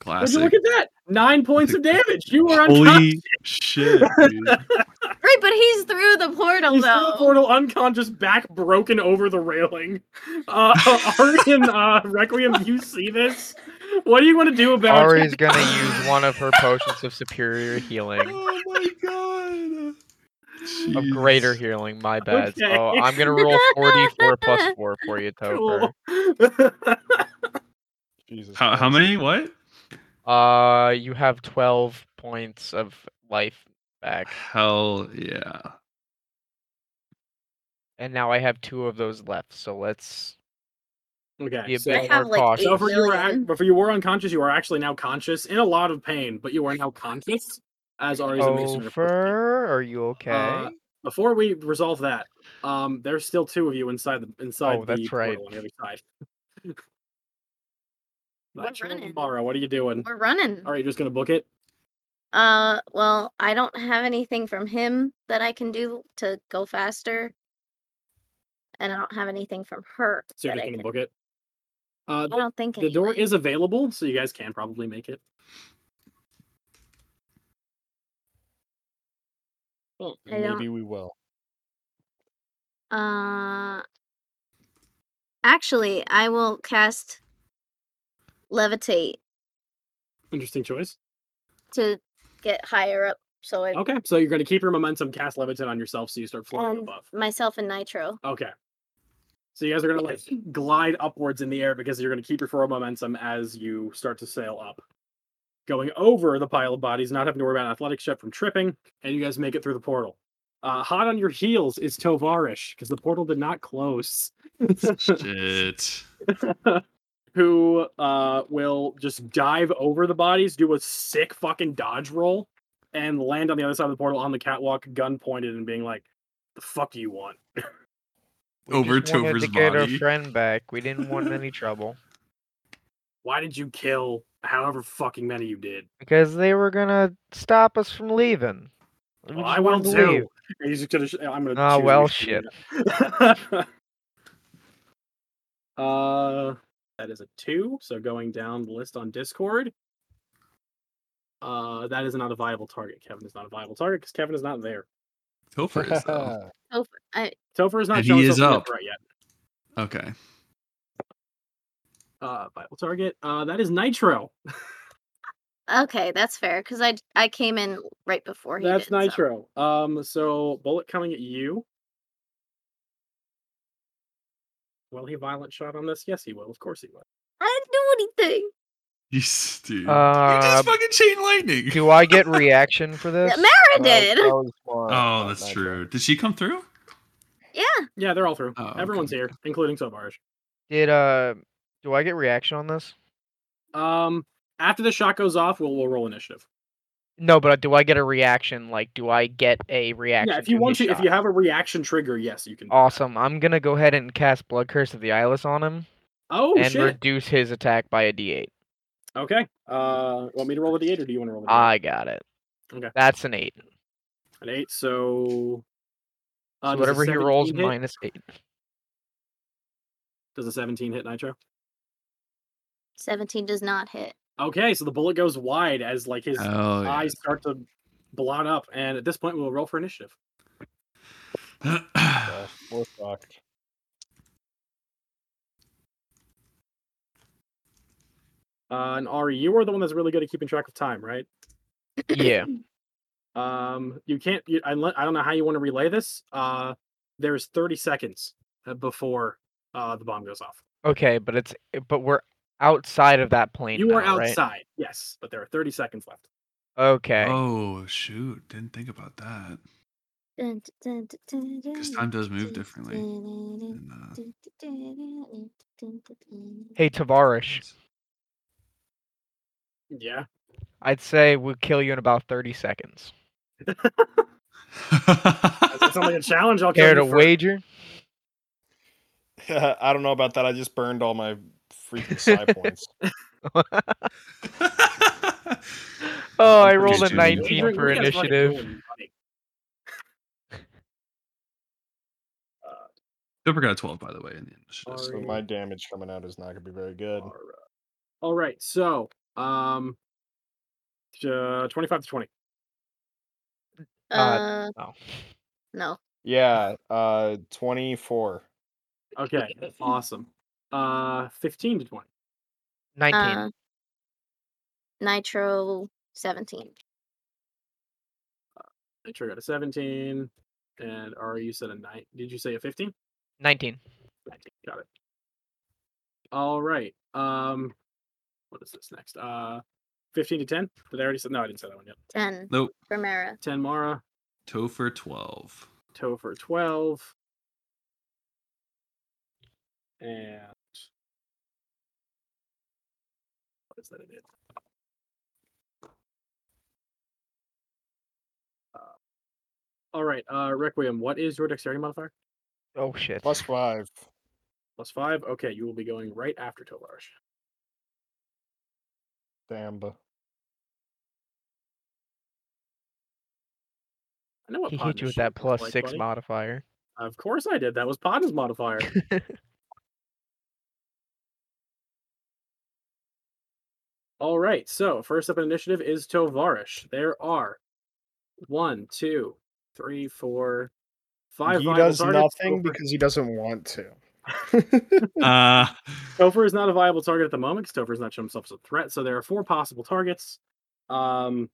Speaker 5: Would you
Speaker 2: Classic.
Speaker 5: look at that? Nine points of damage. You were unconscious.
Speaker 2: Holy shit, dude.
Speaker 4: Right, but he's through the portal
Speaker 5: He's through
Speaker 4: though.
Speaker 5: the portal unconscious, back broken over the railing. Uh, Ari and uh, Requiem, you see this? What do you want to do about it?
Speaker 3: Ari's gonna use one of her potions of superior healing,
Speaker 2: Oh my god.
Speaker 3: of greater
Speaker 2: Jeez.
Speaker 3: healing. My bad.
Speaker 5: Okay.
Speaker 3: So I'm gonna roll 44 plus four for you, Topher.
Speaker 5: Cool.
Speaker 1: Jesus.
Speaker 2: How, how
Speaker 1: Christ.
Speaker 2: many? What?
Speaker 3: Uh, you have 12 points of life back,
Speaker 2: Hell yeah.
Speaker 3: and now I have two of those left. So let's be
Speaker 5: okay,
Speaker 3: a
Speaker 5: so
Speaker 4: I
Speaker 3: bit
Speaker 4: have,
Speaker 3: more
Speaker 4: like,
Speaker 3: cautious.
Speaker 4: eight
Speaker 5: So for you were ac-
Speaker 4: million.
Speaker 5: before you were unconscious, you are actually now conscious in a lot of pain, but you are now conscious as Ari's a mason. reported.
Speaker 3: Topher, are you okay?
Speaker 5: Uh, Before we resolve that, um, there's still two of you inside the inside
Speaker 3: Oh,
Speaker 5: the
Speaker 3: that's right.
Speaker 5: portal on the other side.
Speaker 4: We're
Speaker 5: Not sure
Speaker 4: running.
Speaker 5: tomorrow. What are you doing?
Speaker 4: We're running.
Speaker 5: Are you just gonna book it?
Speaker 4: Uh, well, I don't have anything from him that I can do to go faster, and I don't have anything from her.
Speaker 5: So you're
Speaker 4: that
Speaker 5: just
Speaker 4: I
Speaker 5: gonna
Speaker 4: can-
Speaker 5: book it. Uh,
Speaker 4: I don't think
Speaker 5: the door
Speaker 4: anybody-
Speaker 5: is available, so you guys can probably make it.
Speaker 1: Well,
Speaker 4: I don't-
Speaker 1: maybe we will.
Speaker 4: Uh, actually, I will cast levitate
Speaker 5: Interesting choice.
Speaker 4: to get higher up, so I
Speaker 5: Okay, so you're going to keep your momentum, cast levitate on yourself, so you start floating
Speaker 4: Um,
Speaker 5: above.
Speaker 4: myself and Nitro.
Speaker 5: Okay. So you guys are gonna like glide upwards in the air because you're gonna keep your forward momentum as you start to sail up. Going over the pile of bodies, not having to worry about an athletic check from tripping, and you guys make it through the portal. Uh, hot on your heels is Tovarish because the portal did not close.
Speaker 2: Shit.
Speaker 5: Who uh, will just dive over the bodies, do a sick fucking dodge roll, and land on the other side of the portal on the catwalk, gun pointed, and being like, "The fuck do you want?"
Speaker 3: We
Speaker 2: Over
Speaker 3: just wanted
Speaker 2: Tover's
Speaker 3: to get our
Speaker 2: body.
Speaker 3: friend back. We didn't want any trouble
Speaker 5: why did you kill however fucking many you did?
Speaker 3: because they were gonna stop us from leaving. We
Speaker 5: Well,
Speaker 3: just
Speaker 5: I will
Speaker 3: wanted to leave.
Speaker 5: too. And he's just gonna sh- I'm gonna.
Speaker 3: Ah,
Speaker 5: choose
Speaker 3: well,
Speaker 5: which
Speaker 3: shit.
Speaker 5: one. uh, that is a two. So going down the list on Discord. Uh, that is not a viable target. Kevin is not a viable target because Kevin is not there.
Speaker 2: Topher is though.
Speaker 5: Topher is not
Speaker 2: And
Speaker 5: showing
Speaker 2: he is
Speaker 5: himself
Speaker 2: up.
Speaker 5: right yet.
Speaker 2: Okay.
Speaker 5: Uh, viable target. Uh, that is Nitro.
Speaker 4: Okay, that's fair because I I came in right before he.
Speaker 5: That's
Speaker 4: did, so-
Speaker 5: Nitro. Um, so bullet coming at you. Will he violent shot on this? Yes, he will. Of course, he will.
Speaker 4: I didn't do anything.
Speaker 2: You dude. you
Speaker 3: Uh,
Speaker 2: just fucking chain lightning.
Speaker 3: do I get reaction for this?
Speaker 4: Yeah, Mara did.
Speaker 2: Oh, that's true. Did she come through?
Speaker 4: Yeah,
Speaker 5: Yeah, they're all through.
Speaker 2: Oh, okay,
Speaker 5: Everyone's here, including Tovaraj.
Speaker 3: Did uh, do I get reaction on this?
Speaker 5: Um, after the shot goes off, we'll we'll roll initiative.
Speaker 3: No, but do I get a reaction? Like, do I get a reaction?
Speaker 5: yeah, if you want
Speaker 3: his
Speaker 5: to, if
Speaker 3: shot?
Speaker 5: you have a reaction trigger, yes, you can. do that.
Speaker 3: Awesome. I'm gonna go ahead and cast Blood Curse of the Eyeless on him
Speaker 5: Oh
Speaker 3: and
Speaker 5: shit.
Speaker 3: reduce his attack by a D8.
Speaker 5: Okay. Uh, want me to roll a d8 or do you want to roll a d8?
Speaker 3: I got it.
Speaker 5: Okay.
Speaker 3: That's an eight.
Speaker 5: An eight. So. uh, does
Speaker 3: So
Speaker 5: a
Speaker 3: whatever he rolls,
Speaker 5: 17 hit?
Speaker 3: minus eight.
Speaker 5: Does a seventeen hit Nitro?
Speaker 4: seventeen does not hit.
Speaker 5: Okay, so the bullet goes wide as like his
Speaker 2: Oh, yeah.
Speaker 5: eyes start to blot up, and at this point, we'll roll for initiative.
Speaker 1: We're fucked.
Speaker 5: Uh, and Ari, you are the one that's really good at keeping track of time, right?
Speaker 3: Yeah.
Speaker 5: Um, you can't. You, I, le- I don't know how you want to relay this. Uh, there's 30 seconds uh, before uh, the bomb goes off.
Speaker 3: Okay, but it's but we're outside of that plane.
Speaker 5: You are
Speaker 3: now, right?
Speaker 5: outside, yes, but there are 30 seconds left.
Speaker 3: Okay.
Speaker 2: oh shoot! Didn't think about that.
Speaker 4: Dun, dun, dun, dun,
Speaker 2: Because
Speaker 4: dun,
Speaker 2: time does move
Speaker 4: dun,
Speaker 2: differently.
Speaker 4: dun,
Speaker 2: than, uh,
Speaker 4: dun, dun, dun, dun, dun, dun.
Speaker 3: Hey Tavarish,
Speaker 5: Yeah.
Speaker 3: I'd say we'll kill you in about thirty seconds.
Speaker 5: That sounds like a challenge. I'll
Speaker 3: Care
Speaker 5: carry
Speaker 3: to wager?
Speaker 1: I don't know about that. I just burned all my freaking psi points.
Speaker 3: Oh,
Speaker 1: I'm
Speaker 3: I
Speaker 1: pretty
Speaker 3: rolled a
Speaker 1: sure you-
Speaker 3: nineteen for initiative.
Speaker 2: Super got a twelve, by the way, in the initiative.
Speaker 1: So my damage coming out is not going to be very good.
Speaker 5: All right, so um, uh, 25 to 20.
Speaker 4: Uh,
Speaker 3: Oh.
Speaker 4: no.
Speaker 1: Yeah, uh, 24.
Speaker 5: Okay, awesome. Uh, 15 to 20.
Speaker 3: Nineteen.
Speaker 4: Uh, Nitro seventeen.
Speaker 5: Nitro got a 17, and Ari, you said a nine. Did you say a 15?
Speaker 3: Nineteen.
Speaker 5: 19. Got it. All right. Um, what is this next? Uh, fifteen to ten. Did I already say? No, I didn't say that one yet.
Speaker 4: Ten
Speaker 2: Nope.
Speaker 4: for Mara.
Speaker 5: Ten Mara,
Speaker 2: Topher twelve.
Speaker 5: toe for twelve, and what is that? I did. Uh, All right, uh, Requiem. What is your dexterity modifier?
Speaker 3: Oh shit.
Speaker 1: Plus 5.
Speaker 5: Plus five. Okay, you will be going right after Tolarsh.
Speaker 1: Damn.
Speaker 5: I know what
Speaker 3: He
Speaker 5: Podna's
Speaker 3: hit you with
Speaker 5: shape
Speaker 3: that
Speaker 5: looks
Speaker 3: plus
Speaker 5: like,
Speaker 3: six
Speaker 5: buddy.
Speaker 3: modifier.
Speaker 5: Of course I did. That was Podna's modifier. All right. So first up in initiative is Tovarish. There are one, two, three, four, five.
Speaker 1: he
Speaker 5: viable
Speaker 1: does
Speaker 5: targets.
Speaker 1: nothing
Speaker 5: Topher-
Speaker 1: because he doesn't want to.
Speaker 2: Uh,
Speaker 5: Topher is not a viable target at the moment because Topher has not shown himself as a threat. So there are four possible targets. Um,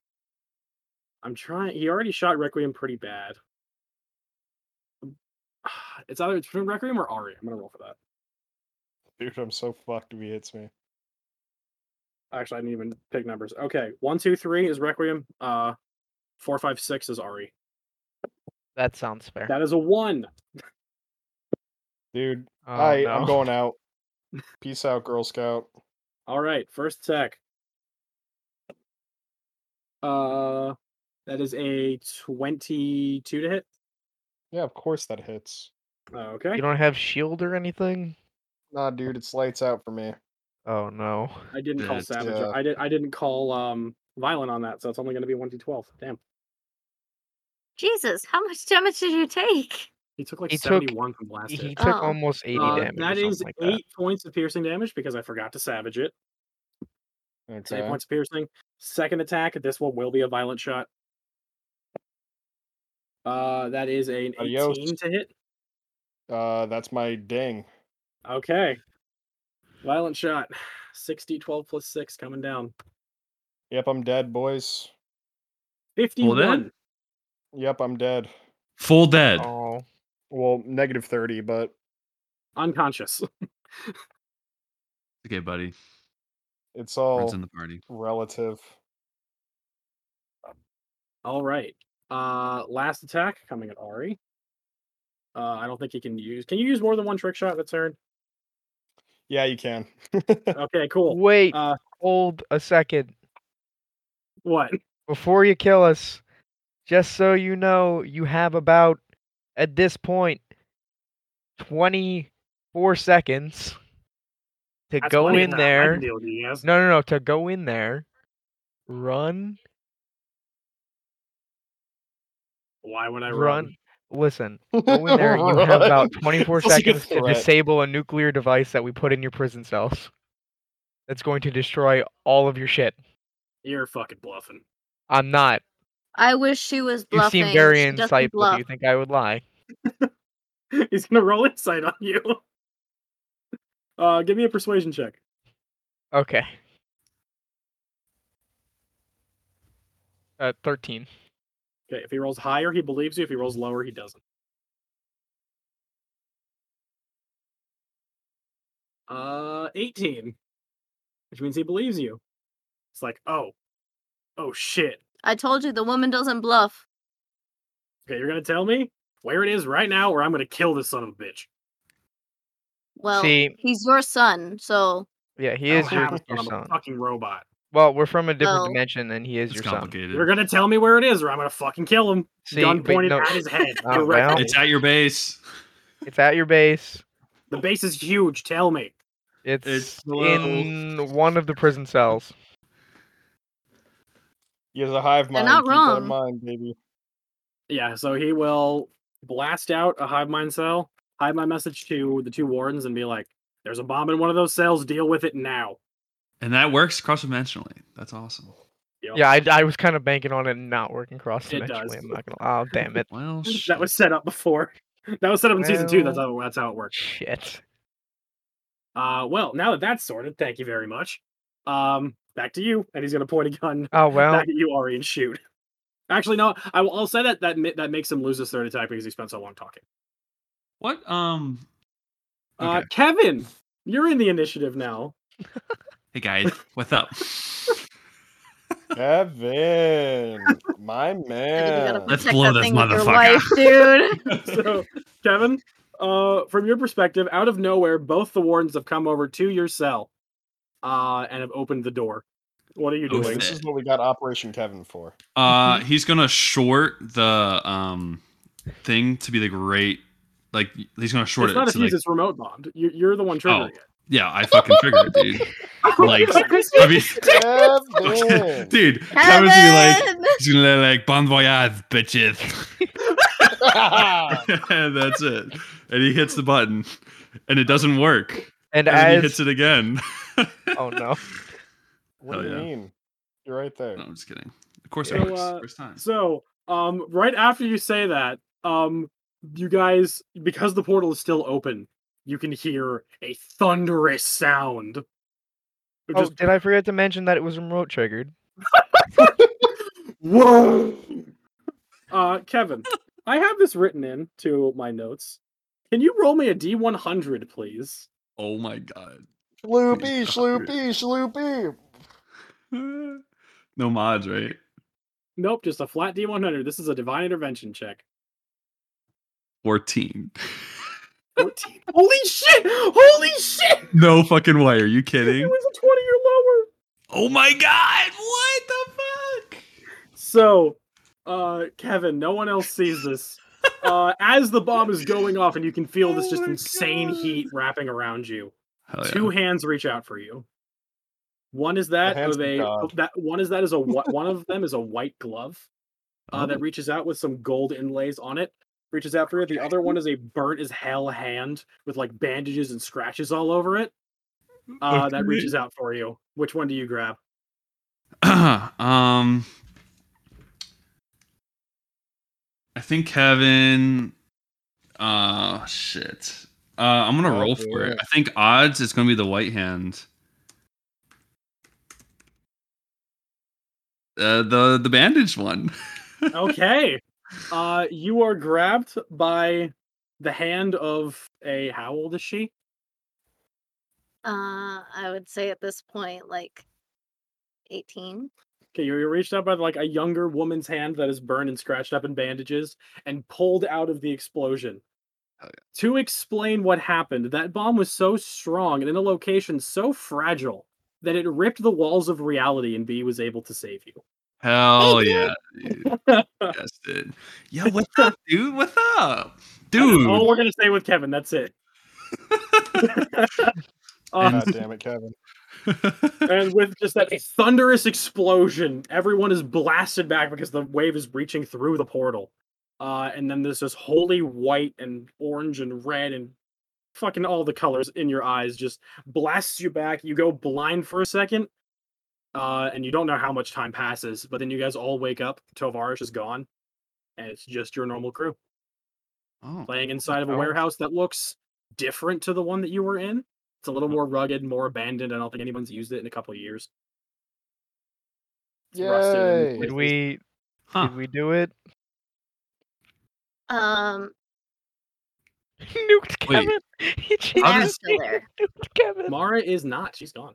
Speaker 5: I'm trying. He already shot Requiem pretty bad. It's either between Requiem or Ari. I'm gonna roll for that.
Speaker 1: Dude, I'm so fucked if he hits me.
Speaker 5: Actually, I didn't even pick numbers. Okay, one, two, three is Requiem. Uh, four, five, six is Ari.
Speaker 3: That sounds fair.
Speaker 5: That is a one.
Speaker 1: Dude,
Speaker 3: Oh,
Speaker 1: I
Speaker 3: no.
Speaker 1: I'm going out. Peace out, Girl Scout.
Speaker 5: All right, first attack. Uh, that is a twenty-two to hit.
Speaker 1: Yeah, of course that hits.
Speaker 5: Okay,
Speaker 3: You don't have shield or anything?
Speaker 1: Nah, dude, it's lights out for me.
Speaker 3: Oh no.
Speaker 5: I didn't call
Speaker 2: That's,
Speaker 5: savage.
Speaker 1: uh,
Speaker 5: I did. I didn't call um violent on that, so it's only going to be one d twelve. Damn,
Speaker 4: Jesus, how much damage did you take?
Speaker 5: he took like
Speaker 3: He took-
Speaker 5: seventy-one from last
Speaker 3: He
Speaker 5: hit.
Speaker 3: took
Speaker 4: Oh.
Speaker 3: almost 80
Speaker 5: Uh,
Speaker 3: damage. or
Speaker 5: that
Speaker 3: something
Speaker 5: is
Speaker 3: like that.
Speaker 5: eight points of piercing damage because I forgot to savage it. So
Speaker 1: Okay.
Speaker 5: eight points of piercing. Second attack. This one will be a violent shot. Uh, that is an
Speaker 1: Adios.
Speaker 5: eighteen to hit.
Speaker 1: Uh that's my ding.
Speaker 5: Okay. Violent shot. 60, 12 plus 6 coming down.
Speaker 1: Yep, I'm dead, boys.
Speaker 5: 51.
Speaker 1: Yep, I'm dead.
Speaker 2: full dead.
Speaker 3: Oh,
Speaker 1: Well, negative 30, but
Speaker 5: Unconscious.
Speaker 2: Okay, buddy.
Speaker 1: it's
Speaker 3: Oh.
Speaker 2: Friends
Speaker 1: all
Speaker 2: in the party.
Speaker 1: relative.
Speaker 5: All right. Uh last attack coming at Ari. Uh I don't think he can use. Can you use more than one trick shot that's turn?
Speaker 1: Yeah, you can.
Speaker 5: Okay, cool.
Speaker 3: wait,
Speaker 5: Uh,
Speaker 3: hold a second.
Speaker 5: What?
Speaker 3: Before you kill us, just so you know, you have about, at this point, 24 seconds to
Speaker 5: That's
Speaker 3: go
Speaker 5: plenty
Speaker 3: in
Speaker 5: for a
Speaker 3: there.
Speaker 5: hidden deal, you guys.
Speaker 3: No, no, no, to go in there, run,
Speaker 5: Why would I
Speaker 3: run.
Speaker 5: run?
Speaker 3: Listen, go in there. You have about 24
Speaker 1: Feels like a
Speaker 3: seconds to
Speaker 1: threat.
Speaker 3: disable a nuclear device that we put in your prison cells. That's going to destroy all of your shit.
Speaker 5: You're fucking bluffing.
Speaker 3: I'm not.
Speaker 4: I wish she was
Speaker 3: You
Speaker 4: bluffing.
Speaker 3: seem very
Speaker 4: She doesn't
Speaker 3: insightful. Do
Speaker 4: bluff.
Speaker 3: you think I would lie?
Speaker 5: He's gonna roll insight on you. Uh give me a persuasion check.
Speaker 3: Okay. Uh, 13.
Speaker 5: Okay, if he rolls higher, he believes you. If he rolls lower, he doesn't. Uh, 18. Which means he believes you. It's like, oh, oh shit.
Speaker 4: I told you the woman doesn't bluff.
Speaker 5: Okay, you're gonna tell me where it is right now, or I'm gonna kill this son of a bitch.
Speaker 4: Well,
Speaker 3: See,
Speaker 4: he's your son, so
Speaker 3: yeah, he
Speaker 5: I
Speaker 3: is
Speaker 5: don't
Speaker 3: your,
Speaker 5: have a
Speaker 3: your
Speaker 5: son, I'm
Speaker 3: son.
Speaker 5: a fucking robot.
Speaker 3: Well, we're from a different
Speaker 4: Oh.
Speaker 3: dimension, and he is
Speaker 2: It's
Speaker 3: your son.
Speaker 2: complicated.
Speaker 5: You're gonna tell me where it is, or I'm gonna fucking kill him.
Speaker 3: See,
Speaker 5: Gun
Speaker 3: wait,
Speaker 5: pointed
Speaker 3: no,
Speaker 5: at his head.
Speaker 3: Oh, well.
Speaker 5: directly.
Speaker 2: It's at your base.
Speaker 3: it's at your base.
Speaker 5: The base is huge. Tell me.
Speaker 3: It's,
Speaker 2: It's below-
Speaker 3: in one of the prison cells.
Speaker 1: He has a hive
Speaker 4: They're
Speaker 1: mind.
Speaker 4: not
Speaker 1: Keep that
Speaker 4: wrong.
Speaker 1: in mind, baby.
Speaker 5: Yeah, so he will blast out a hive mind cell, hide my message to the two wardens, and be like, "There's a bomb in one of those cells. Deal with it now."
Speaker 2: And that works cross dimensionally. That's awesome.
Speaker 5: Yep.
Speaker 3: Yeah, I, I was kind of banking on it not working cross
Speaker 5: It does.
Speaker 3: dimensionally. I'm not gonna. Oh damn it!
Speaker 2: Well,
Speaker 5: that
Speaker 2: shit.
Speaker 5: was set up before. That was set up in season two. That's
Speaker 3: Well-
Speaker 5: how that's how it works.
Speaker 3: Shit.
Speaker 5: Uh, well, now that that's sorted, thank you very much. Um, back to you, and he's gonna point a gun
Speaker 3: Oh well.
Speaker 5: back at you, Ari, and shoot. Actually, no, I will. I'll say that that ma- that makes him lose his third attack because he spent so long talking.
Speaker 2: what? Um.
Speaker 5: Uh,
Speaker 2: Okay.
Speaker 5: Kevin, you're in the initiative now.
Speaker 2: Hey guys, what's up?
Speaker 1: Kevin, my man.
Speaker 4: gotta
Speaker 2: Let's
Speaker 4: protect
Speaker 2: blow
Speaker 4: that
Speaker 2: this
Speaker 4: thing with your
Speaker 2: motherfucker.
Speaker 4: wife, dude.
Speaker 5: so, Kevin, uh, from your perspective, out of nowhere, both the wardens have come over to your cell uh, and have opened the door. What are you
Speaker 2: Oh,
Speaker 5: doing?
Speaker 1: This is what we got Operation Kevin for.
Speaker 2: Uh,
Speaker 5: Mm-hmm.
Speaker 2: he's gonna short the um thing to be like right, like he's gonna short
Speaker 5: it's
Speaker 2: it
Speaker 5: not a
Speaker 2: to
Speaker 5: fuse,
Speaker 2: like.
Speaker 5: it's remote bond. You, you're the one triggering
Speaker 2: Yeah, I fucking figured, dude.
Speaker 5: it.
Speaker 2: Like, I mean,
Speaker 1: Kevin!
Speaker 2: dude, Kevin's gonna be like,
Speaker 4: Kevin!
Speaker 2: he's gonna be like bon voyage, bitches. and that's it. And he hits the button, and it doesn't work. And
Speaker 3: And
Speaker 2: then he
Speaker 3: as
Speaker 2: hits it again.
Speaker 3: oh no,
Speaker 1: What do you
Speaker 2: yeah. Oh,
Speaker 1: mean? You're right there.
Speaker 2: No, I'm just kidding. Of course
Speaker 5: So,
Speaker 2: it works.
Speaker 5: uh,
Speaker 2: First time.
Speaker 5: So, um, right after you say that, um, you guys, because the portal is still open, you can hear a thunderous sound. It
Speaker 3: Oh,
Speaker 5: just-
Speaker 3: did I forget to mention that it was remote triggered?
Speaker 5: Whoa! Uh, Kevin, I have this written in to my notes. Can you roll me a D100, please?
Speaker 2: oh my god.
Speaker 1: Shloopy,
Speaker 2: Please,
Speaker 1: shloopy, shloopy.
Speaker 2: no mods, right?
Speaker 5: Nope, just a flat D100. This is a divine intervention check.
Speaker 2: 14.
Speaker 5: 14. Holy shit! Holy shit!
Speaker 2: no fucking way. Are you
Speaker 5: It
Speaker 2: kidding?
Speaker 5: was a 20 or lower.
Speaker 2: Oh my god. What the fuck?
Speaker 5: So, uh, Kevin, no one else sees this. Uh, as the bomb is going off, and you can feel this
Speaker 2: Oh
Speaker 5: just
Speaker 2: my
Speaker 5: insane
Speaker 2: God.
Speaker 5: heat wrapping around you.
Speaker 2: Hell yeah.
Speaker 5: Two hands reach out for you. One is that
Speaker 1: hands
Speaker 5: of
Speaker 1: of
Speaker 5: a
Speaker 1: God.
Speaker 5: that one is that is a whi- one of them is a white glove uh,
Speaker 2: Oh.
Speaker 5: that reaches out with some gold inlays on it. Reaches after it. The other one is a burnt as hell hand with like bandages and scratches all over it. Uh, that
Speaker 2: Okay.
Speaker 5: reaches out for you. Which one do you grab?
Speaker 2: um I think Kevin uh shit. Uh I'm gonna
Speaker 1: Oh,
Speaker 2: roll for
Speaker 1: boy.
Speaker 2: it. I think odds is gonna be the white hand. Uh, the the bandaged one.
Speaker 5: okay. Uh, you are grabbed by the hand of a. How old is she?
Speaker 4: Uh, I would say at this point, like 18.
Speaker 5: Okay, you're you're reached out by like a younger woman's hand that is burned and scratched up in bandages and pulled out of the explosion.
Speaker 2: Hell yeah.
Speaker 5: To explain what happened, that bomb was so strong and in a location so fragile that it ripped the walls of reality, and B was able to save you.
Speaker 2: Hell
Speaker 4: Hey,
Speaker 2: yeah. dude. yes, dude. Yo, what's up, dude? What's up? Dude.
Speaker 5: All we're gonna say with Kevin. That's it. Uh,
Speaker 1: God damn it, Kevin.
Speaker 5: and with just that thunderous explosion, everyone is blasted back because the wave is breaching through the portal. Uh, and then there's this holy white and orange and red and fucking all the colors in your eyes just blasts you back. You go blind for a second, uh, and you don't know how much time passes. But then you guys all wake up. Tovarish is gone, and it's just your normal crew
Speaker 2: Oh,
Speaker 5: playing inside of a
Speaker 3: Oh.
Speaker 5: warehouse that looks different to the one that you were in. It's a little more rugged, more abandoned. I don't think anyone's used it in a couple of years. It's rusted and
Speaker 1: Yay.
Speaker 5: places.
Speaker 3: Did we
Speaker 2: huh.
Speaker 3: did we do it?
Speaker 4: Um,
Speaker 3: Nuked
Speaker 2: Wait,
Speaker 3: Kevin. He
Speaker 2: How
Speaker 4: Matt's
Speaker 2: does-
Speaker 3: changed
Speaker 4: still there.
Speaker 3: Nuked Kevin.
Speaker 5: Mara is not. She's gone.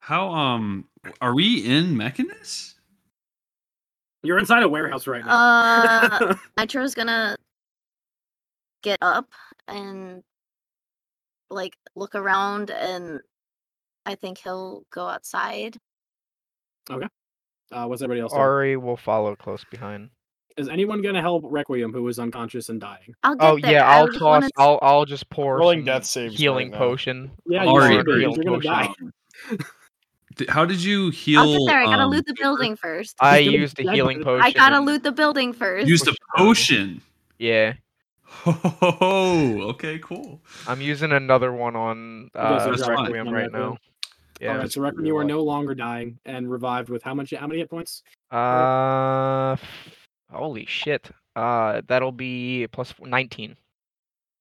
Speaker 2: How um are we in Mechanus?
Speaker 5: You're inside a warehouse right now.
Speaker 4: Uh, Nitro's gonna get up and like look around, and I think he'll go outside.
Speaker 5: uh, what's everybody else? doing?
Speaker 3: Ari will follow close behind.
Speaker 5: Is anyone going to help Requiem, who is unconscious and dying?
Speaker 4: I'll get
Speaker 3: Oh
Speaker 4: there.
Speaker 3: yeah,
Speaker 4: I
Speaker 3: I'll
Speaker 4: just
Speaker 3: toss.
Speaker 4: wanna s-
Speaker 3: I'll I'll just pour
Speaker 1: Rolling
Speaker 3: some
Speaker 1: death saves right
Speaker 3: healing
Speaker 1: now.
Speaker 3: potion.
Speaker 5: Yeah,
Speaker 3: I'll
Speaker 5: you
Speaker 3: pour
Speaker 5: should
Speaker 3: some
Speaker 5: be, because
Speaker 3: healing
Speaker 5: you're gonna
Speaker 3: potion.
Speaker 5: die.
Speaker 2: Th- How did you heal?
Speaker 4: I'll get there. I gotta
Speaker 2: um,
Speaker 4: loot the building first.
Speaker 3: I
Speaker 5: gonna
Speaker 3: used
Speaker 5: be
Speaker 3: a
Speaker 5: dead by
Speaker 3: healing
Speaker 5: the-
Speaker 3: potion.
Speaker 4: I gotta
Speaker 3: and-
Speaker 4: loot the building first.
Speaker 2: Used a potion.
Speaker 3: Yeah,
Speaker 2: Oh, okay, cool.
Speaker 3: I'm using another one on
Speaker 5: guys
Speaker 3: uh,
Speaker 5: are
Speaker 2: fine.
Speaker 3: Requiem
Speaker 5: One
Speaker 3: right
Speaker 5: Requiem.
Speaker 3: now. Yeah.
Speaker 5: All right, so Requiem,
Speaker 1: pretty
Speaker 5: you are
Speaker 1: rough.
Speaker 5: no longer dying and revived with how much? How many hit points?
Speaker 3: Uh, f- holy shit. Uh, that'll be plus four, 19.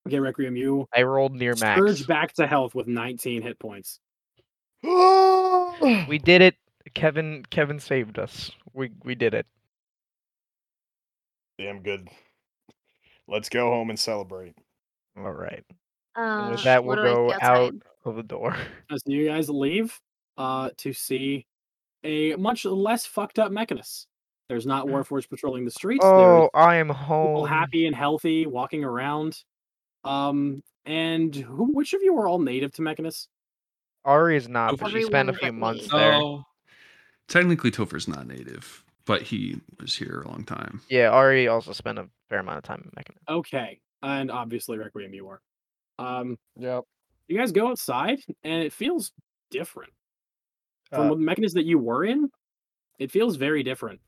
Speaker 5: Okay, Requiem, you
Speaker 3: I rolled near max.
Speaker 5: surge back to health with 19 hit points.
Speaker 3: We did it. Kevin, Kevin saved us. We we did it.
Speaker 1: Damn good. Let's go home and celebrate.
Speaker 3: All right.
Speaker 4: Uh,
Speaker 3: with that,
Speaker 4: what
Speaker 3: we'll
Speaker 4: do I see
Speaker 3: go out
Speaker 4: outside?
Speaker 3: of the door.
Speaker 5: as you guys leave uh, to see a much less fucked up Mechanus. There's not Warforged patrolling the streets.
Speaker 3: Hmm. Oh,
Speaker 5: There's
Speaker 3: I am
Speaker 5: people
Speaker 3: home.
Speaker 5: happy and healthy walking around. Um, and who, which of you are all native to Mechanus?
Speaker 3: Ari is not, but she
Speaker 4: Everyone
Speaker 3: spent a
Speaker 4: but
Speaker 3: few
Speaker 4: me.
Speaker 3: months there.
Speaker 2: So technically, Topher's not native, but he was here a long time.
Speaker 3: Yeah, Ari also spent a fair amount of time in Mechanus.
Speaker 5: Okay, and obviously Requiem, you are. Um,
Speaker 1: Yep.
Speaker 5: you guys go outside, and it feels different from
Speaker 1: Uh,
Speaker 5: the Mechanus that you were in. It feels very different.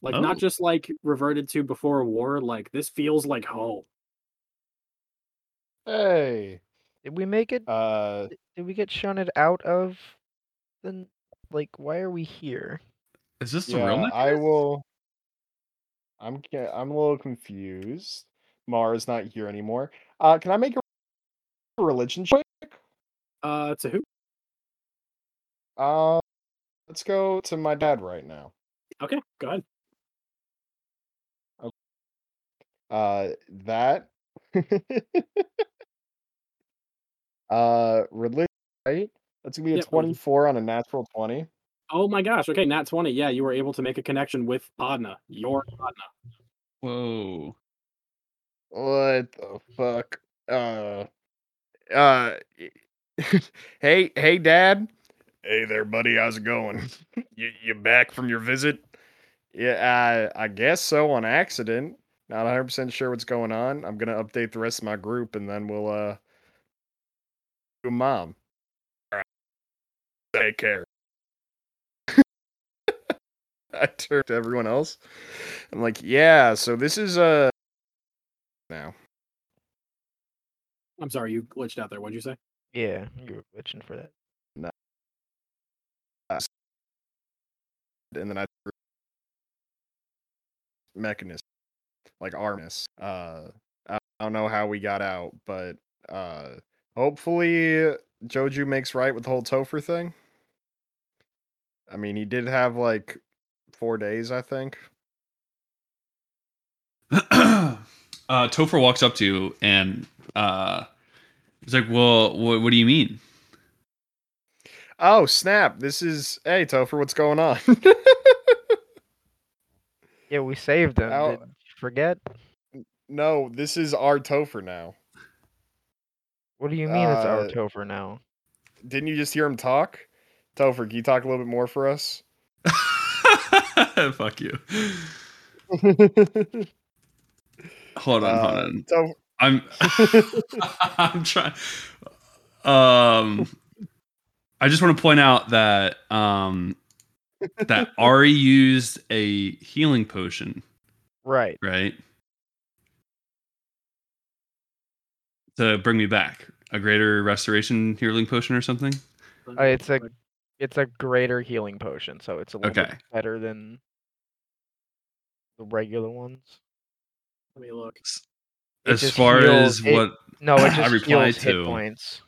Speaker 5: Like
Speaker 2: Oh.
Speaker 5: not just like reverted to before war. Like this feels like home.
Speaker 1: Hey.
Speaker 3: Did we make it?
Speaker 1: Uh
Speaker 3: Did we get shunted out of then like why are we here?
Speaker 2: Is this the
Speaker 1: yeah,
Speaker 2: real necklace?
Speaker 1: I will. I'm ca- I'm a little confused. Mara's not here anymore. Uh, can I make a religion check?
Speaker 5: Uh, to who?
Speaker 1: Uh, let's go to my dad right now.
Speaker 5: Okay, go ahead.
Speaker 1: Uh, that. uh, religion. Right. That's gonna be a
Speaker 5: Yep, religion.
Speaker 1: 24 on a natural 20.
Speaker 5: Oh my gosh. Okay, Nat 20. Yeah, you were able to make a connection with Podna. Your Podna.
Speaker 2: Whoa.
Speaker 1: What the fuck? Uh, uh, hey, hey, Dad. Hey there, buddy. How's it going? you you back from your visit? Yeah, I I guess so. On accident. Not 100 percent sure what's going on. I'm gonna update the rest of my group, and then we'll uh. do Mom. Alright. Take care. I turned to everyone else. I'm like, yeah. So this is uh now.
Speaker 5: I'm sorry, you glitched out there. What'd you say?
Speaker 3: Yeah, you were bitching for that.
Speaker 1: and then I threw mechanism like armness. Uh, I I don't know how we got out, but uh, hopefully Joju makes right with the whole Topher thing. I mean, he did have like four days, I think.
Speaker 2: uh, Topher walks up to you and uh, he's like, "Well, wh- what do you mean?"
Speaker 1: Oh snap! This is hey Topher, what's going on?
Speaker 3: Yeah, we saved them.
Speaker 1: Ow.
Speaker 3: Did you forget?
Speaker 1: no, this is our Topher now.
Speaker 3: What do you mean it's our
Speaker 1: Uh,
Speaker 3: Topher now?
Speaker 1: Didn't you just hear him talk? Topher, can you talk a little bit more for us?
Speaker 2: Fuck you. Hold on, hold
Speaker 1: Uh,
Speaker 2: on.
Speaker 1: Topher-
Speaker 2: I'm I'm trying. Um, I just want to point out that um that Ari used a healing potion,
Speaker 3: Right.
Speaker 2: right? To bring me back a greater restoration healing potion or something.
Speaker 3: Uh, it's a it's a greater healing potion, so it's a little
Speaker 2: Okay.
Speaker 3: bit better than the regular ones.
Speaker 5: Let me look.
Speaker 3: It
Speaker 2: as
Speaker 3: just
Speaker 2: far
Speaker 3: heals-
Speaker 2: as
Speaker 3: it-
Speaker 2: what
Speaker 3: No, it
Speaker 2: I
Speaker 3: just
Speaker 2: reply
Speaker 3: heals hit
Speaker 2: to-
Speaker 3: points.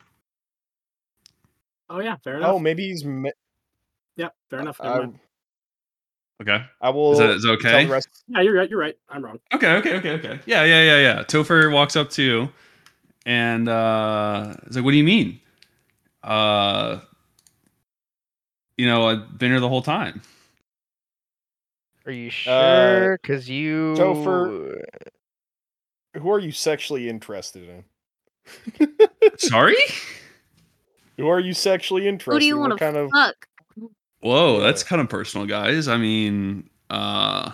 Speaker 5: Oh yeah, fair enough.
Speaker 1: Oh, maybe he's. Me-
Speaker 5: Yep, fair enough. never
Speaker 1: I,
Speaker 5: mind.
Speaker 2: okay
Speaker 1: I will.
Speaker 2: is that is that
Speaker 1: tell
Speaker 2: okay
Speaker 1: the rest-
Speaker 5: Yeah, you're right. You're right. I'm wrong.
Speaker 2: okay okay okay okay yeah yeah yeah yeah topher walks up to you and uh is like what do you mean uh you know i've been here the whole time
Speaker 3: Are you
Speaker 1: Uh,
Speaker 3: sure? Because you
Speaker 1: Topher- Who are you sexually interested in?
Speaker 2: sorry
Speaker 1: Who are you sexually interested?
Speaker 4: Who do you
Speaker 1: in?
Speaker 4: want
Speaker 1: What
Speaker 4: to
Speaker 1: kind of?
Speaker 4: fuck?
Speaker 2: whoa
Speaker 1: Yeah.
Speaker 2: that's kind of personal guys i mean uh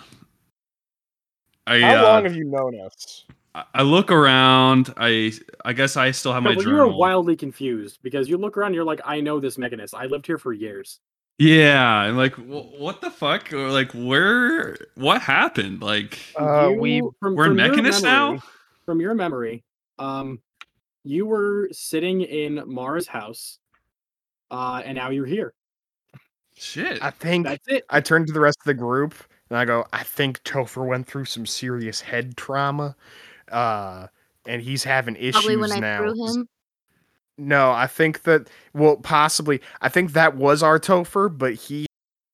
Speaker 2: i
Speaker 1: How
Speaker 2: uh,
Speaker 1: long have you known us?
Speaker 2: I- I look around. I I guess I still have
Speaker 5: No,
Speaker 2: my
Speaker 5: but you
Speaker 2: journal.
Speaker 5: were wildly confused because you look around, and you're like, I know this mechanist. I lived here for years.
Speaker 2: Yeah, and like, wh- what the fuck? Or like, where? What happened? Like,
Speaker 3: Uh,
Speaker 5: You-
Speaker 3: we
Speaker 5: from,
Speaker 2: we're
Speaker 5: from your
Speaker 2: mechanists
Speaker 5: memory-
Speaker 2: now?
Speaker 5: From your memory, um, you were sitting in Mara's house, uh, and now you're here.
Speaker 2: shit.
Speaker 1: think
Speaker 5: That's it.
Speaker 1: I turned to the rest of the group and I go, I think Topher went through some serious head trauma, uh, and he's having issues
Speaker 4: Probably when I threw him.
Speaker 1: No, I think that well, possibly. I think that was our Topher, but he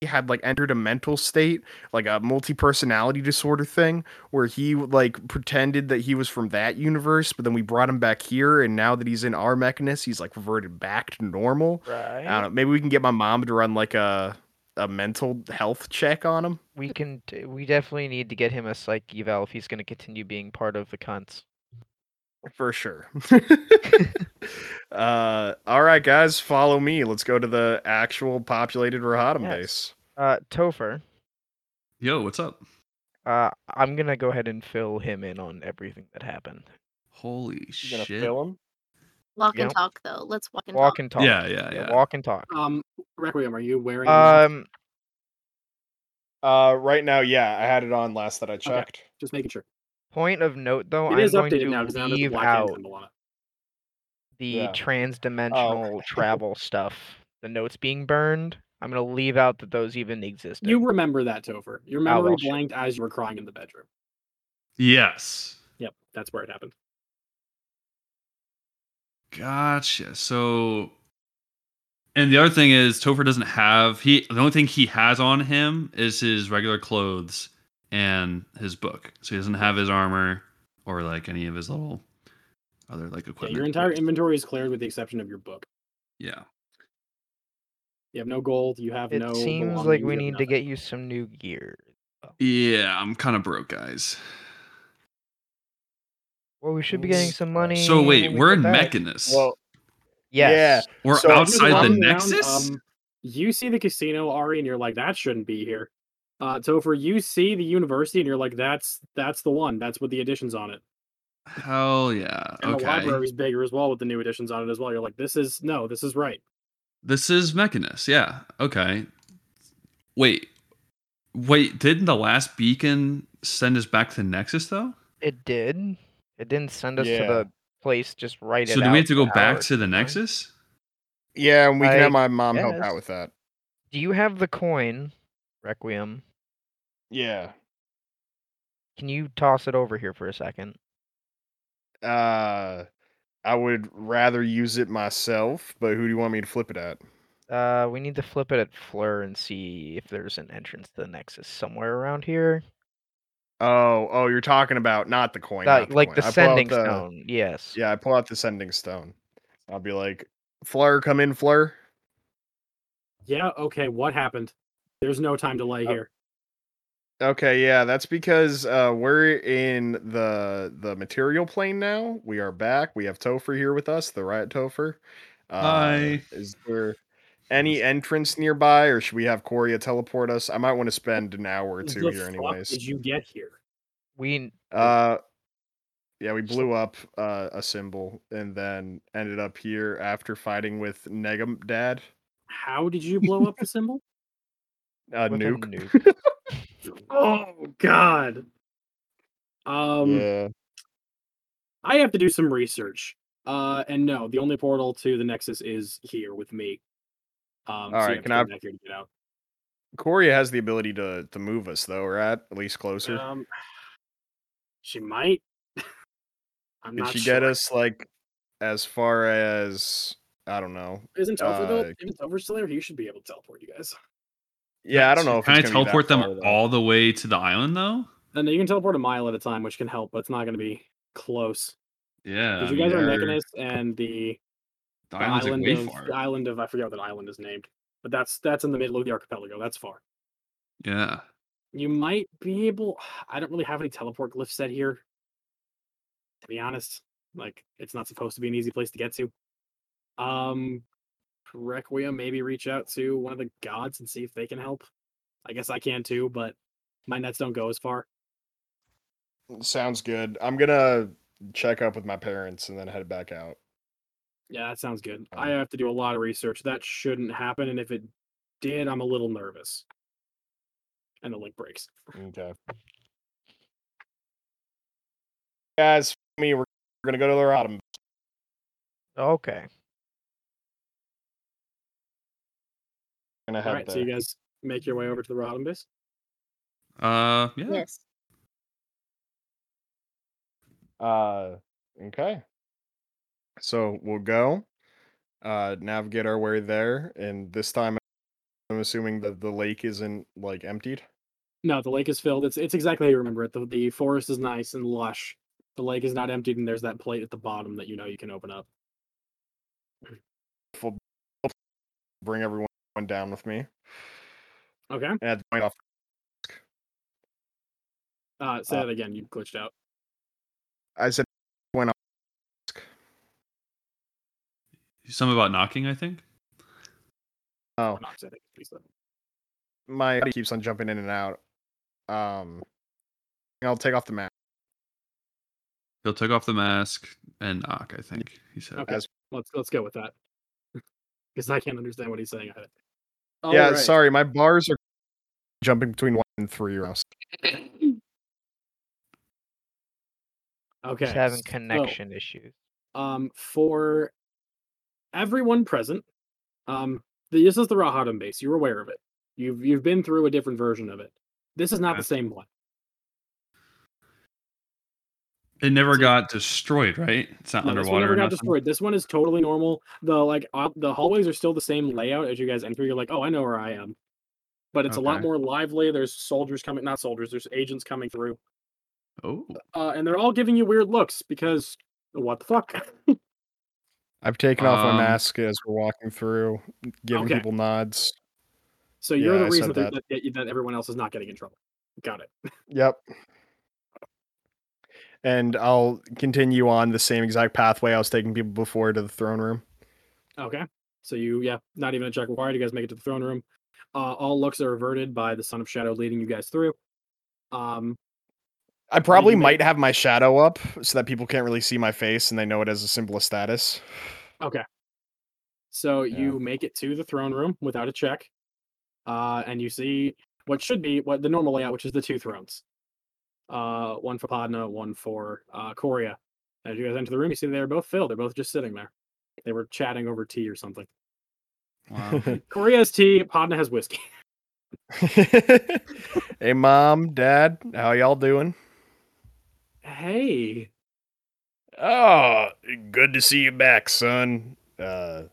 Speaker 1: had like entered a mental state, like a multi-personality disorder thing, where he like pretended that he was from that universe, but then we brought him back here, and now that he's in our mechanist, he's like reverted back to normal. I don't
Speaker 3: right.
Speaker 1: know. Maybe we can get my mom to run like a a mental health check on him.
Speaker 3: We can. t- We definitely need to get him a psych eval if he's going to continue being part of the cunts.
Speaker 1: for sure. uh, all right, guys, follow me. Let's go to the actual populated Rahadam
Speaker 3: Yes.
Speaker 1: base.
Speaker 3: Uh, Topher,
Speaker 2: Yo, what's up?
Speaker 3: uh, I'm gonna go ahead and fill him in on everything that happened.
Speaker 2: Holy
Speaker 1: You gonna
Speaker 2: shit.
Speaker 1: fill him?
Speaker 4: Walk
Speaker 3: Yep.
Speaker 4: and talk though. Let's walk and
Speaker 3: Walk
Speaker 4: talk.
Speaker 3: and talk.
Speaker 2: Yeah, yeah, yeah.
Speaker 3: Walk and talk.
Speaker 5: Um, Requiem, are you wearing?
Speaker 3: Um,
Speaker 1: Uh, right now, yeah, I had it on last that I checked.
Speaker 5: just making sure.
Speaker 3: point of note though,
Speaker 5: It
Speaker 3: I'm
Speaker 5: is
Speaker 3: going
Speaker 5: updated
Speaker 3: to
Speaker 5: now because now there's a
Speaker 3: leave
Speaker 5: black hand
Speaker 3: out
Speaker 5: symbol on it.
Speaker 3: the
Speaker 1: Yeah.
Speaker 2: Oh,
Speaker 3: trans-dimensional travel stuff the notes being burned. I'm gonna leave out that those even existed.
Speaker 5: You remember that, Topher. Your
Speaker 3: well,
Speaker 5: memory
Speaker 3: shit.
Speaker 5: blanked as you were crying in the bedroom.
Speaker 2: Yes.
Speaker 5: Yep, that's where it happened.
Speaker 2: Gotcha. So, and the other thing is, Topher doesn't have he. The only thing he has on him is his regular clothes and his book. So he doesn't have his armor or like any of his little other like
Speaker 5: Yeah,
Speaker 2: equipment.
Speaker 5: your entire inventory is cleared with the exception of your book.
Speaker 2: Yeah.
Speaker 5: You have no gold. You have
Speaker 3: it
Speaker 5: no.
Speaker 3: seems like we need to get you some new gear.
Speaker 2: Yeah, I'm kind of broke, guys.
Speaker 3: Well, we should be getting some money.
Speaker 2: So wait,
Speaker 3: when we
Speaker 2: we're
Speaker 3: get
Speaker 2: in
Speaker 3: back.
Speaker 2: Mechanus.
Speaker 1: Well,
Speaker 3: Yes.
Speaker 2: we're
Speaker 1: so-
Speaker 2: outside the
Speaker 5: Round-
Speaker 2: Nexus.
Speaker 5: um, you see the casino, Ari, and you're like, that shouldn't be here. Uh, Topher, you see the university, and you're like, that's that's the one. That's with the additions on it.
Speaker 2: Hell yeah.
Speaker 5: And
Speaker 2: okay.
Speaker 5: the library's bigger as well with the new additions on it as well. You're like, this is no, this is right.
Speaker 2: This is Mechanus, yeah. Okay. Wait. Wait, didn't the last beacon send us back to Nexus though?
Speaker 3: It did. It didn't send us
Speaker 1: Yeah.
Speaker 3: to the place just right.
Speaker 2: so do we have to go back to the Nexus?
Speaker 1: yeah, and we can
Speaker 3: I
Speaker 1: have my mom help
Speaker 3: guess.
Speaker 1: out with that.
Speaker 3: Do you have the coin, Requiem?
Speaker 1: Yeah.
Speaker 3: Can you toss it over here for a second?
Speaker 1: Uh, I would rather use it myself, but who do you want me to flip it at?
Speaker 3: Uh, we need to flip it at Fleur and see if there's an entrance to the Nexus somewhere around here.
Speaker 1: Oh, oh, you're talking about not the coin,
Speaker 3: That-
Speaker 1: not
Speaker 3: like
Speaker 1: coin.
Speaker 3: the
Speaker 1: I pull out
Speaker 3: sending
Speaker 1: the-
Speaker 3: stone. Yes.
Speaker 1: uh, Yeah, I pull out the sending stone. I'll be like, Fleur, come in, Fleur.
Speaker 5: Yeah. Okay. What happened? There's no time delay
Speaker 1: Uh,
Speaker 5: here.
Speaker 1: Okay, yeah, that's because uh, we're in the the material plane now. We are back. We have Topher here with us, the Riot Topher. Uh,
Speaker 2: Hi.
Speaker 1: Is there any entrance nearby, or should we have Coria teleport us? I might want to spend an hour or two
Speaker 5: The
Speaker 1: here,
Speaker 5: fuck
Speaker 1: anyways.
Speaker 5: Did you get here?
Speaker 3: We
Speaker 1: Uh, yeah, we blew up uh, a symbol and then ended up here after fighting with Negam Dad.
Speaker 5: How did you blow up the symbol?
Speaker 1: Uh,
Speaker 3: with a
Speaker 1: nuke.
Speaker 3: nuke.
Speaker 5: Oh God. Um.
Speaker 1: yeah.
Speaker 5: I have to do some research. Uh, and no, the only portal to the Nexus is here with me.
Speaker 1: All
Speaker 5: Um, so you
Speaker 1: right,
Speaker 5: have to
Speaker 1: can
Speaker 5: come
Speaker 1: I-
Speaker 5: back here to get out.
Speaker 1: Coria has the ability to to move us though, or at at least closer.
Speaker 5: Um, she might. I'm
Speaker 1: Did
Speaker 5: not
Speaker 1: she
Speaker 5: sure.
Speaker 1: get us like as far as I don't know?
Speaker 5: Isn't Topher
Speaker 1: uh,
Speaker 5: though? Isn't Topher still there? He should be able to teleport you guys.
Speaker 1: Yeah, I don't know. If
Speaker 2: Can I
Speaker 1: it's gonna be that
Speaker 2: teleport them
Speaker 1: far, though.
Speaker 2: all the way to the island though?
Speaker 5: And you can teleport a mile at a time, which can help, but it's not going to be close.
Speaker 1: Uh,
Speaker 2: Yeah.
Speaker 5: Because
Speaker 2: I
Speaker 5: you guys
Speaker 2: mean,
Speaker 5: are in
Speaker 2: they're-
Speaker 5: Mechanus and the,
Speaker 2: The
Speaker 5: the
Speaker 2: island's like
Speaker 5: island
Speaker 2: way
Speaker 5: of
Speaker 2: far.
Speaker 5: the island of I forget what that island is named, but that's that's in the middle of the archipelago. That's far.
Speaker 2: Yeah.
Speaker 5: You might be able. I don't really have any teleport glyphs set here. To be honest, like it's not supposed to be an easy place to get to. Um, Requiem, maybe reach out to one of the gods and see if they can help. I guess I can too, but my nets don't go as far.
Speaker 1: Sounds good. I'm gonna check up with my parents and then head back out.
Speaker 5: Yeah, that sounds good.
Speaker 1: Oh.
Speaker 5: I have to do a lot of research. That shouldn't happen, and if it did, I'm a little nervous. And the link breaks.
Speaker 1: Okay. Guys, f- me, we're gonna go to the Rotom.
Speaker 3: okay.
Speaker 1: Gonna
Speaker 5: All
Speaker 1: head
Speaker 5: right, so
Speaker 1: there.
Speaker 5: you guys make your way over to the Rodimbus.
Speaker 2: Uh yeah.
Speaker 4: Yes.
Speaker 1: Uh, okay. So we'll go, uh, navigate our way there, and this time, I'm assuming that the lake isn't like emptied.
Speaker 5: No, the lake is filled. It's it's exactly how you remember it. The, the forest is nice and lush. The lake is not emptied, and there's that plate at the bottom that you know you can open up.
Speaker 1: Full- Bring everyone down with me,
Speaker 5: Okay.
Speaker 1: and at the point off.
Speaker 5: Uh, say
Speaker 1: Uh,
Speaker 5: that again. You glitched out.
Speaker 1: I said,
Speaker 2: Something about knocking, I think.
Speaker 1: "Oh,
Speaker 5: Nox, I think, is the-
Speaker 1: my body keeps on jumping in and out." Um, I'll take off the mask.
Speaker 2: He'll take off the mask and knock, I think. He said.
Speaker 5: Okay.
Speaker 1: as-
Speaker 5: Let's let's go with that. Because I can't understand what he's saying. All
Speaker 1: yeah,
Speaker 5: right.
Speaker 1: sorry, my bars are jumping between one and three rounds.
Speaker 5: Okay.
Speaker 3: Just having
Speaker 5: so,
Speaker 3: connection issues.
Speaker 5: um, for everyone present, um, This is the Rahadam base. You're aware of it. You've you've been through a different version of it. This is not the same one.
Speaker 2: It never
Speaker 5: So-
Speaker 2: got destroyed, right? It's not
Speaker 5: No, this
Speaker 2: underwater
Speaker 5: one never
Speaker 2: or
Speaker 5: got
Speaker 2: nothing.
Speaker 5: destroyed. This one is totally normal. The like uh, the hallways are still the same layout as you guys enter. You're like, oh, I know where I am, but it's a lot
Speaker 2: Okay.
Speaker 5: more lively. There's soldiers coming, not soldiers. There's agents coming through,
Speaker 2: Oh,
Speaker 5: uh, and they're all giving you weird looks because what the fuck?
Speaker 1: I've taken off
Speaker 2: Um,
Speaker 1: my mask as we're walking through, giving
Speaker 5: Okay.
Speaker 1: people nods.
Speaker 5: so you're
Speaker 1: Yeah,
Speaker 5: the
Speaker 1: I
Speaker 5: reason
Speaker 1: said
Speaker 5: that, that. That, that everyone else is not getting in trouble. Got it.
Speaker 1: Yep. And I'll continue on the same exact pathway I was taking people before to the throne room.
Speaker 5: Okay. So you, yeah, not even a check required. You guys make it to the throne room. Uh, all looks are averted by the Son of Shadow leading you guys through. Um,
Speaker 1: I probably
Speaker 5: make-
Speaker 1: might have my shadow up so that people can't really see my face and they know it as a symbol of status.
Speaker 5: so
Speaker 1: Yeah.
Speaker 5: you make it to the throne room without a check, uh, and you see what should be what the normal layout, which is the two thrones, uh, one for Padna, one for uh, Coria. As you guys enter the room, you see they're both filled. They're both just sitting there. They were chatting over tea or something.
Speaker 2: Oh, wow.
Speaker 5: Coria has tea. Padna has whiskey.
Speaker 1: hey, mom, dad, how y'all doing?
Speaker 5: hey,
Speaker 1: Oh, good to see you back, son. Uh,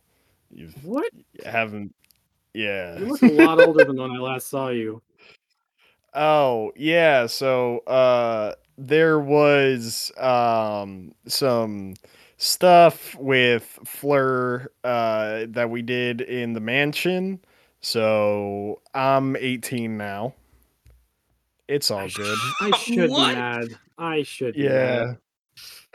Speaker 1: you
Speaker 5: what?
Speaker 1: haven't, yeah.
Speaker 5: You look a lot older than when I last saw you.
Speaker 1: Oh, yeah, so uh there was um some stuff with Fleur uh that we did in the mansion. So I'm 18 now. It's all good.
Speaker 5: I should
Speaker 2: What?
Speaker 5: be mad. I should. Be mad.
Speaker 1: Yeah.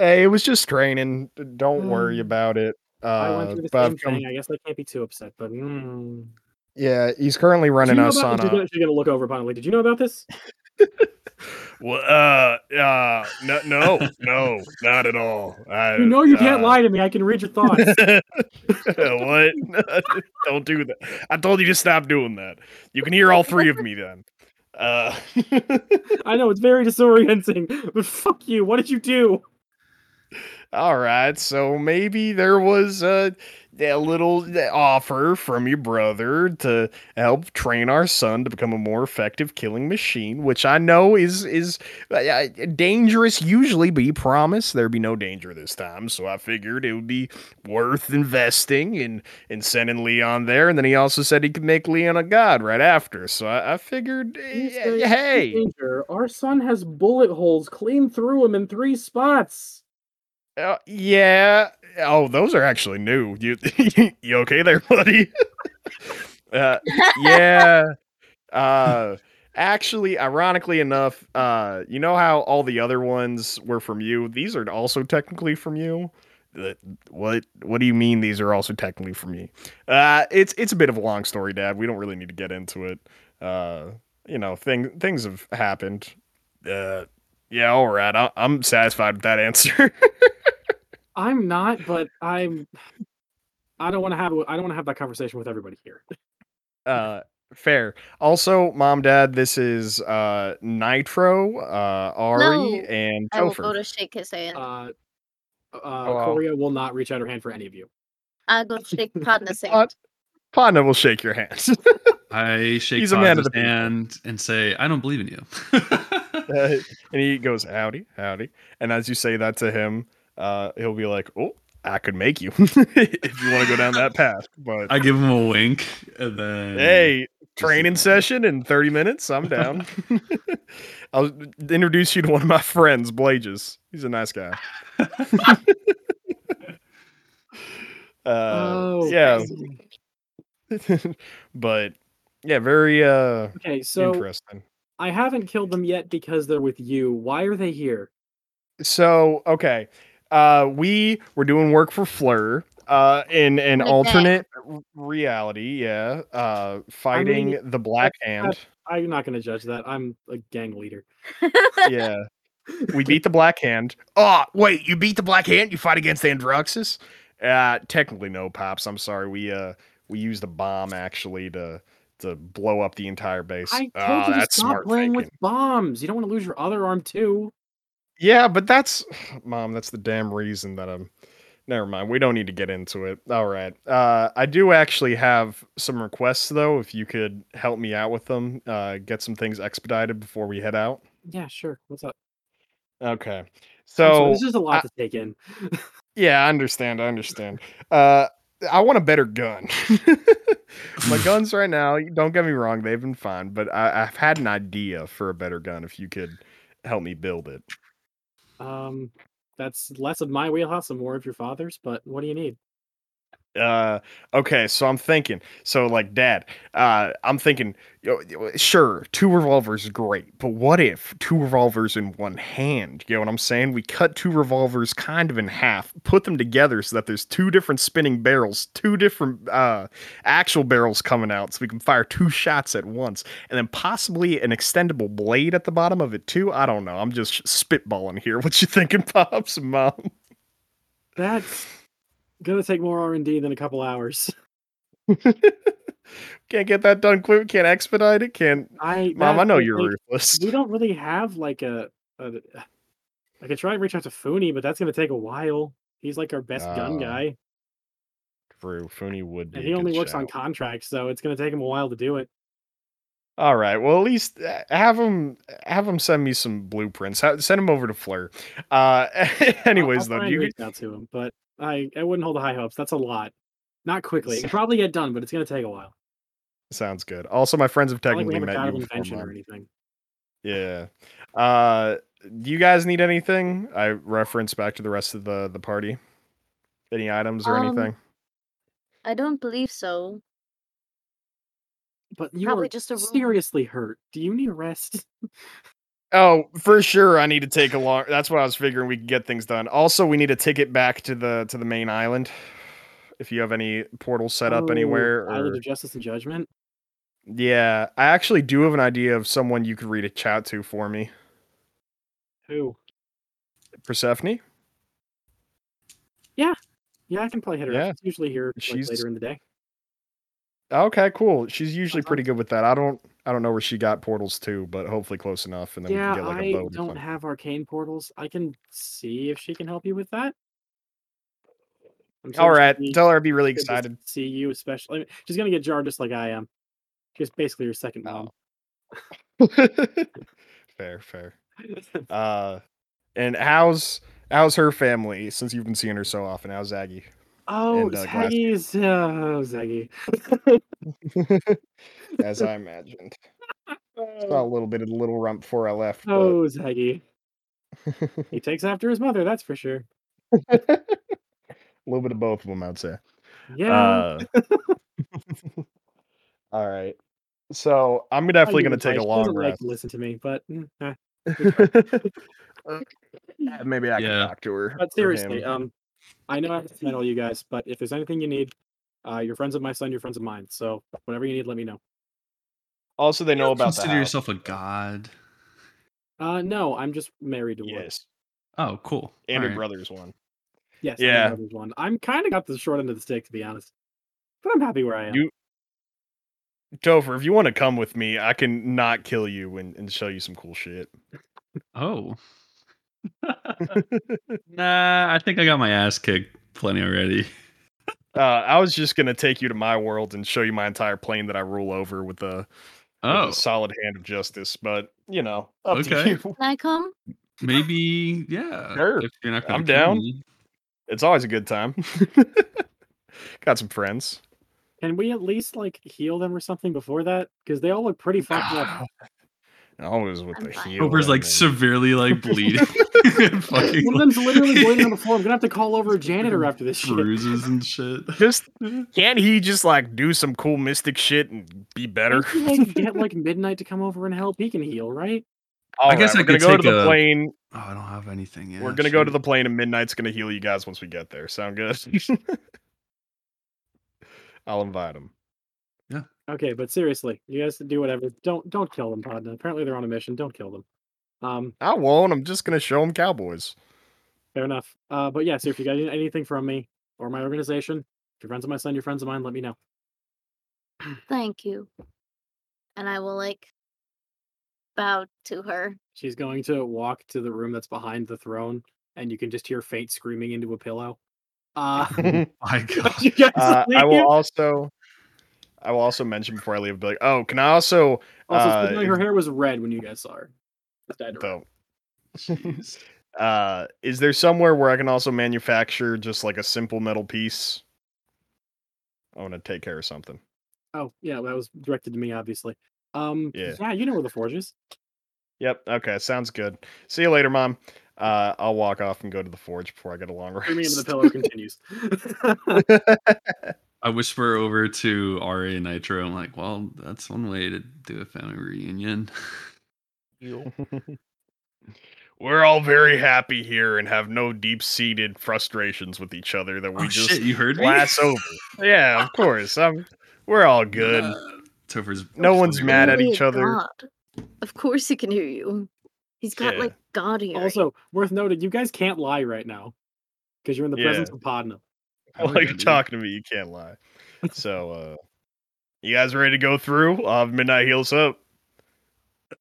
Speaker 1: Hey, it was just training. Don't worry
Speaker 5: Um,
Speaker 1: about it. Uh
Speaker 5: I went through the
Speaker 1: but
Speaker 5: same
Speaker 1: I've come-
Speaker 5: thing. I guess I can't be too upset, but mm.
Speaker 1: yeah, he's currently
Speaker 5: Did you
Speaker 1: running
Speaker 5: know
Speaker 1: us
Speaker 5: about
Speaker 1: on a
Speaker 5: this? You're gonna, you're gonna look over upon it. Like, did you know about this?
Speaker 1: Well, uh, uh, no, no, no, not at all. I,
Speaker 5: You know you can't
Speaker 1: uh,
Speaker 5: lie to me. I can read your thoughts.
Speaker 1: what? Don't do that. I told you to stop doing that. You can hear all three of me then. Uh,
Speaker 5: I know it's very disorienting, but fuck you. What did you do?
Speaker 1: all right. So maybe there was a, a little offer from your brother to help train our son to become a more effective killing machine, which I know is is uh, dangerous usually, but he promised there'd be no danger this time. So I figured it would be worth investing in and sending Leon there. And then he also said he could make Leon a god right after. So I, I figured,
Speaker 5: You
Speaker 1: eh,
Speaker 5: say,
Speaker 1: hey,
Speaker 5: Danger. Our son has bullet holes clean through him in three spots.
Speaker 1: uh, yeah. Oh, those are actually new. You, you okay there, buddy? uh, yeah. Uh actually ironically enough, uh you know how all the other ones were from you? These are also technically from you. Uh, What what do you mean these are also technically from me? Uh it's it's a bit of a long story, dad. We don't really need to get into it. Uh you know, thing things have happened. Uh yeah, all right. I, I'm satisfied with that answer.
Speaker 5: I'm not, but I'm. I don't want to have. I don't want to have that conversation with everybody here.
Speaker 1: uh fair also mom dad this is uh nitro uh ari
Speaker 4: No.
Speaker 1: and
Speaker 4: I will go
Speaker 1: Topher.
Speaker 4: to shake his hand.
Speaker 5: Uh, uh,
Speaker 3: Hello.
Speaker 5: Korea will not reach out her hand for any of you.
Speaker 4: I'll go shake Padma's
Speaker 1: Uh,
Speaker 4: hand.
Speaker 1: Padna will shake your hands.
Speaker 2: I shake
Speaker 1: He's a man of
Speaker 2: Cosmo's
Speaker 1: the people.
Speaker 2: hand and say, "I don't believe in you."
Speaker 1: Uh, and he goes, "Howdy, howdy." And as you say that to him, uh, he'll be like, "Oh, I could make you if you want to go down that path." But
Speaker 2: I give him a wink, and then
Speaker 1: hey, training session in thirty minutes. I'm down. I'll introduce you to one of my friends, Blages. He's a nice guy. uh,
Speaker 4: Oh,
Speaker 1: yeah, but yeah, very uh,
Speaker 5: Okay, so
Speaker 1: interesting.
Speaker 5: I haven't killed them yet because they're with you. Why are they here?
Speaker 1: So okay, uh, we were doing work for Fleur uh, in an
Speaker 4: What a
Speaker 1: alternate r- reality. Yeah, uh, fighting the Black Hand.
Speaker 5: I'm not going to judge that. I'm a gang leader.
Speaker 1: yeah, we beat the Black Hand. Oh wait, you beat the Black Hand. You fight against Androxus. Uh, technically, no, pops. I'm sorry. We uh, we used a bomb actually to to blow up the entire base.
Speaker 5: I told
Speaker 1: Ah,
Speaker 5: you to
Speaker 1: that's
Speaker 5: stop
Speaker 1: smart
Speaker 5: playing
Speaker 1: thinking.
Speaker 5: with bombs. You don't want to lose your other arm too.
Speaker 1: Yeah, but that's mom. That's the damn reason that I'm Never mind. We don't need to get into it. All right. Uh, I do actually have some requests though. If you could help me out with them, uh, get some things expedited before we head out.
Speaker 5: Yeah, sure. What's up?
Speaker 1: Okay.
Speaker 5: I'm
Speaker 1: So
Speaker 5: sorry, this is a lot
Speaker 1: I-
Speaker 5: to take in.
Speaker 1: yeah, I understand. I understand. Uh, I want a better gun. My guns right now. Don't get me wrong; they've been fine, but I, I've had an idea for a better gun. If you could help me build it.
Speaker 5: Um, that's less of my wheelhouse and more of your father's. But what do you need?
Speaker 1: uh okay so i'm thinking so like dad uh i'm thinking yo, yo, sure two revolvers is great but what if two revolvers in one hand you know what i'm saying we cut two revolvers kind of in half put them together so that there's two different spinning barrels two different uh actual barrels coming out so we can fire two shots at once and then possibly an extendable blade at the bottom of it too i don't know i'm just spitballing here what you thinking pops and mom
Speaker 5: That's gonna take more R and D than a couple hours.
Speaker 1: can't get that done quick can't expedite it can't
Speaker 5: I
Speaker 1: Mom, I
Speaker 5: that's
Speaker 1: know
Speaker 5: the
Speaker 1: you're
Speaker 5: thing.
Speaker 1: ruthless.
Speaker 5: We don't really have like a. a I could try and reach out to Funi, but that's gonna take a while. He's like our best gun
Speaker 1: Oh,
Speaker 5: guy,
Speaker 1: True, Funi would be.
Speaker 5: and
Speaker 1: a
Speaker 5: he only
Speaker 1: good
Speaker 5: works on
Speaker 1: shout.
Speaker 5: contracts, so it's gonna take him a while to do it.
Speaker 1: All right. Well, at least uh, have him have him send me some blueprints. Ha- Send him over to Fleur. Uh,
Speaker 5: I'll-
Speaker 1: anyways,
Speaker 5: I'll
Speaker 1: though,
Speaker 5: try
Speaker 1: you
Speaker 5: and reach out to him, but I I wouldn't hold high hopes. That's a lot. Not quickly. It
Speaker 1: S-
Speaker 5: can probably get done, but it's gonna take a while.
Speaker 1: sounds good. Also, my friends have
Speaker 5: Not like we
Speaker 1: technically
Speaker 5: have a
Speaker 1: met
Speaker 5: god of
Speaker 1: you. before,
Speaker 5: invention or
Speaker 1: Mom.
Speaker 5: anything.
Speaker 1: Yeah. Uh, do you guys need anything? I reference back to the rest of the the party. Any items or
Speaker 4: Um,
Speaker 1: anything?
Speaker 4: I don't believe so.
Speaker 5: But you
Speaker 4: Probably
Speaker 5: are
Speaker 4: just a room.
Speaker 5: seriously hurt. Do you need rest?
Speaker 1: Oh, for sure. I need to take a long. That's what I was figuring. We could get things done. Also, we need a ticket back to the to the main island. If you have any portals set up
Speaker 5: Oh,
Speaker 1: anywhere, or...
Speaker 5: Island of Justice and Judgment.
Speaker 1: Yeah, I actually do have an idea of someone you could read a chat to for me.
Speaker 5: Who?
Speaker 1: Persephone?
Speaker 5: Yeah, I can play hit her.
Speaker 1: Yeah.
Speaker 5: Up. It's usually here like,
Speaker 1: She's-
Speaker 5: later in the day.
Speaker 1: Okay, cool. She's usually
Speaker 5: Uh-huh.
Speaker 1: pretty good with that. I don't I don't know where she got portals to, but hopefully close enough and then
Speaker 5: Yeah,
Speaker 1: we can get like
Speaker 5: I
Speaker 1: a boat or
Speaker 5: don't
Speaker 1: something.
Speaker 5: have arcane portals. I can see if she can help you with that. I'm sure
Speaker 1: All right,
Speaker 5: she
Speaker 1: tell her I'd be really
Speaker 5: could just
Speaker 1: excited.
Speaker 5: See you, especially. I mean, she's gonna get jarred just like I am. She's basically your second
Speaker 1: Oh.
Speaker 5: mom.
Speaker 1: fair, fair. Uh and how's how's her family since you've been seeing her so often? How's Aggie?
Speaker 5: oh,
Speaker 1: And, uh, Glass.
Speaker 5: Zaggy is uh, oh, Zaggy.
Speaker 1: As I imagined. Saw a little bit of the little rump before I left.
Speaker 5: Oh, Zaggy.
Speaker 1: But...
Speaker 5: He takes after his mother. That's for sure.
Speaker 1: a little bit of both of them, I'd say.
Speaker 5: Yeah.
Speaker 1: Uh, all right. So I'm definitely going to take a long
Speaker 5: break. Like
Speaker 1: rest.
Speaker 5: to listen to me, but mm, eh.
Speaker 1: Uh, Maybe I can
Speaker 2: Yeah.
Speaker 1: talk to her.
Speaker 5: But
Speaker 1: or
Speaker 5: seriously,
Speaker 1: him.
Speaker 5: um, I know I have to send all you guys, but if there's anything you need, uh, you're friends of my son, you're friends of mine. So whatever you need, let me know.
Speaker 1: also they know about the
Speaker 2: Consider
Speaker 1: house.
Speaker 2: yourself a god.
Speaker 5: Uh, no, I'm just married to one.
Speaker 1: Yes,
Speaker 2: Oh, cool.
Speaker 1: and
Speaker 2: All
Speaker 1: her
Speaker 2: right.
Speaker 1: brother's one.
Speaker 5: Yes. I'm
Speaker 1: Yeah.
Speaker 5: married to one. I'm kind of got the short end of the stick, to be honest. But I'm happy where I am.
Speaker 1: You- Topher, if you want to come with me, I can not kill you and, and show you some cool shit.
Speaker 2: Oh. nah, I think I got my ass kicked plenty already.
Speaker 1: Uh, I was just gonna take you to my world and show you my entire plane that I rule over with a, with a
Speaker 2: Oh,
Speaker 1: solid hand of justice. But you know, up to
Speaker 2: Okay.
Speaker 1: you.
Speaker 4: Can I come?
Speaker 2: maybe yeah.
Speaker 1: Sure.
Speaker 2: if you're not gonna
Speaker 1: I'm
Speaker 2: kill
Speaker 1: down.
Speaker 2: me.
Speaker 1: It's always a good time. Got some friends.
Speaker 5: Can we at least like heal them or something before that? Because they all look pretty fucked up.
Speaker 1: Always with
Speaker 4: I'm
Speaker 1: the
Speaker 4: fine.
Speaker 1: heel.
Speaker 2: Cooper's like severely like bleeding. Fucking,
Speaker 5: One of
Speaker 2: like,
Speaker 5: them's literally bleeding on the floor. I'm gonna have to call over a janitor after this shit.
Speaker 2: bruises and shit.
Speaker 1: just can't he just like do some cool mystic shit and be better?
Speaker 5: Maybe they could get like midnight to come over and help. He can heal, right?
Speaker 1: All
Speaker 2: I guess I
Speaker 1: we're gonna
Speaker 2: could
Speaker 1: go to
Speaker 2: take
Speaker 1: the
Speaker 2: a-
Speaker 1: plane.
Speaker 2: Oh, I don't have anything. Yeah,
Speaker 1: we're gonna go to
Speaker 2: shit.
Speaker 1: the plane, and midnight's gonna heal you guys once we get there. Sound good? I'll invite him.
Speaker 5: Okay, but seriously, you guys do whatever. Don't don't kill them, Podna. Apparently they're on a mission. Don't kill them. Um,
Speaker 1: I won't. I'm just gonna show him cowboys.
Speaker 5: fair enough. Uh, but yeah, so if you got any- anything from me or my organization, if you're friends of my son, you're friends of mine, let me know.
Speaker 4: Thank you. And I will like bow to her.
Speaker 5: She's going to walk to the room that's behind the throne, and you can just hear faint screaming into a pillow. Uh,
Speaker 2: My God.
Speaker 5: you guys
Speaker 1: Uh, I
Speaker 5: leave?
Speaker 1: will also, I will also mention before I leave, be like, oh, can I also
Speaker 5: Also,
Speaker 1: uh,
Speaker 5: specifically, her hair was red when you guys saw her. It's dyed red.
Speaker 1: vote? uh, is there somewhere where I can also manufacture just like a simple metal piece? I want to take care of something.
Speaker 5: Oh, yeah, that was directed to me, obviously. Um, yeah.
Speaker 1: Yeah.
Speaker 5: you know where the forge is.
Speaker 1: Yep. Okay. Sounds good. See you later, mom. Uh, I'll walk off and go to the forge before I get a long rest.
Speaker 5: Screaming into the pillow continues.
Speaker 2: I whisper over to Ari and Nitro. I'm like, well, that's one way to do a family reunion.
Speaker 3: You.
Speaker 1: We're all very happy here and have no deep-seated frustrations with each other that we
Speaker 2: oh
Speaker 1: just
Speaker 2: shit, you heard me?
Speaker 1: glass over. Yeah, of course. I'm, we're all good.
Speaker 2: Uh, Topher's.
Speaker 1: No one's mad at
Speaker 4: Oh
Speaker 1: each other.
Speaker 4: God. Of course he can hear you. He's got
Speaker 1: Yeah.
Speaker 4: like God ear.
Speaker 5: also, worth noting, you guys can't lie right now because you're in the presence of Podna.
Speaker 2: I would
Speaker 1: While you're
Speaker 2: agree.
Speaker 1: talking to me, you can't lie. So, uh, you guys ready to go through? I'll have Midnight heal us up.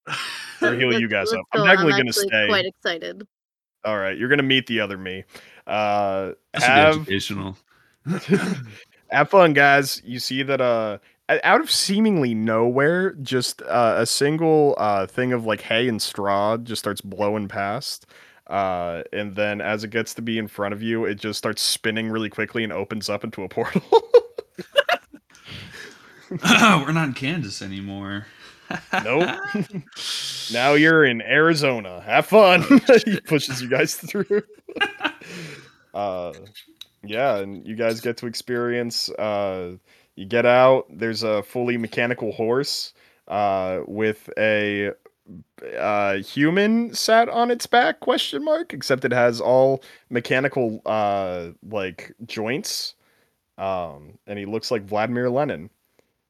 Speaker 1: Or heal you guys up. I'm definitely
Speaker 4: I'm
Speaker 1: gonna
Speaker 4: actually
Speaker 1: stay.
Speaker 4: Quite excited.
Speaker 1: All right, you're gonna meet the other me. Uh,
Speaker 2: This would be
Speaker 1: have
Speaker 2: educational.
Speaker 1: have fun, guys. You see that? Uh, o- out of seemingly nowhere, just uh, a single uh thing of like hay and straw just starts blowing past. Uh, and then as it gets to be in front of you, it just starts spinning really quickly and opens up into a portal.
Speaker 2: We're not in Kansas anymore.
Speaker 1: Nope. Now you're in Arizona. Have fun. he pushes you guys through. uh, yeah, and you guys get to experience. Uh, you get out. There's a fully mechanical horse uh, with a uh, human sat on its back? Question mark. Except it has all mechanical uh, like joints, um, and he looks like Vladimir Lenin.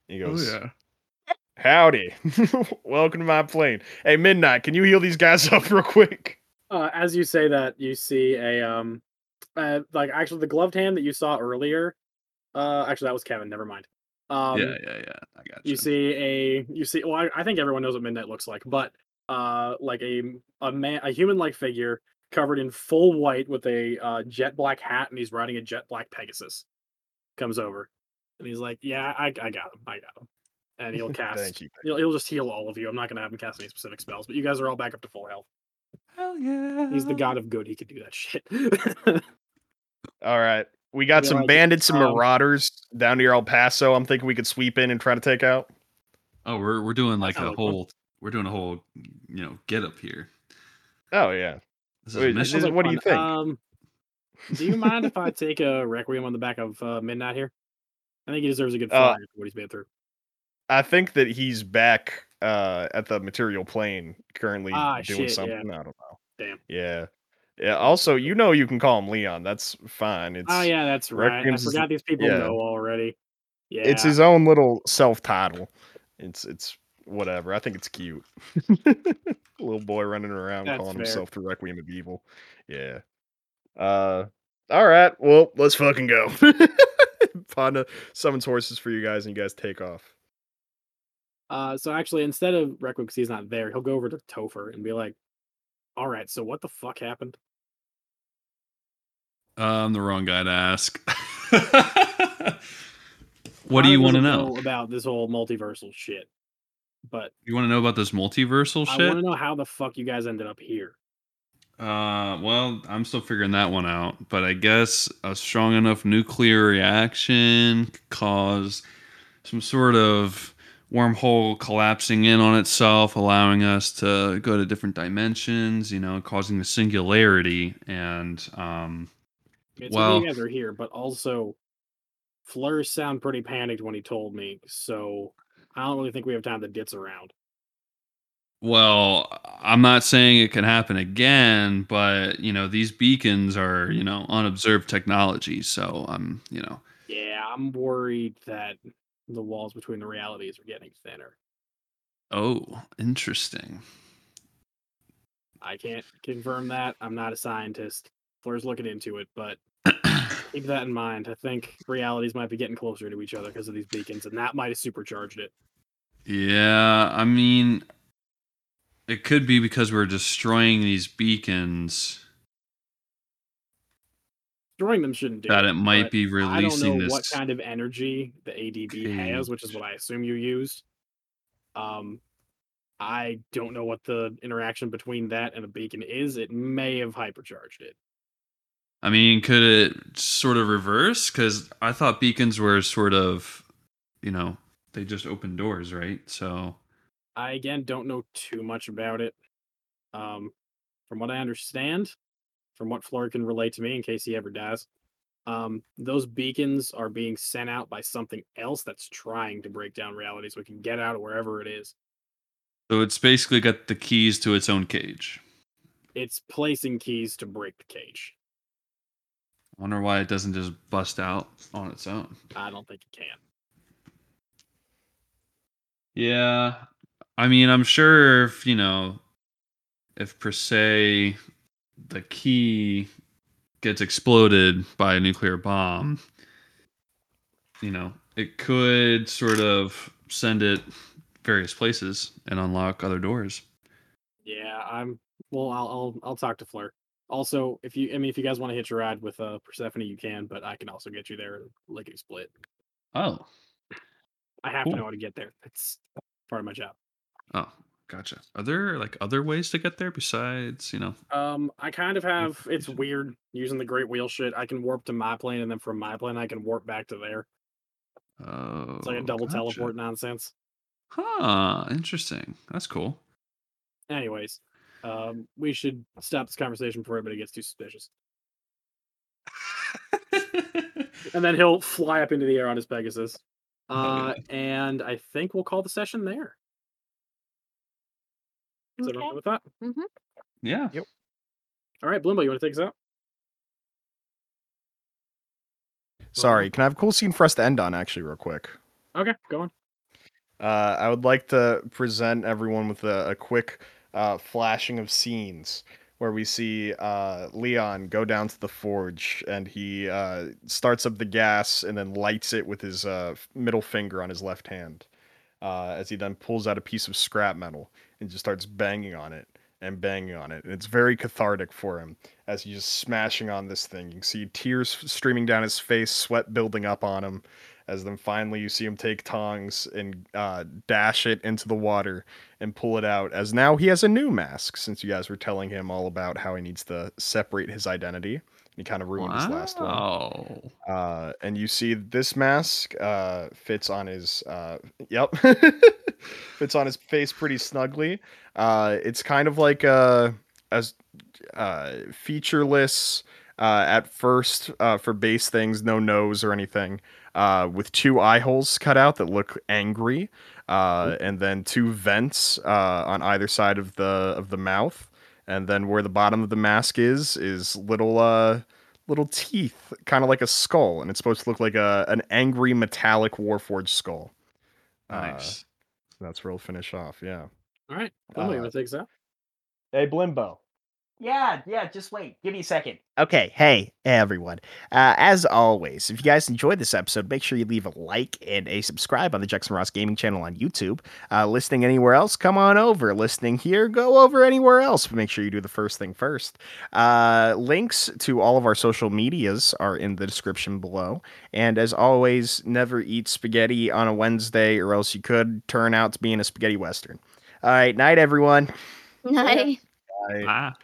Speaker 1: He
Speaker 2: Oh,
Speaker 1: goes,
Speaker 2: yeah.
Speaker 1: Howdy. Welcome to my plane. Hey, Midnight, can you heal these guys up real quick?
Speaker 5: Uh, as you say that, you see a um, uh, like actually the gloved hand that you saw earlier. Uh, actually, that was Kevin. Never mind. Um,
Speaker 2: yeah, yeah, yeah. I got
Speaker 5: you see a you see well I, I think everyone knows what midnight looks like but uh like a a man a human like figure covered in full white with a uh, jet black hat and he's riding a jet black pegasus comes over and he's like yeah i, I got him i got him and he'll cast
Speaker 1: Thank you.
Speaker 5: He'll, he'll just heal all of you i'm not going to have him cast any specific spells but you guys are all back up to full health
Speaker 2: Hell yeah.
Speaker 5: he's the god of good he could do that shit
Speaker 1: All right. We got
Speaker 5: Yeah,
Speaker 1: some
Speaker 5: like,
Speaker 1: bandits and
Speaker 5: um,
Speaker 1: marauders down near El Paso. I'm thinking we could sweep in and try to take out.
Speaker 2: Oh, we're we're doing like
Speaker 5: sounds
Speaker 2: a
Speaker 5: like fun.
Speaker 2: whole we're doing a whole you know get up here.
Speaker 1: Oh, yeah.
Speaker 2: This is a
Speaker 1: Wait,
Speaker 5: That
Speaker 2: mission.
Speaker 5: sounds like
Speaker 1: what do you
Speaker 5: fun.
Speaker 1: think?
Speaker 5: um do you mind if i take a requiem on the back of uh, midnight here i think he deserves a good
Speaker 1: Uh,
Speaker 5: five for what he's been through
Speaker 1: I think that he's back uh, at the material plane currently
Speaker 5: Ah,
Speaker 1: doing
Speaker 5: shit, yeah.
Speaker 1: something. I don't know.
Speaker 5: Damn.
Speaker 1: Yeah. Yeah. Also, you know you can call him Leon. That's fine. It's
Speaker 5: Oh yeah, that's right. I
Speaker 1: Requiem's is-
Speaker 5: forgot these people
Speaker 1: yeah.
Speaker 5: know already. Yeah,
Speaker 1: it's his own little self title. It's it's whatever. I think it's cute. little boy running around
Speaker 5: That's
Speaker 1: calling
Speaker 5: fair.
Speaker 1: himself the Requiem of Evil. Yeah. Uh all right. Well, let's fucking go. Panda summons horses for you guys and you guys take off.
Speaker 5: Uh, so actually, instead of Requiem, because he's not there, he'll go over to Topher and be like, "All right, so what the fuck happened?"
Speaker 2: Uh, I'm the wrong guy to ask. what do
Speaker 5: I
Speaker 2: you want to
Speaker 5: doesn't
Speaker 2: know?
Speaker 5: about this whole multiversal shit? But
Speaker 2: You want to know about this multiversal
Speaker 5: I
Speaker 2: shit?
Speaker 5: want to know how the fuck you guys ended up here.
Speaker 2: Uh, well, I'm still figuring that one out, but I guess a strong enough nuclear reaction caused some sort of wormhole collapsing in on itself, allowing us to go to different dimensions. You know, causing the singularity, and um,
Speaker 5: It's well,
Speaker 2: Well-
Speaker 5: you guys are here, but also, Fleur sound pretty panicked when he told me, so I don't really think we have time to ditz around.
Speaker 2: Well, I'm not saying it can happen again, but you know these beacons are you know unobserved technology, so I'm you know
Speaker 5: Yeah, I'm worried that the walls between the realities are getting thinner.
Speaker 2: oh interesting.
Speaker 5: I can't confirm that. I'm not a scientist. Fleur's looking into it, but keep that in mind. I think realities might be getting closer to each other because of these beacons, and that might have supercharged it.
Speaker 2: yeah, I mean, it could be because we're destroying these beacons.
Speaker 5: Destroying them shouldn't do
Speaker 2: that it might
Speaker 5: but
Speaker 2: be
Speaker 5: I
Speaker 2: releasing
Speaker 5: don't know what
Speaker 2: this.
Speaker 5: kind of energy the ADB has, which is what I assume you used. Um, I don't know what the interaction between that and a beacon is. It may have hypercharged it.
Speaker 2: I mean, could it sort of reverse? Because I thought beacons were sort of, you know, they just open doors, right? So
Speaker 5: I again don't know too much about it. Um, from what I understand, from what Flora can relate to me, in case he ever dies, um, those beacons are being sent out by something else that's trying to break down reality, so we can get out of wherever it is.
Speaker 2: so it's basically got the keys to its own cage.
Speaker 5: It's placing keys to break the cage.
Speaker 2: I wonder why it doesn't just bust out on its own.
Speaker 5: I don't think it can.
Speaker 2: Yeah. I mean, I'm sure if, you know, if per se the key gets exploded by a nuclear bomb, you know, it could sort of send it various places and unlock other doors.
Speaker 5: Yeah, I'm. Well, I'll I'll, I'll talk to Fleur. Also, if you, I mean, if you guys want to hitch a ride with uh, Persephone, you can, but I can also get you there like a split.
Speaker 2: Oh.
Speaker 5: I have
Speaker 2: Cool.
Speaker 5: to know how to get there. That's part of my job.
Speaker 2: Oh, gotcha. Are there like other ways to get there besides, you know,
Speaker 5: Um, I kind of have. It's
Speaker 2: Information.
Speaker 5: weird using the Great Wheel shit. I can warp to my plane, and then from my plane, I can warp back to there.
Speaker 2: oh,
Speaker 5: It's like a double
Speaker 2: gotcha.
Speaker 5: teleport nonsense.
Speaker 2: Huh, interesting. That's cool.
Speaker 5: Anyways, um, we should stop this conversation before everybody gets too suspicious. And then he'll fly up into the air on his Pegasus. Uh, and I think we'll call the session there. Is everyone
Speaker 4: Okay.
Speaker 5: good with that?
Speaker 2: yeah.
Speaker 5: All right, Blimbo, you want to take us out? Mm-hmm.
Speaker 1: Sorry, can I have a cool scene for us to end on actually real quick?
Speaker 5: Okay, go on.
Speaker 1: Uh, I would like to present everyone with a, a quick uh, flashing of scenes where we see uh, Leon go down to the forge and he uh, starts up the gas and then lights it with his uh, f- middle finger on his left hand uh, as he then pulls out a piece of scrap metal and just starts banging on it and banging on it. And it's very cathartic for him as he's just smashing on this thing. You can see tears streaming down his face, sweat building up on him as then finally you see him take tongs and uh, dash it into the water and pull it out as now he has a new mask since you guys were telling him all about how he needs to separate his identity and he kind of ruined his last one
Speaker 2: Wow.
Speaker 1: uh, and you see this mask uh, fits on his uh, yep fits on his face pretty snugly uh, it's kind of like a, a s- uh, featureless uh, at first uh, for base things no nose or anything uh, with two eye holes cut out that look angry uh, and then two vents uh, on either side of the of the mouth and then where the bottom of the mask is is little uh, little teeth, kind of like a skull, and it's supposed to look like a an angry metallic Warforged skull. Uh,
Speaker 2: Nice.
Speaker 1: that's where we'll finish off. Yeah.
Speaker 5: All right, Blimbo, you
Speaker 1: Uh,
Speaker 5: want to take us out?
Speaker 1: Hey, Blimbo.
Speaker 8: Yeah, yeah, just wait. Give me a second. Okay, hey, everyone. Uh, as always, if you guys enjoyed this episode, make sure you leave a like and a subscribe on the Jackson Ross Gaming channel on YouTube. Uh, listening anywhere else, come on over. Listening here, go over anywhere else. But make sure you do the first thing first. Uh, links to all of our social medias are in the description below. And as always, never eat spaghetti on a Wednesday, or else you could turn out to being a spaghetti western. All right, night, everyone.
Speaker 4: Night.
Speaker 2: Ah.